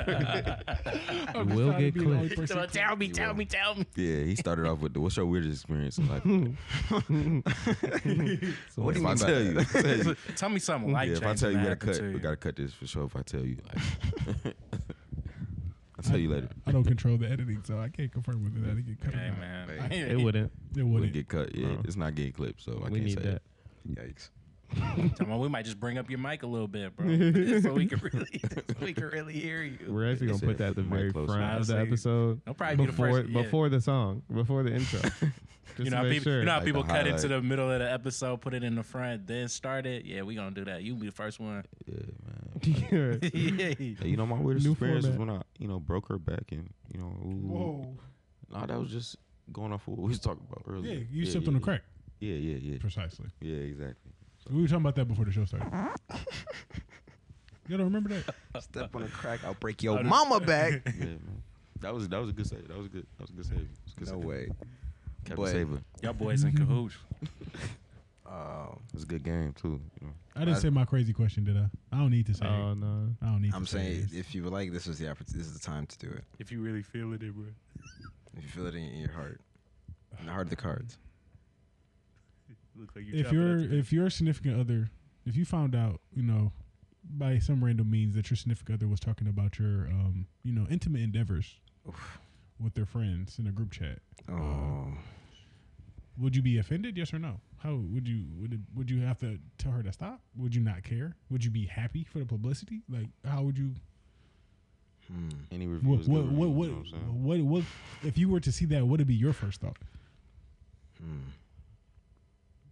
S2: will get clipped.
S5: tell me, tell me, tell me.
S4: yeah, he started off with the what's your weirdest experience in life?
S2: So
S1: What do
S4: if
S1: you
S4: I
S1: mean by
S4: tell you,
S1: that?
S4: tell you-
S5: Tell me something life
S4: yeah, if I tell you we
S5: we
S4: gotta cut, we gotta cut this for sure. If I tell you, like, I'll tell you later.
S3: I don't control the editing, so I can't confirm whether that get cut
S5: Hey
S3: or not.
S5: man,
S2: it wouldn't.
S3: It
S4: It would
S3: wouldn't.
S4: get cut. Yeah,
S2: No.
S4: it's not getting clipped, so I
S2: we
S4: can't
S2: need
S4: say
S2: that.
S1: Yikes.
S5: Come on, we might just bring up your mic a little bit, bro, so we can really, so we can really hear you.
S2: We're actually
S4: They
S2: gonna put
S4: said
S2: that at the
S4: mic
S2: very
S4: close.
S2: front of the
S5: Honestly,
S2: episode.
S5: I'll probably be the
S2: before
S5: first- yeah.
S2: before the song, before the intro. Just
S5: You
S2: to
S5: know, how
S2: make
S5: people,
S2: sure.
S5: you know how
S4: Like
S5: people
S4: the
S5: cut into
S4: highlight.
S5: the middle of the episode, put it in the front, then start it. Yeah, we gonna do that. You be the first one.
S4: Yeah, man.
S2: Yeah.
S5: yeah.
S4: Hey, you know, my weirdest
S2: New
S4: experience was
S2: format.
S4: when I, you know, broke her back and, you know, ooh.
S3: Whoa.
S4: Nah, that was just going off what we was talking about earlier.
S3: Yeah, you sipped on
S4: yeah,
S3: the crack.
S4: Yeah, yeah, yeah.
S3: Precisely.
S4: Yeah, exactly.
S3: We were talking about that before the show started. you don't remember that?
S1: Step on a crack, I'll break your mama back.
S4: Yeah, man. That was that was a good save. That was a good. That was a good save. It was a good
S1: No
S4: save.
S1: way.
S4: Kept
S1: But-
S4: it saving.
S5: Y'all boys in cahoots.
S1: Um,
S4: It was a good game too. You know.
S3: I didn't
S1: I-
S3: say my crazy question, did I? I don't need to say.
S4: Uh,
S2: Oh
S3: it.
S2: no.
S3: I don't need.
S1: I'm
S3: to say
S1: saying
S3: it.
S1: if you would like, this is the opportunity. This is the time to do it.
S5: If you really feel it, bro.
S1: If you feel it in in your heart, in the heart of the cards.
S5: Look like you
S3: if your if your significant other, if you found out, you know, by some random means that your significant other was talking about your, um, you know, intimate endeavors
S1: Oof.
S3: with their friends in a group chat,
S1: Oh,
S3: would you be offended? Yes or no? How would you would it, would you have to tell her to stop? Would you not care? Would you be happy for the publicity? Like, how would you?
S1: hmm.
S4: Any review.
S3: What
S4: is good
S3: what
S4: review,
S3: what what,
S4: you know what I'm saying?
S3: what what if you were to see that? What would be your first thought?
S1: Hmm.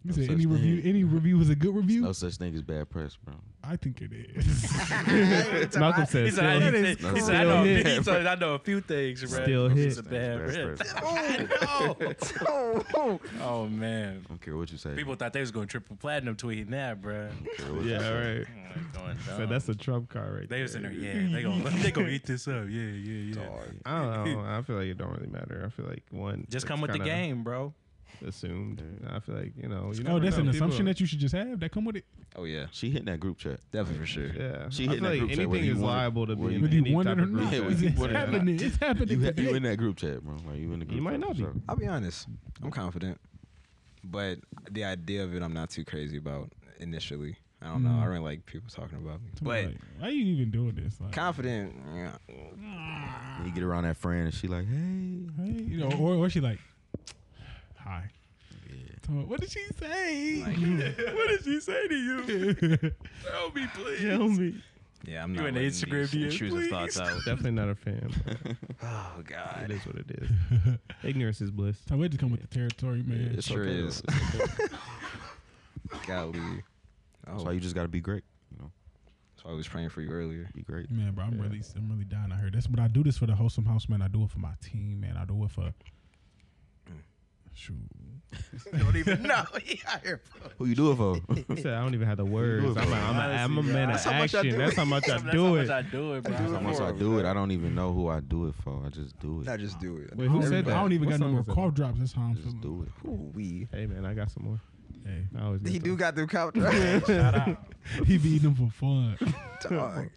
S3: You
S4: No
S3: said
S4: such
S3: any review,
S4: thing.
S3: any review is a good review.
S4: No such thing as bad press, bro.
S3: I think it is.
S2: Malcolm said
S5: He said, I,
S2: still,
S5: he said, he said, I,
S2: still
S5: know,
S2: hit.
S5: he said, I know a few things, bro.
S2: Still
S5: This
S2: hit.
S5: is a bad
S4: Bad
S5: rep.
S4: press.
S5: Oh, man.
S4: I don't care what you say.
S5: People thought they was going triple platinum tweeting that, Oh, bro.
S4: I don't care what you
S2: Yeah,
S4: say.
S2: right.
S5: Like, going
S2: So
S5: dumb.
S2: that's a trump card right
S5: They was
S2: there.
S5: in there, yeah. They gonna they gonna eat this up, yeah, yeah, yeah.
S2: I don't know. I feel like it don't really matter. I feel like one
S5: Just
S2: it's
S5: come with the
S2: kinda
S5: game, bro.
S2: Assumed. I feel like you know. You
S3: oh,
S2: never
S3: that's
S2: know.
S3: an
S2: People-
S3: assumption that you should just have that come with it.
S1: Oh yeah,
S4: She hitting that group chat.
S1: definitely for sure.
S2: Yeah.
S4: She
S2: I feel
S4: hitting that
S2: like
S4: group chat, whether
S2: anything
S4: you
S2: is
S4: want it-
S2: liable to
S4: whether
S2: be
S4: you-
S2: in
S3: Whether you
S2: any
S3: want
S2: type
S3: it or
S2: of group
S3: not,
S4: Yeah,
S2: chat.
S4: we
S3: it's,
S4: can
S3: it's
S4: put it in.
S3: happening. It's happening.
S4: You, hit, you
S3: today.
S4: in that group chat, bro? Like you in the group?
S2: You might
S4: chat,
S2: not
S4: for
S2: be.
S4: sure.
S1: I'll be honest. I'm confident, but the idea of it, I'm not too crazy about initially. I don't
S2: Mm.
S1: know. I
S3: Mhm.
S1: don't really like people talking about me,
S3: Come on,
S1: but
S3: like, why you even doing this? Like,
S1: confident. Yeah.
S4: Then you get around that friend and she like, hey.
S3: hey, you know, or, or she like, hi.
S4: Yeah.
S3: Come on, What did she say?
S5: what did she say to you? Tell me, please.
S2: Tell me.
S1: Yeah, I'm
S5: You
S1: not.
S5: an
S1: letting
S5: Instagram
S1: these
S5: view,
S1: intrusive
S5: please.
S1: thoughts out.
S2: Definitely not a fan. but
S1: Oh God.
S2: It is what it is. Ignorance is bliss.
S3: So we just come with the territory,
S4: Yeah,
S3: man.
S4: it's
S1: sure
S4: okay, though.
S1: is.
S4: It's okay.
S1: Golly. Oh,
S4: That's
S1: that's
S4: why you just gotta be great. You know,
S1: why I was praying for you earlier.
S4: be great.
S3: Man, bro, I'm really, I'm really dying out here. That's what I do. This for the wholesome house, man. I do it for my team, man. I do it for. Shoot,
S5: Don't even know.
S2: Oh,
S5: Yeah,
S4: Who you do it for?
S2: He said, I don't even have the words. I'm a, I'm a, I'm a
S5: Honestly,
S2: man
S5: bro.
S2: of
S5: That's
S1: how much I
S2: action.
S1: do
S2: That's
S1: it.
S2: how much I
S5: That's how
S2: do
S5: much
S2: it.
S5: I do it, bro.
S1: it.
S4: Once I
S1: for,
S4: do it,
S1: bro.
S4: I don't even know who I do it for. I just do it.
S1: I just do it.
S2: Wait, who said
S3: I
S2: that?
S3: don't even
S2: What
S3: got no
S2: song
S3: more
S2: is that?
S3: cough drops. That's how I'm
S4: Just
S3: feeling.
S4: do it.
S1: Who we?
S2: Hey man, I got some more.
S3: Hey,
S2: I always get
S1: He do
S2: some.
S1: got through couch. right?
S3: he be eating them for fun.
S1: Dog.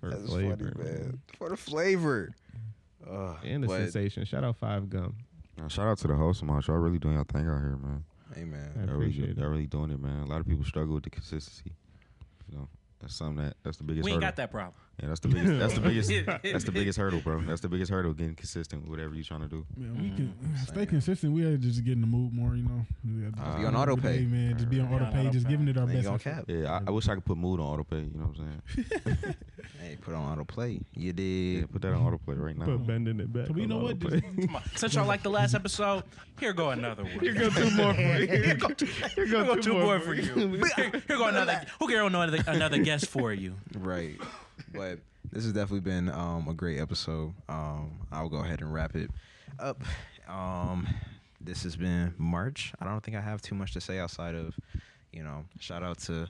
S2: for
S1: That's
S2: flavor,
S1: funny, man. For the flavor. Uh,
S2: And the
S1: but-
S2: sensation. Shout out Five Gum.
S4: Now, shout out to the host, man. Y'all really doing y'all thing out here, man.
S1: Hey
S2: I
S1: man.
S4: Y'all really, do-
S2: appreciate it.
S4: y'all really doing it, man. A lot of people struggle with the consistency. You know, that's something that that's the biggest.
S5: We ain't
S4: hurdle.
S5: got that problem.
S4: Yeah, that's the biggest. That's the biggest. that's the biggest hurdle, bro. That's the biggest hurdle. Getting consistent with whatever you're trying to do.
S3: Man, we can stay
S1: same.
S3: consistent. We had to just get in the mood more, you know. We gotta
S4: Uh,
S3: just
S4: be
S1: on
S3: do it every
S1: autopay.
S3: day, man. Just be on
S5: Be on
S3: auto pay, just
S5: autopay.
S3: giving it our
S1: Ain't
S3: best.
S1: gonna
S3: effort.
S1: cap.
S4: Yeah, I, I wish I could put mood on autopay. You know what I'm saying?
S1: Hey, put on autoplay. You
S4: Yeah,
S1: did.
S4: put that on autoplay right now.
S2: But bending it back.
S3: So we
S2: on
S3: know what?
S2: autoplay.
S3: Just,
S5: Come on. Since y'all like the last episode, here go another one. Here
S2: go two more for you. Here go two,
S5: more for you. Here, here go another. Who care another another guest for you?
S1: Right. But this has definitely been um, a great episode. Um, I'll go ahead and wrap it up. Um, this has been March. I don't think I have too much to say outside of, you know, shout out to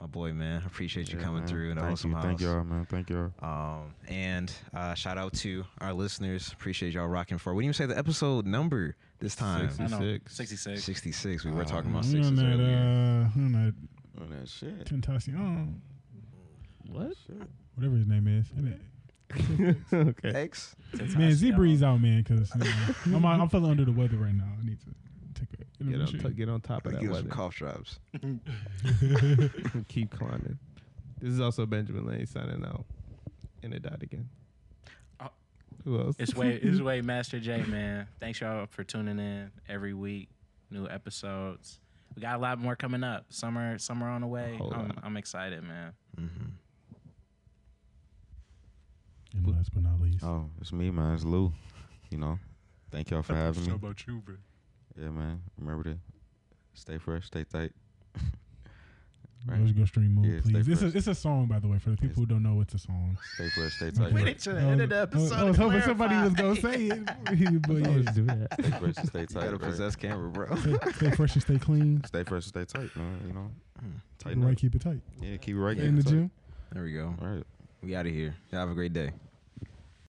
S1: my boy, man. Appreciate you
S4: Yeah,
S1: coming
S4: man.
S1: through. And
S4: Thank
S1: awesome
S4: you.
S1: house.
S4: Thank y'all, man. Thank y'all.
S1: Um, and uh, shout out to our listeners. Appreciate y'all rocking for. We didn't even say the episode number this time.
S5: I know.
S2: 66.
S5: 66.
S1: 66. We were talking about
S3: on
S1: sixes
S3: that,
S1: earlier.
S3: uh, on that
S4: Oh, that shit.
S3: Tentacion,
S2: What?
S3: whatever his name is. isn't it?
S2: okay.
S1: X.
S3: Man, Z breeze out, man, because I'm, I'm feeling under the weather right now. I need to take a
S2: Get on,
S3: intermission.
S2: t- get on top of
S1: Like,
S2: that
S1: Give us some
S2: weather.
S1: cough drops.
S2: Keep climbing. This is also Benjamin Lane signing out. And it died again.
S5: Uh,
S2: Who else?
S5: It's way, it's way, Master J, man. Thanks y'all for tuning in every week. New episodes. we got a lot more coming up. Summer, summer on the way.
S2: Hold
S5: I'm,
S2: on.
S5: I'm excited, man.
S1: Mm-hmm.
S3: And last but not least,
S4: Oh, it's me, man. It's Lou. You know, thank y'all for having me.
S3: about you, bro?
S4: Yeah, man. Remember to stay fresh, stay tight. Right.
S3: Let's go stream mode,
S4: Yeah, stay
S3: please. It's a,
S4: fresh.
S3: it's a song, by the way, for the people who don't know it's a song.
S4: Stay fresh, stay tight.
S3: Wait,
S4: right?
S5: should
S3: I was- I was hoping somebody was gonna say it, but
S2: Always
S3: yeah.
S2: do that.
S4: Stay fresh, and stay
S1: You gotta
S4: tight. right?
S1: possess camera, bro.
S3: Stay- Stay fresh and stay clean.
S4: Stay fresh, and stay tight, man. You know,
S3: Keep it
S4: tighten
S3: right,
S4: up.
S3: keep it tight.
S4: Yeah, keep it right.
S3: in the
S4: keep it
S3: gym.
S1: There we go.
S4: tight. All right.
S1: We out of here. Y'all have a great day.